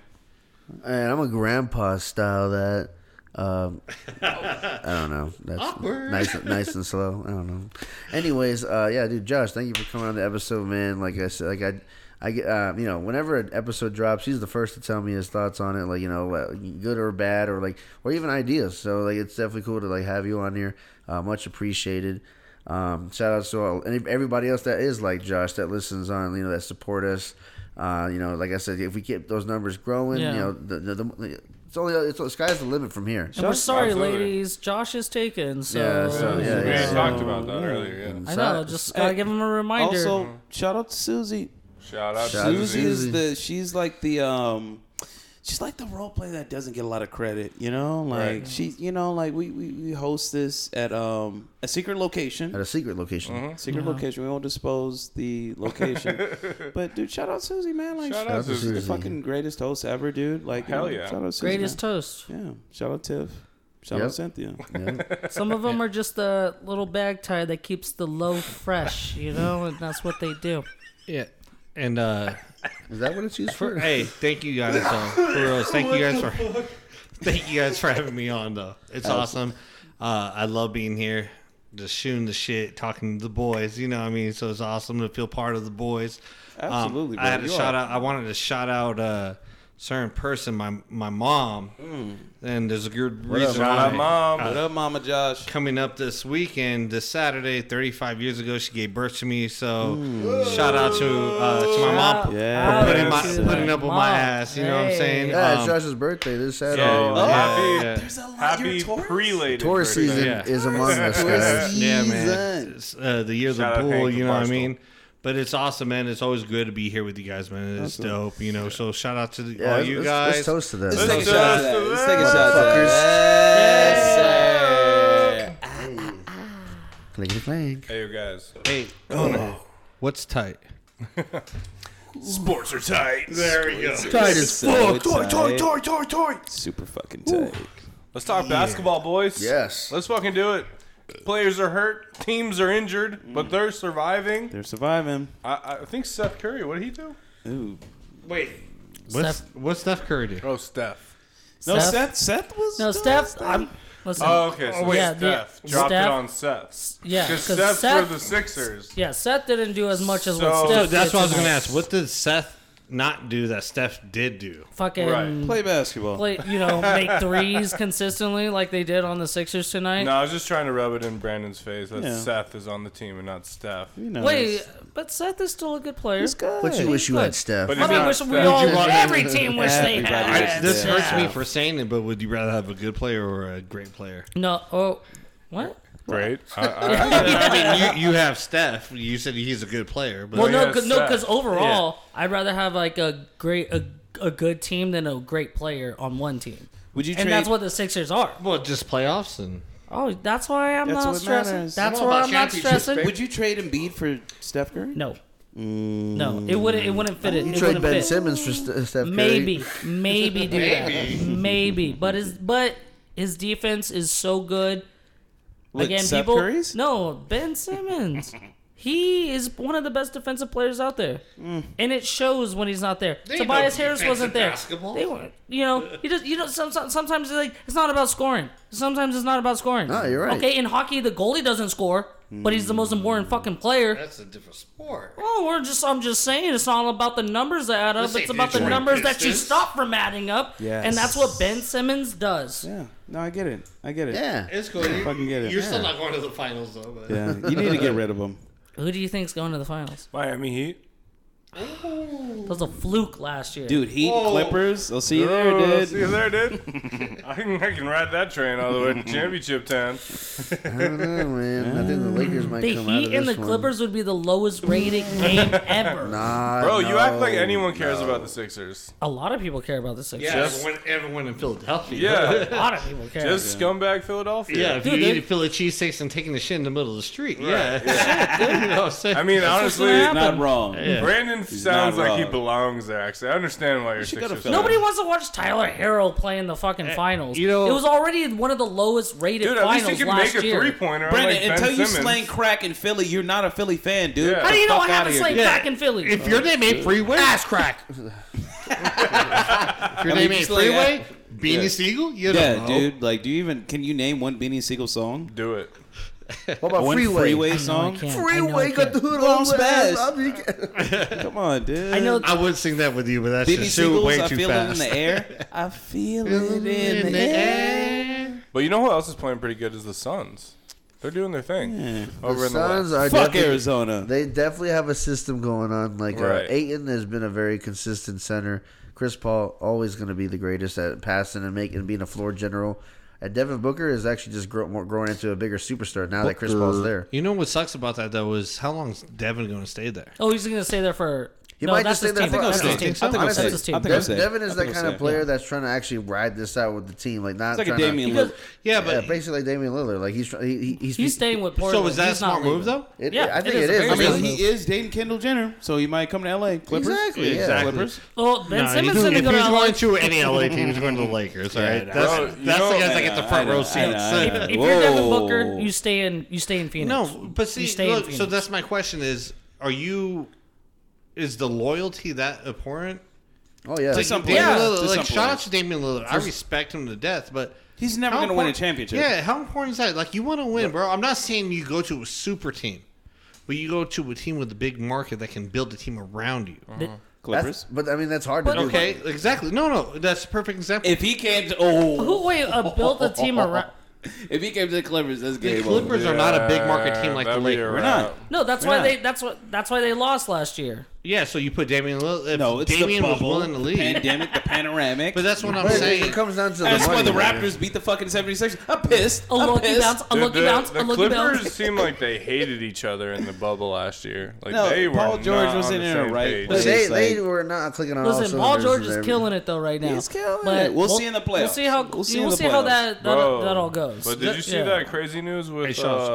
And I'm a grandpa style that. Um, I don't know. That's Awkward. nice, nice and slow. I don't know. Anyways, uh, yeah, dude, Josh, thank you for coming on the episode, man. Like I said, like I, I get, uh, you know, whenever an episode drops, he's the first to tell me his thoughts on it, like you know, uh, good or bad, or like, or even ideas. So like, it's definitely cool to like have you on here. Uh, much appreciated. Um, shout out to all, and everybody else that is like Josh that listens on, you know, that support us. Uh, you know, like I said, if we keep those numbers growing, Yeah. you know, the, the, the it's only it's, the sky's the limit from here. And we're sorry, Absolutely. ladies. Josh is taken. So, Yeah, so, yeah, We yeah. had talked about that earlier. Yeah. I know. Just gotta give him a reminder. Also, shout out to Susie. Shout out Shout to out Susie. Susie Susie. is the she's like the um she's like the role player that doesn't get a lot of credit, you know? Like Right. she you know, like we, we, we host this at um a secret location. at a secret location. Mm-hmm. secret Uh-huh. location. We won't dispose the location. but dude, shout out Susie, man. Like Shout she's out Shout out to Susie. the Susie. fucking greatest host ever, dude. Like you Hell know, yeah. Shout out Susie. Greatest man. toast. Yeah. Shout out Tiff. Shout Yep. out Cynthia. Yeah. Some of them are just a little bag tie that keeps the low fresh, you know, and that's what they do. Yeah. And uh, Is that what it's used for? hey, thank you guys. Uh, for real, thank you guys for thank you guys for having me on. Though it's awesome. Uh, I love being here, just shooting the shit, talking to the boys. You know what I mean? So it's awesome to feel part of the boys. Um, Absolutely, bro. I had a You shout are- out. I wanted to shout out uh, certain person, my my mom. Hmm. And there's a good up, reason Shout why. out, mom. What up, Mama Josh? coming up this weekend, this Saturday, 35 years ago, she gave birth to me. So Hmm. shout out to uh, to my mom for Yeah. Out putting, my, to putting up with my mom. ass. You know what I'm Hey. saying? Yeah, it's Um, Josh's birthday this Saturday. So man. happy, yeah. There's a lot happy you're Taurus? pre-lated Taurus birthday. season Yeah. is among us, yeah, guys. yeah, man. It's, uh, the year of Shout out the bull, Hank you know what I Barstool. mean? But it's awesome, man. It's always good to be here with you guys, man. It's dope, you know. So shout out to the, Yeah, all let's, you let's- guys. let's toast to them. Let's take a Let's shot at that. toast to Let's take a them, shot at that. Yes, sir. Clickety clank. Hey, you guys. hey, Conan, what's tight? Sports are tight. There we go. Tight as So fuck. tight. Toy, toy, toy, toy, toy. Super fucking tight. Let's talk basketball, boys. Yes. Let's fucking do it. Players are hurt. Teams are injured, but they're surviving. They're surviving. I, I think Seth Curry. What did he do? Ooh. Wait. What's, what's Steph Curry do? Oh, Steph. No, Steph? Seth. Seth was. No, doing his Steph, thing. I'm, listen. Oh, okay. So yeah, the- Steph dropped Steph- it on Seth. yeah, because 'cause Steph's Seth- for the Sixers. Yeah, Seth didn't do as much as So- what Steph So So that's did what I was tonight. going to ask. What did Seth not do that Steph did do? Fucking Right. play basketball. play, you know, make threes consistently like they did on the Sixers tonight. No, I was just trying to rub it in Brandon's face that Yeah. Seth is on the team and not Steph. You know, Wait, but Seth is still a good player. it's good. What you wish you Good. had, Steph? But I he's mean, not wish we Steph. all, Would you- every team wish they Everybody had. this wishes Yeah. hurts me for saying it, but would you rather have a good player or a great player? No, oh, what? Great. I, I, I mean, you, you have Steph. You said he's a good player, but Well, yeah, no, cause, no, Steph. because overall, I'd rather have like a great a, a good team than a great player on one team, Would you and trade? that's what the Sixers are. well, just playoffs and Oh, that's why I'm That's not what stressing. matters. That's Come on, why about I'm not championships, stressing. baby. would you trade Embiid for Steph Curry? No, no, it wouldn't. It wouldn't fit. It, you it trade wouldn't Ben fit. Simmons for St- Steph Curry. Maybe, maybe do that. Maybe, but his but his defense is so good. What, Again, Steph people. Curry's? No, Ben Simmons. he is one of the best defensive players out there, Mm. and it shows when he's not there. ain't no Tobias Harris defense wasn't in there. basketball. They weren't. You know, you just you know. Sometimes, sometimes it's like it's not about scoring. Sometimes it's not about scoring. No, Ah, you're right. Okay, in hockey, the goalie doesn't score, but he's the most important fucking player. that's a different sport. Well, we're just I'm just saying it's all about the numbers that add up. This It's ain't about the Detroit numbers that you Pistons. stop from adding up. Yes. And that's what Ben Simmons does. Yeah. No, I get it. I get it. Yeah. It's cool. You, fucking get it. You're still not going to the finals though. But. Yeah. You need to get rid of him. Who do you think's going to the finals? Miami Heat. That was a fluke last year. Dude, Heat, Whoa. Clippers. I'll see you there, Oh, dude. See you there, dude. I can, I can ride that train all the way to championship town. I don't know, man. I think the Lakers might Mm. the come out of Heat and the this one. Clippers would be the lowest rated game ever. Nah, Bro, you act no, like anyone cares no. about the Sixers. A lot of people care about the Sixers. Yeah, everyone, everyone in Philadelphia. Yeah. A lot of people care. Just scumbag Philadelphia. Yeah, if Dude, you they- eat a Philly cheesesteaks and taking the shit in the middle of the street, yeah. you know what I'm saying? I mean, what's honestly, gonna happen. Not wrong. Brandon sounds not like he wrong. belongs there. Actually, I understand why you're should go to Sixers. Philly. Nobody wants to watch Tyler Harrell play in the fucking finals. you know- it was already one of the lowest rated Dude, at finals least you can last make a year. three pointer. Brandon, like ben until you Simmons. slang crack in Philly, you're not a Philly fan, dude. Yeah. How do you know Fuck I outta haven't here, slayed dude. back in Philly? if your name ain't Freeway, ass crack. if your name ain't just like Freeway, that. Beanie Siegel, you don't Yeah, know. dude. Like, do you even can you name one Beanie Siegel song? do it. What about One Freeway? Freeway, No, I song? can't. I know I Freeway got can't. the hood Well, on I'm spaz. spaz. Come on, dude. I know. I would sing that with you, but that's Beanie just too, Siegel's way I too feel it in fast. the air. I feel it in the air. But you know who else is playing pretty good is the Suns. They're doing their thing over The in the Suns West. are Fuck definitely- Arizona. They definitely have a system going on. Like Right. uh, Aiton has been a very consistent center. Chris Paul always going to be the greatest at passing and making and being a floor general. And Devin Booker is actually just grow, more growing into a bigger superstar now that Chris Paul's there. You know what sucks about that though is how long's Devin going to stay there? Oh, he's gonna stay there for. He's He No, might that's just say his that team. for That's honestly. his team. I think I'll That's say- his team. I think I'll Dev- say- Devin I is think that I'll kind say, of player yeah. that's trying to actually ride this out with the team, like not It's like a trying to- Damian Because- Lillard. Yeah, yeah, but basically Damian Lillard. Like he's try- he, he, he's He's staying with Portland. so is that a He's not smart move leaving. though? It, Yeah, I it think is it a is. very I Here's mean, the he is dating Kendall Jenner, so he might come to LA Clippers. Exactly, yeah. Exactly. Clippers. Well, Ben Nah, Simmons he's, isn't if going he's to LA. going to any LA team, he's going to the Lakers. All right, that's, Bro, that's you that's the know- guys that get the I front know, row I know, I know. seats. If you're Devin Whoa. Booker, you stay in. You stay in Phoenix. No, but you see, stay in look, Phoenix. so that's my question: is are you is the loyalty that abhorrent? Oh yeah, Like, some Damian players. Lillard, To like some shout out players. to Damian Lillard. I respect him to death, but He's never how going to win a important- championship. Yeah, how important is that? Like, you want to win, bro. I'm not saying you go to a super team, but you go to a team with a big market that can build a team around you. Clippers. That's- but I mean that's hard to do. Okay, exactly. No, no, that's a perfect example. If he came to oh, Who wait? Uh, build the team around. if he came to the Clippers, that's the game over. Clippers are not a big market team like the that'd be a Lakers. wrap. not. No, that's Yeah. why they. That's what. That's why they lost last year. Yeah, so you put Damian Lillard. If No, it's Damian the was bubble, willing to the leave. pandemic, the panoramic. but that's what I'm But it, saying. it comes down to the that's money. why the man. Raptors beat the fucking 76ers. I'm pissed. A I'm lucky pissed. bounce. A Dude, lucky the, bounce. the A lucky Clippers bounce. seem like they hated each other in the bubble last year. Like No, they were Paul George not was on in the there, same right? page. But they, It's like- they were not clicking on. all Listen, Paul cylinders George and is everything. killing it though right now. He's killing But it. We'll see in the We'll playoffs. see how. We'll We'll see see, in the how playoffs. that that, Bro, that all goes. But did you see Yeah. that crazy news with shout out to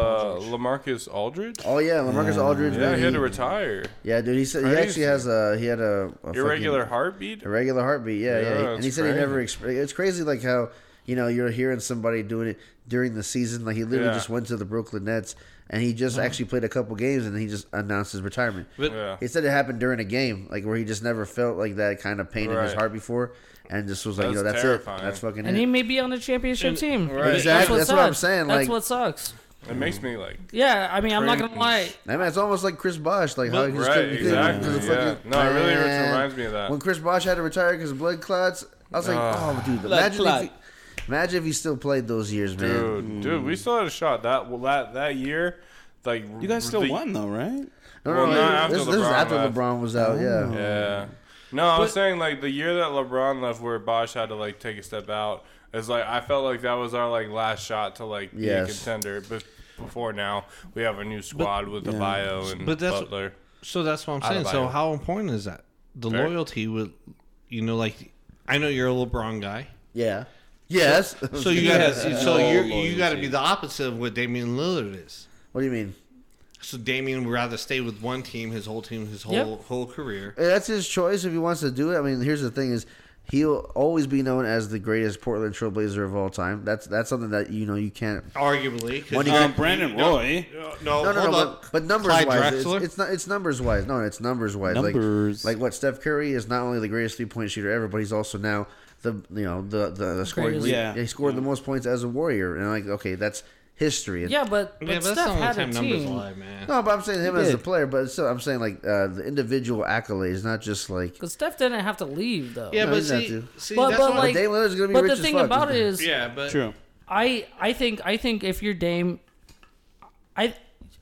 Paul uh, Lamarcus Aldridge? Oh yeah, Lamarcus Aldridge. Mm, Yeah, man, he had to he- retire. Yeah, dude. He said he Crazy. actually has a he had a, a Irregular fucking- heartbeat. irregular heartbeat. Yeah, Yeah, yeah. it's And he said crazy. he never. Exp- it's crazy, like how you know you're hearing somebody doing it during the season. Like he literally Yeah. Mm-hmm. just went to the Brooklyn Nets and he just actually played a couple games and he just announced his retirement. But- Yeah. He said it happened during a game, like where he just never felt like that kind of pain in his Right. heart before, and just was like, That's you know, that's terrifying. it. That's fucking And it. he may be on the championship team. Right. Exactly, that's what I'm sucks. saying, That's like- what sucks. It makes me like. Yeah, I mean, I'm not gonna Cringe. lie. I mean, it's almost like Chris Bosch, like how he just Right, couldn't be exactly, thinking, 'cause it's yeah. like, No, it really man. reminds me of that. When Chris Bosch had to retire because of blood clots, I was like, oh, dude, imagine if, clot. he, imagine if he still played those years, man. Dude, dude, we still had a shot that well, that that year. Like You guys still won though, right? No, Well, no, not no, after this, this is LeBron after left. LeBron was out. Yeah. Yeah. No, I was saying like the year that LeBron left, where Bosch had to like take a step out. It's like I felt like that was our like last shot to like be a Yes. contender. But before now, we have a new squad with the bio and But that's- Butler. So that's what I'm Out of saying. So Iowa. how important is that? The Very. loyalty with, you know, like I know you're a LeBron guy, Yeah. Yes. so you got Yeah. to so you loyalty. you got to be the opposite of what Damian Lillard is. what do you mean? So Damian would rather stay with one team his whole team his whole Yep. whole career. That's his choice if he wants to do it. I mean, here's the thing: is he'll always be known as the greatest Portland Trailblazer of all time. That's that's something that you know you can't. Arguably, 'cause- Money- Um, Brandon Roy. no, No, no, no, no. hold But, up. but numbers Clyde wise, it's, Drexler? it's not. It's numbers wise. No, it's numbers wise. Numbers. Like, like what Steph Curry is not only the greatest three point shooter ever, but he's also now the you know the the, the scoring. Greatest. lead- Yeah. he scored the most points as a Warrior, and like okay, that's history. And Yeah, but, but yeah, but that's the Steph only had a time numbers team. lie, man. No, but I'm saying him as a did. player, but still, I'm saying like uh, the individual accolades, not just like. Because Steph didn't have to leave though. Yeah, No, but he's not see, too. see, But, that's but what- like, Dame Lillard's gonna be but rich the as thing fuck, about it isn't he? is, yeah, but True. I I think I think if you're Dame, I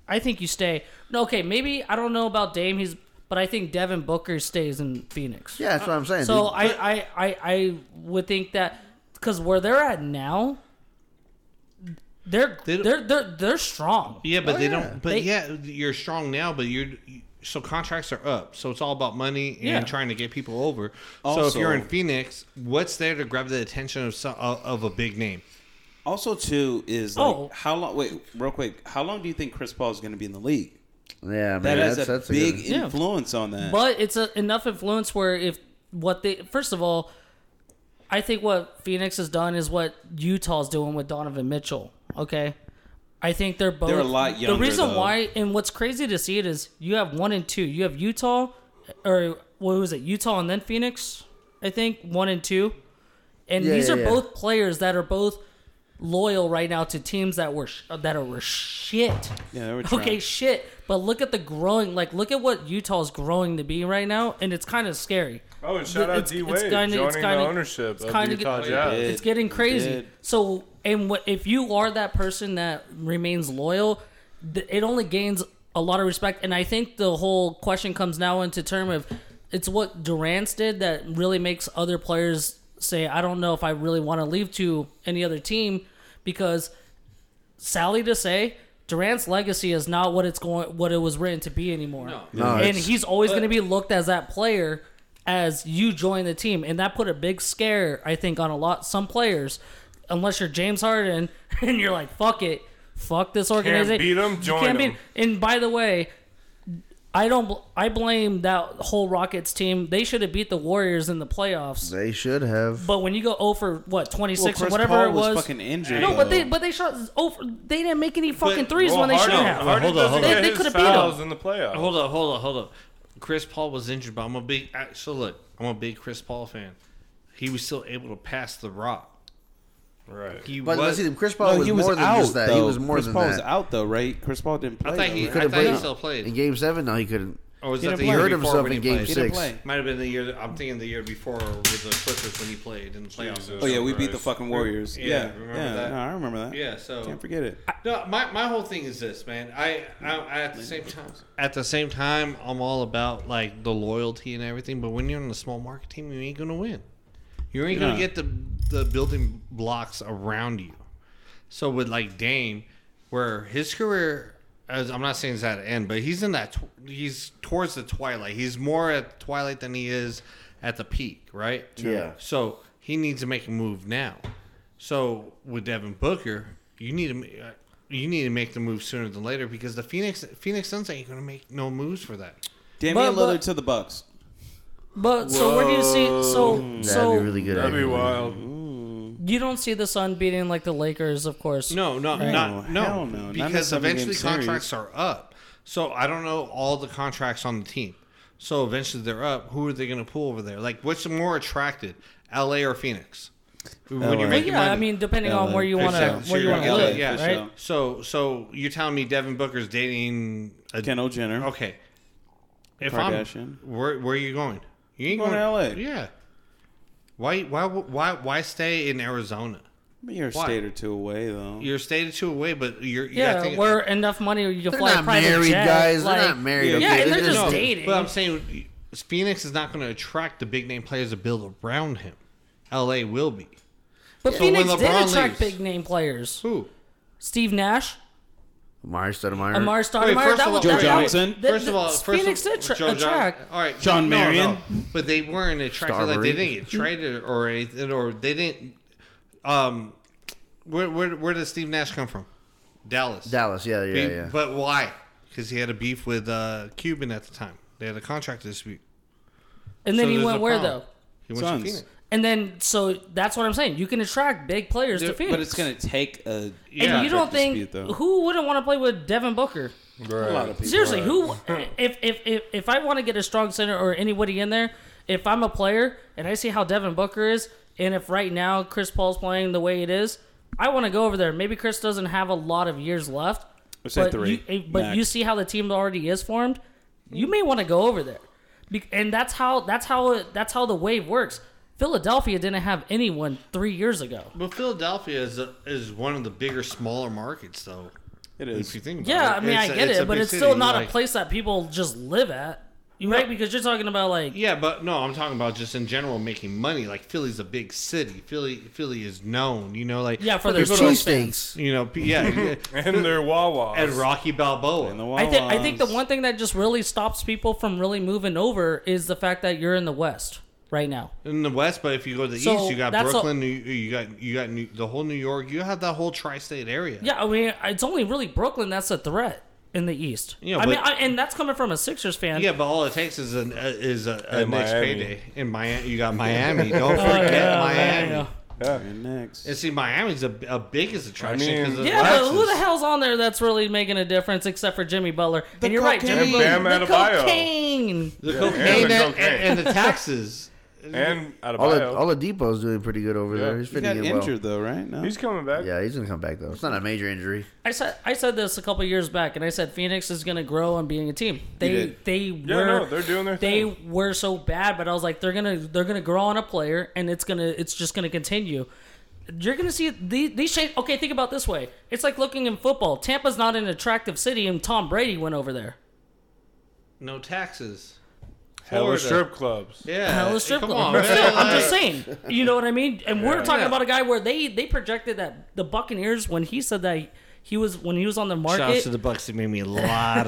I think you stay. No, okay, maybe I don't know about Dame. He's but I think Devin Booker stays in Phoenix. Yeah, that's what I'm saying. So dude. I, I, I, I would think that because where they're at now, they're They they are don't- they're they're they're strong. Oh, Yeah, but they yeah. don't. But They- yeah, you're strong now, but you're so contracts are up, so it's all about money and Yeah. trying to get people over. so if Also- you're in Phoenix, what's there to grab the attention of some, of of a big name? Also, too is like Oh. how long? Wait, real quick. How long do you think Chris Paul is going to be in the league? yeah, man, That that's, has a that's big good- Yeah. influence on that. But it's a, enough influence where if what they first of all, I think what Phoenix has done is what Utah's doing with Donovan Mitchell. Okay, I think they're both They're a lot The younger, reason though. why and what's crazy to see it is you have one and two. You have Utah, or what was it? Utah and then Phoenix. I think one and two, and Yeah, these yeah, are yeah. both players that are both loyal right now to teams that were sh- that are shit. Yeah, they were Okay, trying. shit. But look at the growing. Like, look at what Utah's growing to be right now, and it's kind of scary. Oh, and shout It- out it's- D it's Wade kinda- joining it's kinda- the ownership it's of kinda Utah get- Jazz. Yeah. Oh, It's getting crazy. did. So, and what if you are that person that remains loyal? th- It only gains a lot of respect, and I think the whole question comes now into term of it's what Durant's did that really makes other players say, "I don't know if I really want to leave to any other team," because Sally to say Durant's legacy is not what it's going what it was written to be anymore. No, and it's- he's always Uh, going to be looked as that player as you join the team, and that put a big scare I think on a lot some players. Unless you're James Harden and you're like fuck it, fuck this organization, beat 'em, You join can't 'em. beat- And by the way, I don't. bl- I blame that whole Rockets team. They should have beat the Warriors in the playoffs. They should have. But when you go over what twenty Well, six Chris or whatever Paul it was, fucking injured. no, but though. they but they shot over. They didn't make any fucking But- threes when they should have. Harden Hold on, doesn't hold get on. They his could've beat fouls him. in the playoffs. Hold up, hold up, hold up. Chris Paul was injured, but I'm a big. I- So look, I'm a big Chris Paul fan. He was still able to pass the rock. Right. He But let's was. see, Chris Paul No, was, he was more than out. just that. Though. He was more Chris than Paul that. was out though, right? Chris Paul didn't play. I thought though, he. I right? thought could've he played. still played. In game seven, no, he couldn't. Or was He Oh, that the didn't play. year He hurt before himself in when he game played? He six. didn't play. Might have been the year. That, I'm thinking the year before with the Clippers when he played in the playoffs. Jesus. Oh yeah, we beat Christ. the fucking Warriors. Yeah, Yeah, yeah, remember that. No, I remember that. Yeah. So can't forget it. No, my, my whole thing is this, man. I, I, I at the same time at the same time I'm all about like the loyalty and everything, but when you're on a small market team, you ain't gonna win. You ain't gonna Yeah. get the the building blocks around you. So with like Dame, where his career, as I'm not saying it's at an end, but he's in that tw- he's towards the twilight. He's more at twilight than he is at the peak, right? Yeah. So he needs to make a move now. So with Devin Booker, you need to ma- uh, you need to make the move sooner than later because the Phoenix Phoenix Suns ain't going to make no moves for that. But- Damian Lillard but- to the Bucks. But so where do you see? So That'd so be really good. That'd be actually. wild. you don't see the Sun beating like the Lakers, of course. No, no, not no, hell no, not in a because seven-game eventually series. contracts are up. So I don't know all the contracts on the team. So eventually they're up. Who are they going to pull over there? Like, what's more attracted, L.A. or Phoenix? When LA. you're Well, making yeah, I money. mean, depending on LA, where you want to Exactly. where you Sure, want to yeah, live, yeah, right? sure. So, so you're telling me Devin Booker's dating a Kendall Jenner. Okay. If Kardashian. I'm where, where are you going? You ain't Going to LA. Yeah. Why why why why stay in Arizona? But You're a Why? state or two away though. You're stated two away, but you're you gotta Yeah, think- where enough money you can They're fly a not private married, jet, guys. Like, they're not married. Yeah, okay? and they're just no, dating. But I'm saying Phoenix is not going to attract the big name players to build around him. LA will be. But So when Phoenix did LeBron attract leaves- big name players. Who? Steve Nash, Amari Stoudemire. Amari Wait, Stoudemire, first that of all, was Joe that- that- wait, Johnson. that- First of all, that- first of- Phoenix did tra- Joe Johnson- attract. All right, John no, no, Marion. but they weren't attracted. Like Starbury. they didn't get traded or anything, or they didn't. Um, where where where did Steve Nash come from? Dallas. Dallas. Yeah, yeah, Be- yeah. But why? Because he had a beef with uh, Cuban at the time. They had a contract dispute. And then So he there's went no where problem. though? He went Suns. to Phoenix. And then so that's what I'm saying. You can attract big players to Phoenix. but it's gonna take a Yeah. and you don't think dispute, though. who wouldn't want to play with Devin Booker? Right. Seriously, who if if if, if I want to get a strong center or anybody in there, if I'm a player and I see how Devin Booker is, and if right now Chris Paul's playing the way it is, I want to go over there. Maybe Chris doesn't have a lot of years left. Let's say But, three, you, eh, but you max. see how the team already is formed. You may want to go over there, Be- and that's how that's how it, that's how the wave works. Philadelphia didn't have anyone three years ago. But Philadelphia is a, is one of the bigger, smaller markets, though. It If is. you think about Yeah, it, I mean, It's I a- get a it, but big it's still city, not like- a place that people just live at, You right? Because you're talking about like Yeah, but no, I'm talking about just in general making money. Like Philly's a big city. Philly, Philly is known. You know, like Yeah, for their There's people cheese don't- cheesesteaks. You know, p- yeah, And their Wawa. and Rocky Balboa. And the I think I think the Wawas. one thing that just really stops people from really moving over is the fact that you're in the West right now. in the West, but if you go to the So, East, you got that's a- Brooklyn, you, you got you got New, the whole New York. You have that whole tri-state area. Yeah, I mean, it's only really Brooklyn that's a threat in the East. Yeah, I but- mean, I, and that's coming from a Sixers fan. Yeah, but all it takes is an uh, is a, a And next Miami. payday in Miami. You got Miami. Don't Oh, forget yeah, Miami. yeah. Yeah. next. And see, Miami's a, a biggest attraction mean- because of Yeah, but Texas. who the hell's on there that's really making a difference except for Jimmy Butler? and you're right, Jimmy And Bam Butler. The Adebayo. cocaine. The Yeah, cocaine and and, the and- and the taxes. And All the Adebayo. all the depot's doing pretty good over there. He's He got fitting in well. injured though, right? No. He's coming back. Yeah, he's gonna come back though. It's not a major injury. I said I said this a couple years back, and I said Phoenix is going to grow on being a team. They did. they Yeah, were no, they're doing their they thing. were so bad, but I was like they're gonna they're gonna grow on a player, and it's gonna it's just gonna continue. You're gonna see these these shades. Okay, think about it this way: it's like looking in football. Tampa's not an attractive city, and Tom Brady went over there. No taxes. Hella Florida. strip clubs. Yeah. Hella strip Uh, come club. on, But man, still, I'm just like- saying. You know what I mean? And we're talking Yeah. about a guy where they they projected that the Buccaneers when he said that He was when he was on the market. Shouts to the Bucks that made me a lot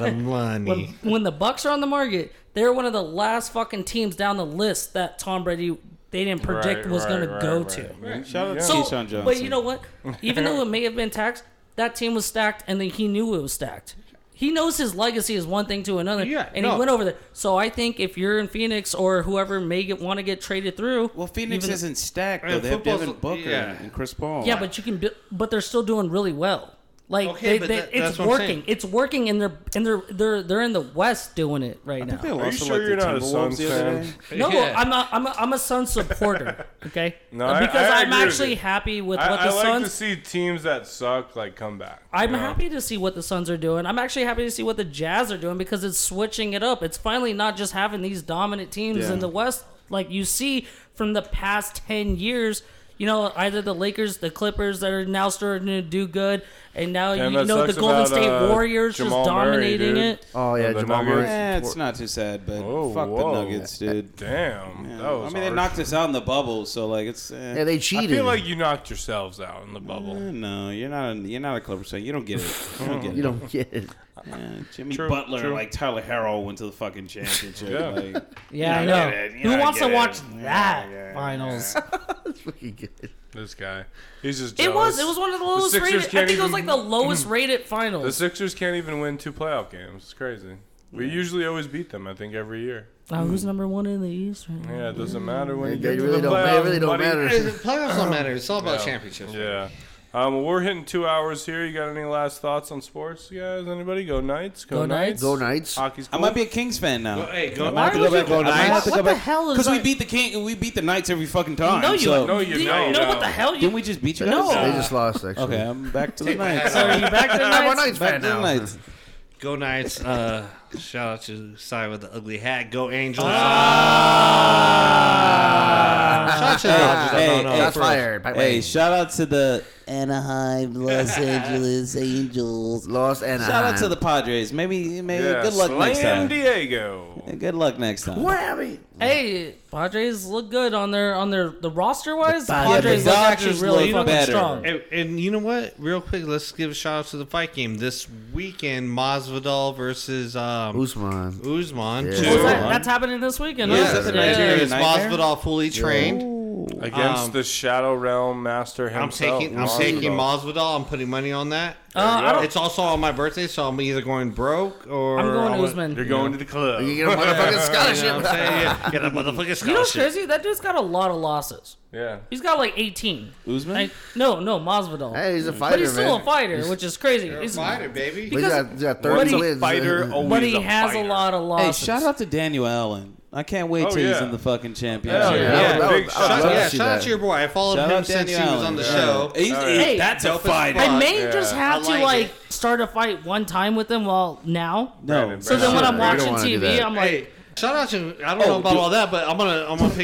of money. when the Bucks are on the market, they're one of the last fucking teams down the list that Tom Brady they didn't predict was going to go to. Shout out So, Keyshawn Johnson. but you know what? Even though it may have been taxed, that team was stacked, and then he knew it was stacked. He knows his legacy is one thing to another, Yeah, and no. he went over there. So I think if you're in Phoenix or whoever may get, want to get traded through, Well, Phoenix even- isn't stacked though. Yeah, They have football's- Devin Booker yeah. and Chris Paul. yeah, but you can, bu- but they're still doing really well. Like they, Okay, but they, that- that's it's what I'm working, saying. it's working, and they're and they're they're they're in the West doing it right now. They Are you lost to, sure like, you're the not a Timberwolves Suns the other fan? day. No, Yeah. I'm not. I'm a, I'm a Sun supporter. Okay, Uh, No, I- because I am agree with actually you. happy with I, what I the like Suns. to see teams that suck like come back. I'm you know? happy to see what the Suns are doing. I'm actually happy to see what the Jazz are doing because it's switching it up. It's finally not just having these dominant teams in the West like you see from the past 10 years. You know, either the Lakers, the Clippers that are now starting to do good, and now Damn, you that know the sucks Golden about, State uh, Warriors Jamal just Murray, dominating dude. it. Oh yeah, Oh, the Jamal Nuggets. Murray. Eh, it's not too sad, but Oh, fuck whoa. the Nuggets, dude. Damn. That was I mean, they harsh. knocked us out in the bubble, so like it's. eh. Yeah, they I cheated. feel like you knocked yourselves out in the bubble. No, you're not. A, you're not a Clippers fan. You don't get it. You don't get you it. don't get it. Yeah, Jimmy True, Butler, true. like Tyler Harrell, went to the fucking championship. Yeah. Like, Yeah, I I know. get it. Yeah, Who I wants to get it. watch that finals? That's fucking good. This guy, he's just. It jealous. was. It was one of the The lowest Sixers rated. I can't think it even- was Mm. like the lowest rated The finals. Sixers can't even win two playoff games. It's crazy. We usually always beat them. I think every year. Oh, who's number one in the East? Right now? Yeah, it doesn't matter when you They get to really the don't. playoffs. They really don't buddy. matter. playoffs don't matter. It's all about championships. Yeah. Um, well, we're hitting two hours here. You got any last thoughts on sports, guys? Anybody? Go Knights. Go, Go Knights. Knights. Go Knights. Uh, Hockey's I cool. might be a Kings fan now. Hey, go, Why back would you- go What- Knights. What, the hell is? Because we that? beat the King, we beat the Knights every fucking time. No, you so- No, you you don't. know what the hell you Didn't we just beat you? No. guys? They just lost actually. Okay, I'm back to the Knights. Are you back to the I'm a Knights? Knights fan Back to the now. Knights. Go Knights. Uh, shout out to Cy with the ugly hat. Go Angels. Ah. shout out to the Ah, Dodgers. Hey, No, no, hey, Shots for- fired. By the way, Hey, shout out to the Anaheim, Los Angeles Angels. Lost and shout out to the Padres. Maybe maybe Yeah, good luck next Slam time. Diego. Good luck next time. Whammy. Hey, Padres look good on their on their the roster wise. The Yeah, the Padres look actually Dodgers really look fucking better. strong. And, and you know what? Real quick, let's give a shout out to the fight game this weekend. Masvidal versus um, Usman. Usman. Yeah. Two. What's that? Yeah. That's happening this weekend. Yeah, huh? it's Yeah. Nigerian Nightmare? Masvidal fully trained. Against Um, the Shadow Realm Master I'm himself. taking I'm Lonzo. taking Masvidal. I'm putting money on that. Uh, I don't- it's also on my birthday, so I'm either going broke or I'm going I'll- Usman. You're going to the club. You get a motherfucking You know what I'm scholarship. saying? Yeah, Get a motherfucking You know what's scholarship. crazy? That dude's got a lot of losses. Yeah. He's got like 18. Usman? Like, no, no, Masvidal. Hey, he's a fighter, but he's still man. a fighter, which is crazy. He's- baby. He's because- got, he's got Once 30 a wins. fighter, always But he a has fighter. a lot of Hey, losses. shout out to Daniel Allen. I can't wait Oh, till he's yeah. in the fucking championship. Oh, Hell yeah. Yeah, Big that was- I would Shout, shout love yeah, to see shout out that. to your boy. I followed Shout him out since Daniel he was Allen. on the Yeah. show. He's- Hey, that's a dope as fighter. fuck. I may Yeah. just have I to like like it. start a fight one time with him while now. So No, then when Sure, I'm you don't watching wanna do TV, that. I'm like, Hey, shout out to I Oh, don't know about all that, but I'm gonna I'm gonna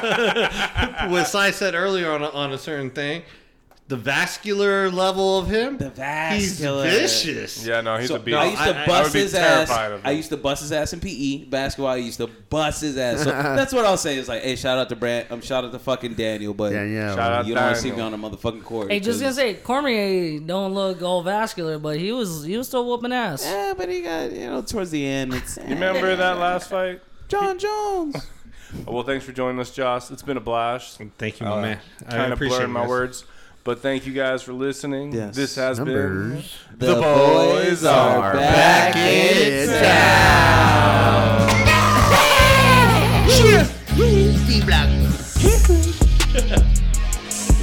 piggyback what Sai said earlier on a, on a certain thing. The vascular level of him, the vascular. he's vicious. Yeah, no, he's a beast. I used to I- I- I bust would be his ass. terrified of him. I used to bust his ass in PE basketball. I used to bust his ass. So that's what I'll say. It's like, hey, shout out to Brand. I'm um, shout out to fucking Daniel, but Daniel. Shout out you don't want to see me Daniel. on a motherfucking court. hey, just 'cause- gonna say, Cormier don't look all vascular, but he was he was still whooping ass. Yeah, but he got you know towards the end. It's, You remember that last fight? John Jones? Well, thanks for joining us, Joss. It's been a blast. Thank Oh, you, my Oh, man. I Kind of appreciate blurred Uh, my this. words, but thank you guys for listening. Yes. This has been Numbers. The boys are back in Yo,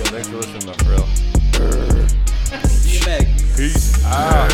thanks for listening, though, for real. Quebec. Peace Ah. out.